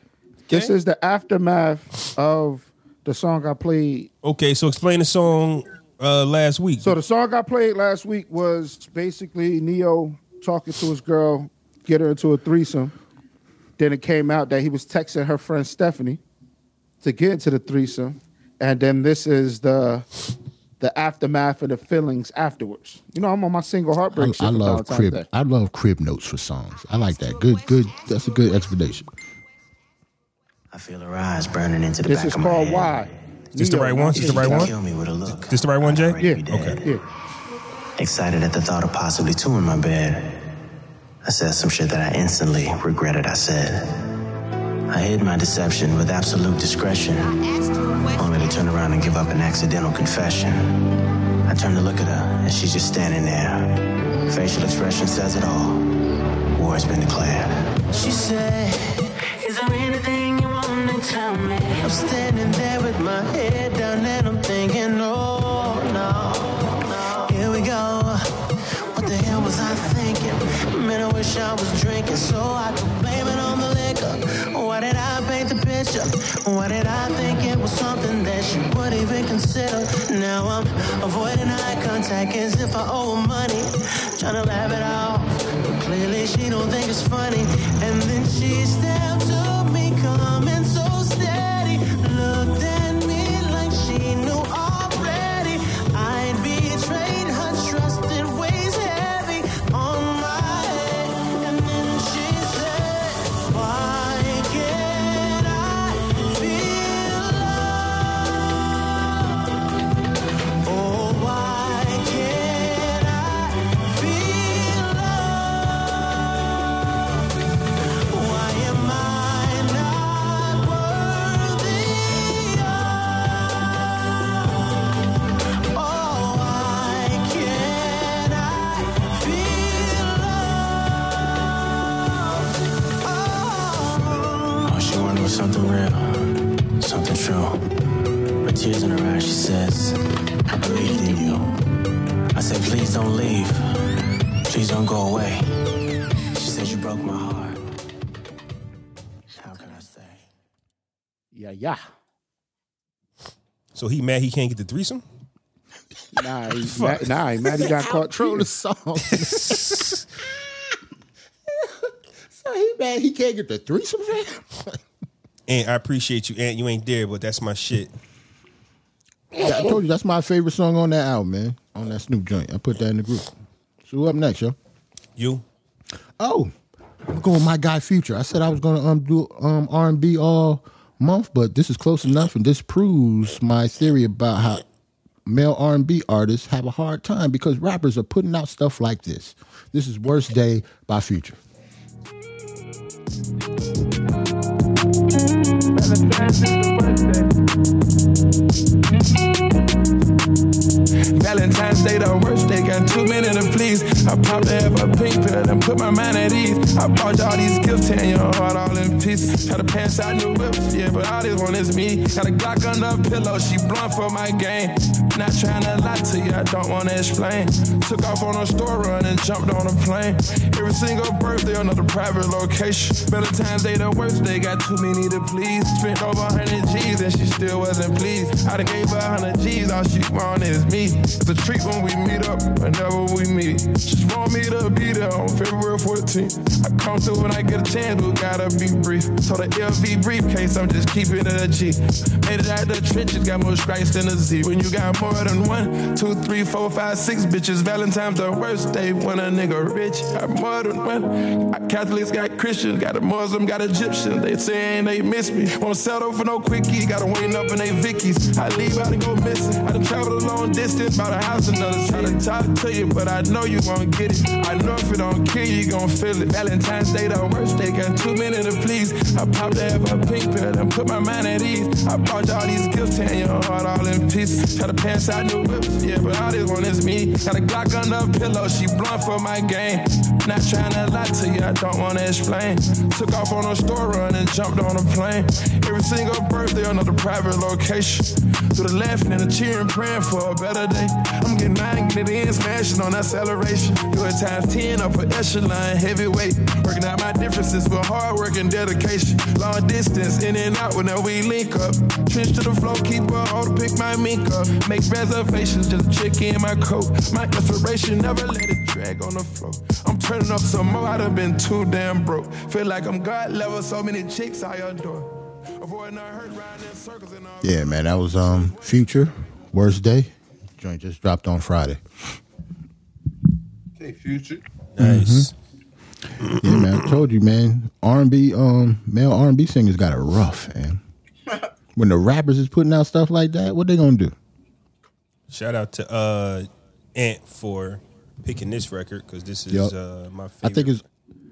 This
Okay.
is the aftermath of the song I played.
Okay, so explain the song. uh, last week.
So the song I played last week was basically Neo talking to his girl, get her into a threesome. Then it came out that he was texting her friend Stephanie to get into the threesome, and then this is the the aftermath of the feelings afterwards. You know, I'm on my single heartbreak.
I,
shit
I
for
love
Valentine's
crib.
Day.
I love crib notes for songs. I like that. Good, good. That's a good explanation.
I feel her eyes burning into the
This
back
is
of my
called
head.
Why.
This the
Neo,
right one? This the
She
right
can
one?
Kill me with a look.
This the right one, Jay?
I'd already be
Yeah.
dead.
Okay.
Yeah.
Excited at the thought of possibly two in my bed. I said some shit that I instantly regretted I said. I hid my deception with absolute discretion, only to turn around and give up an accidental confession. I turned to look at her, and she's just standing there. Facial expression says it all. War has been declared. She said, Is there anything you want to tell me? I'm standing there with my head down and I'm thinking, Oh no, no. Here we go. What the hell was I thinking? Man, I wish I was drinking so I could blame it on the liquor. Why did I paint the picture? Why did I think it was something that she would even consider? Now I'm avoiding eye contact as if I owe her money. Trying to laugh it off. But clearly she don't think it's funny. And then she stepped to me, coming so steady. Looked at me like she knew already. I'd betrayed her trust in ways heavy on my head. And then she said, Why can't I feel love? Oh, why can't I feel love? Why am I not worthy Oh, why can't I feel love? All she wanted was something real, something true. With tears in her eyes, she says, I believed in you. I said, please don't leave. Please don't go away. She said, you broke my heart. How can I say?
Yeah, yeah.
So he mad he can't get the threesome?
Nah, he, mad, nah, he mad he got caught
Throw the
cheating.
song. so he bad. He can't get the threesome. fam?
Aunt, I appreciate you, Aunt. You ain't there, but that's my shit.
Yeah, I told you that's my favorite song on that album, man. On that Snoop joint, I put that in the group. So who up next, yo?
You?
Oh, I'm going with my guy Future. I said I was going to um do um R and B all month, but this is close enough, and this proves my theory about how male R and B artists have a hard time because rappers are putting out stuff like this. This is Worst Day by Future.
Valentine's Day, the worst day, got too many to please. I popped to have a pink pill and put my mind at ease. I bought you all these gifts and your heart all in peace. Try to pass out new whips, yeah, but all this one is me. Got a Glock on the pillow, she blunt for my game. Not trying to lie to you, I don't want to explain. Took off on a store run and jumped on a plane. Every single birthday, another private location. Valentine's Day, the worst day, got too many to please. Spent over 100 G's and she still wasn't pleased. I done gave her 100 G's, all she want is me. It's a treat when we meet up, whenever we meet. She want me to be there on February 14th. I come through when I get a chance, we gotta be brief. So the LV briefcase, I'm just keeping it a G. Made it out the trenches, got more strikes than a Z. When you got more than one, two, three, four, five, six bitches, Valentine's the worst day when a nigga rich. Got more than one. Got Catholics, got Christians, got a Muslim, got Egyptian. They saying they miss me. Won't settle for no quickie, gotta wait up in they Vickies. I leave out and go missing. I done traveled a long distance, bought a house another city. Try to talk to you, but I know you won't get it. I know if it don't kill you, you gon' feel it. Valentine's Day, the worst day, got too many to please. I popped to have a pink pill and put my mind at ease. I bought you all these gifts and your heart all in peace. Try to pass out new whips, yeah, but all this one is me. Got a Glock on the pillow, she blunt for my game. Not trying to lie to you, I don't wanna explain. Took off on a store run and jumped on a plane. Every single birthday, another private location. Through the laughing and the cheering, praying for a better day. I'm getting mine, get it in, smashing on acceleration. You a top 10, upper echelon, heavyweight. Working out my differences with hard work and dedication. Long distance, in and out whenever we link up. Trench to the flow, keep her on to pick my mink up. Make reservations, just chick in my coat. My inspiration, never let it drag on the floor. I'm turning up some more, I done been too damn broke. Feel like I'm God level, so many chicks I adore. Avoiding her hurt, riding in circles and all.
Yeah, man, that was um Future Worst Day. Joint just dropped on Friday.
Okay, future.
Nice.
Mm-hmm. yeah, man, I told you, man. R and B, um, male R and B singers got it rough, man. When the rappers is putting out stuff like that, what they gonna do?
Shout out to uh Ant for picking this record because this is
Yup.
uh my favorite.
I think it's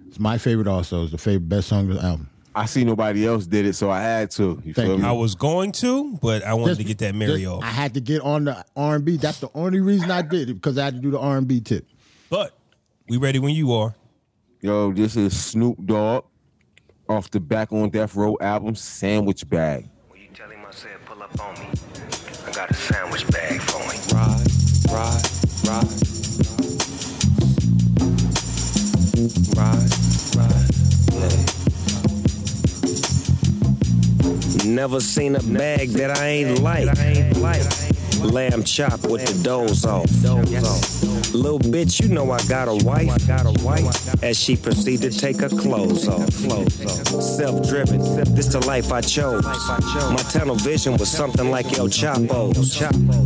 it's my favorite. Also, it's the favorite best song of the album.
I see nobody else did it, so I had to. You
Thank
feel
you.
me?
I was going to, but I wanted
Just-
to get that Mary
just-
off.
I had to get on the R and B. That's the only reason I did it because I had to do the R and B tip.
But we ready when you are.
Yo, this is Snoop Dogg off the Back on Death Row album, Sandwich Bag.
You tell him I said pull up on me. I got a sandwich bag for him.
Ride, ride, ride.
Ride, ride, Never seen a bag that I ain't like. Lamb chop with the doze off. Little bitch, you know I got a wife. Got a wife. As she proceeded to take her clothes off. Self-driven. This the life I chose. My tunnel vision was something like El Chapo's.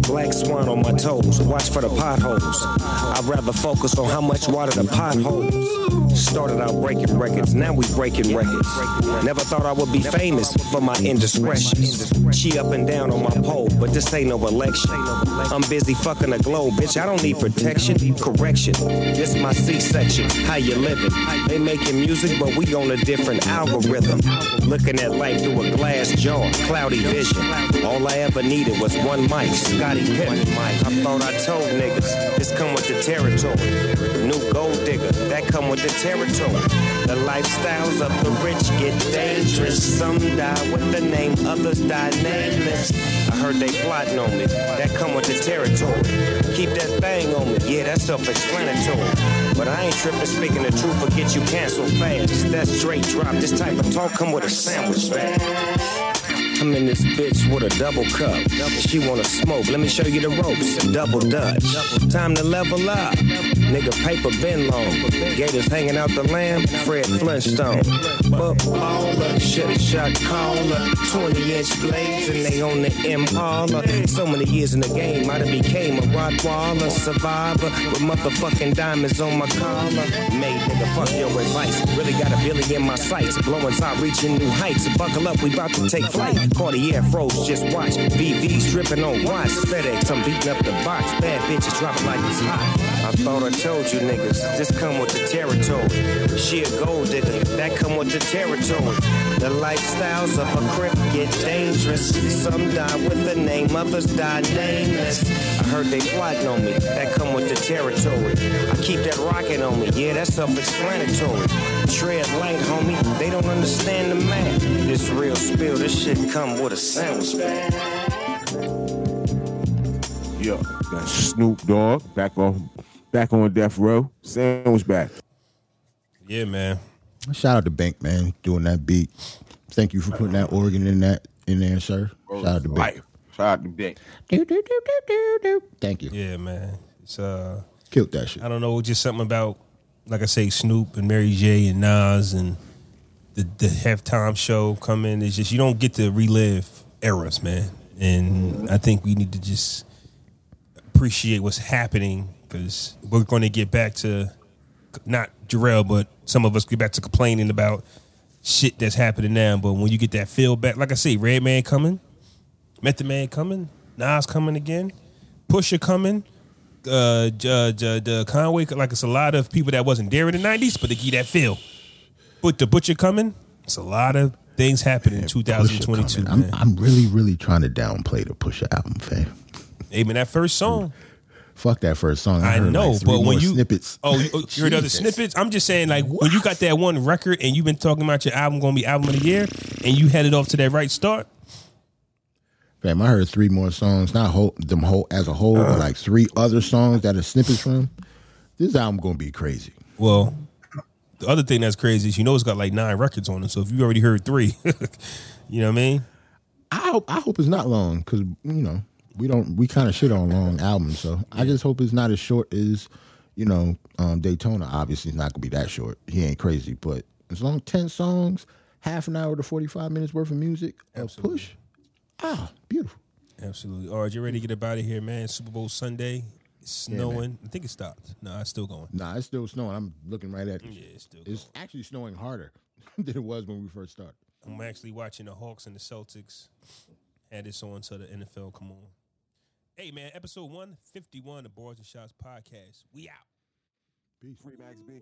Black swan on my toes. Watch for the potholes. I'd rather focus on how much water the pot holds. Started out breaking records, now we breaking records. Never thought I would be famous for my indiscretions. She up and down on my pole, but this ain't no election. I'm busy fucking the globe, bitch. I don't need protection, correction. This my C-section. How you living? They making music, but we on a different algorithm. Looking at life through a glass jar, cloudy vision. All I ever needed was one mic, Scotty Pippen. I thought I told niggas this come with the territory. New gold digger, that come with the territory. The lifestyles of the rich get dangerous. Some die with the name, others die nameless. I heard they plotting on me. That come with the territory. Keep that thing on me. Yeah, that's self-explanatory. But I ain't tripping. Speaking the truth will get you canceled fast. That's straight drop. This type of talk come with a sandwich bag. I'm in this bitch with a double cup. She wanna smoke. Let me show you the ropes. Double dutch. Time to level up. Nigga, paper been long. Gators hanging out the lamb. Fred Flintstone. Footballer, shit shot caller. 20 inch blades and they on the Impala. So many years in the game, I done became a Rottweiler survivor with motherfucking diamonds on my collar. Made nigga, fuck your advice. Really got a billy in my sights. Blowing top, reaching new heights. Buckle up, we about to take flight. Cartier froze, just watch. BV stripping on watch. FedEx, I'm beating up the box. Bad bitches dropping like it's hot. I thought I told you niggas, this come with the territory. She a gold digger, that come with the territory. The lifestyles of a crip get dangerous. Some die with the name, others die nameless. I heard they plotting on me, that come with the territory. I keep that rocket on me, yeah, that's self-explanatory. Tread light, homie, they don't understand the math. This real spill, this shit come with a sandwich bag.
Yeah, that's Snoop Dogg back on back on Death Row, Sandwich Bag.
Yeah, man.
Shout out to Bank, man, doing that beat. Thank you for putting that organ in that in there, sir. Shout out to Bank.
Life. Shout out to Dick.
Do, do, do, do, do, do. Thank you.
Yeah, man. It's uh
Killed that shit.
I don't know, just something about like I say, Snoop and Mary J and Nas and the the halftime show coming. It's just you don't get to relive eras, man. And I think we need to just appreciate what's happening because we're going to get back to not Jarrell, but some of us get back to complaining about shit that's happening now. But when you get that feel back, like I say, Redman coming, Method Man coming, Nas coming again, Pusha coming, uh, J- J- the Conway. Like it's a lot of people that wasn't there in the nineties, but they get that feel. But the Butcher coming, it's a lot of things happening in
Pusha
2022.
coming.
Man.
I'm, I'm really, really trying to downplay the Pusha album, fam.
Hey, man, that first song.
Fuck that first song. I,
I
heard
know,
like three
but when
more
you
snippets,
oh, you, you heard other
Jesus.
snippets. I'm just saying, like when you got that one record and you've been talking about your album gonna be album of the year, and you headed off to that right start.
Fam, I heard three more songs, not whole, them whole as a whole,
Uh.
but like three other songs that are snippets from. This album gonna be crazy.
Well, the other thing that's crazy is you know it's got like nine records on it. So if you already heard three, you know what I mean?
I hope I hope it's not long because you know we don't we kind of shit on long albums. So I just hope it's not as short as you know um, Daytona. Obviously, it's not gonna be that short. He ain't crazy, but as long ten songs, half an hour to forty five minutes worth of music, a push. Ah, beautiful.
Absolutely. All right, you ready to get up out of here, man? Super Bowl Sunday. It's
Yeah, man.
snowing. I think it stopped. No, it's still going.
Nah, it's still snowing. I'm looking right at.
Yeah, it's still
It's actually snowing harder than it was when we first started.
I'm actually watching the Hawks and the Celtics. Add this on to the NFL. Come on. Hey, man, episode 151 of Boards and Shots Podcast. We out.
Peace.
Free Max B.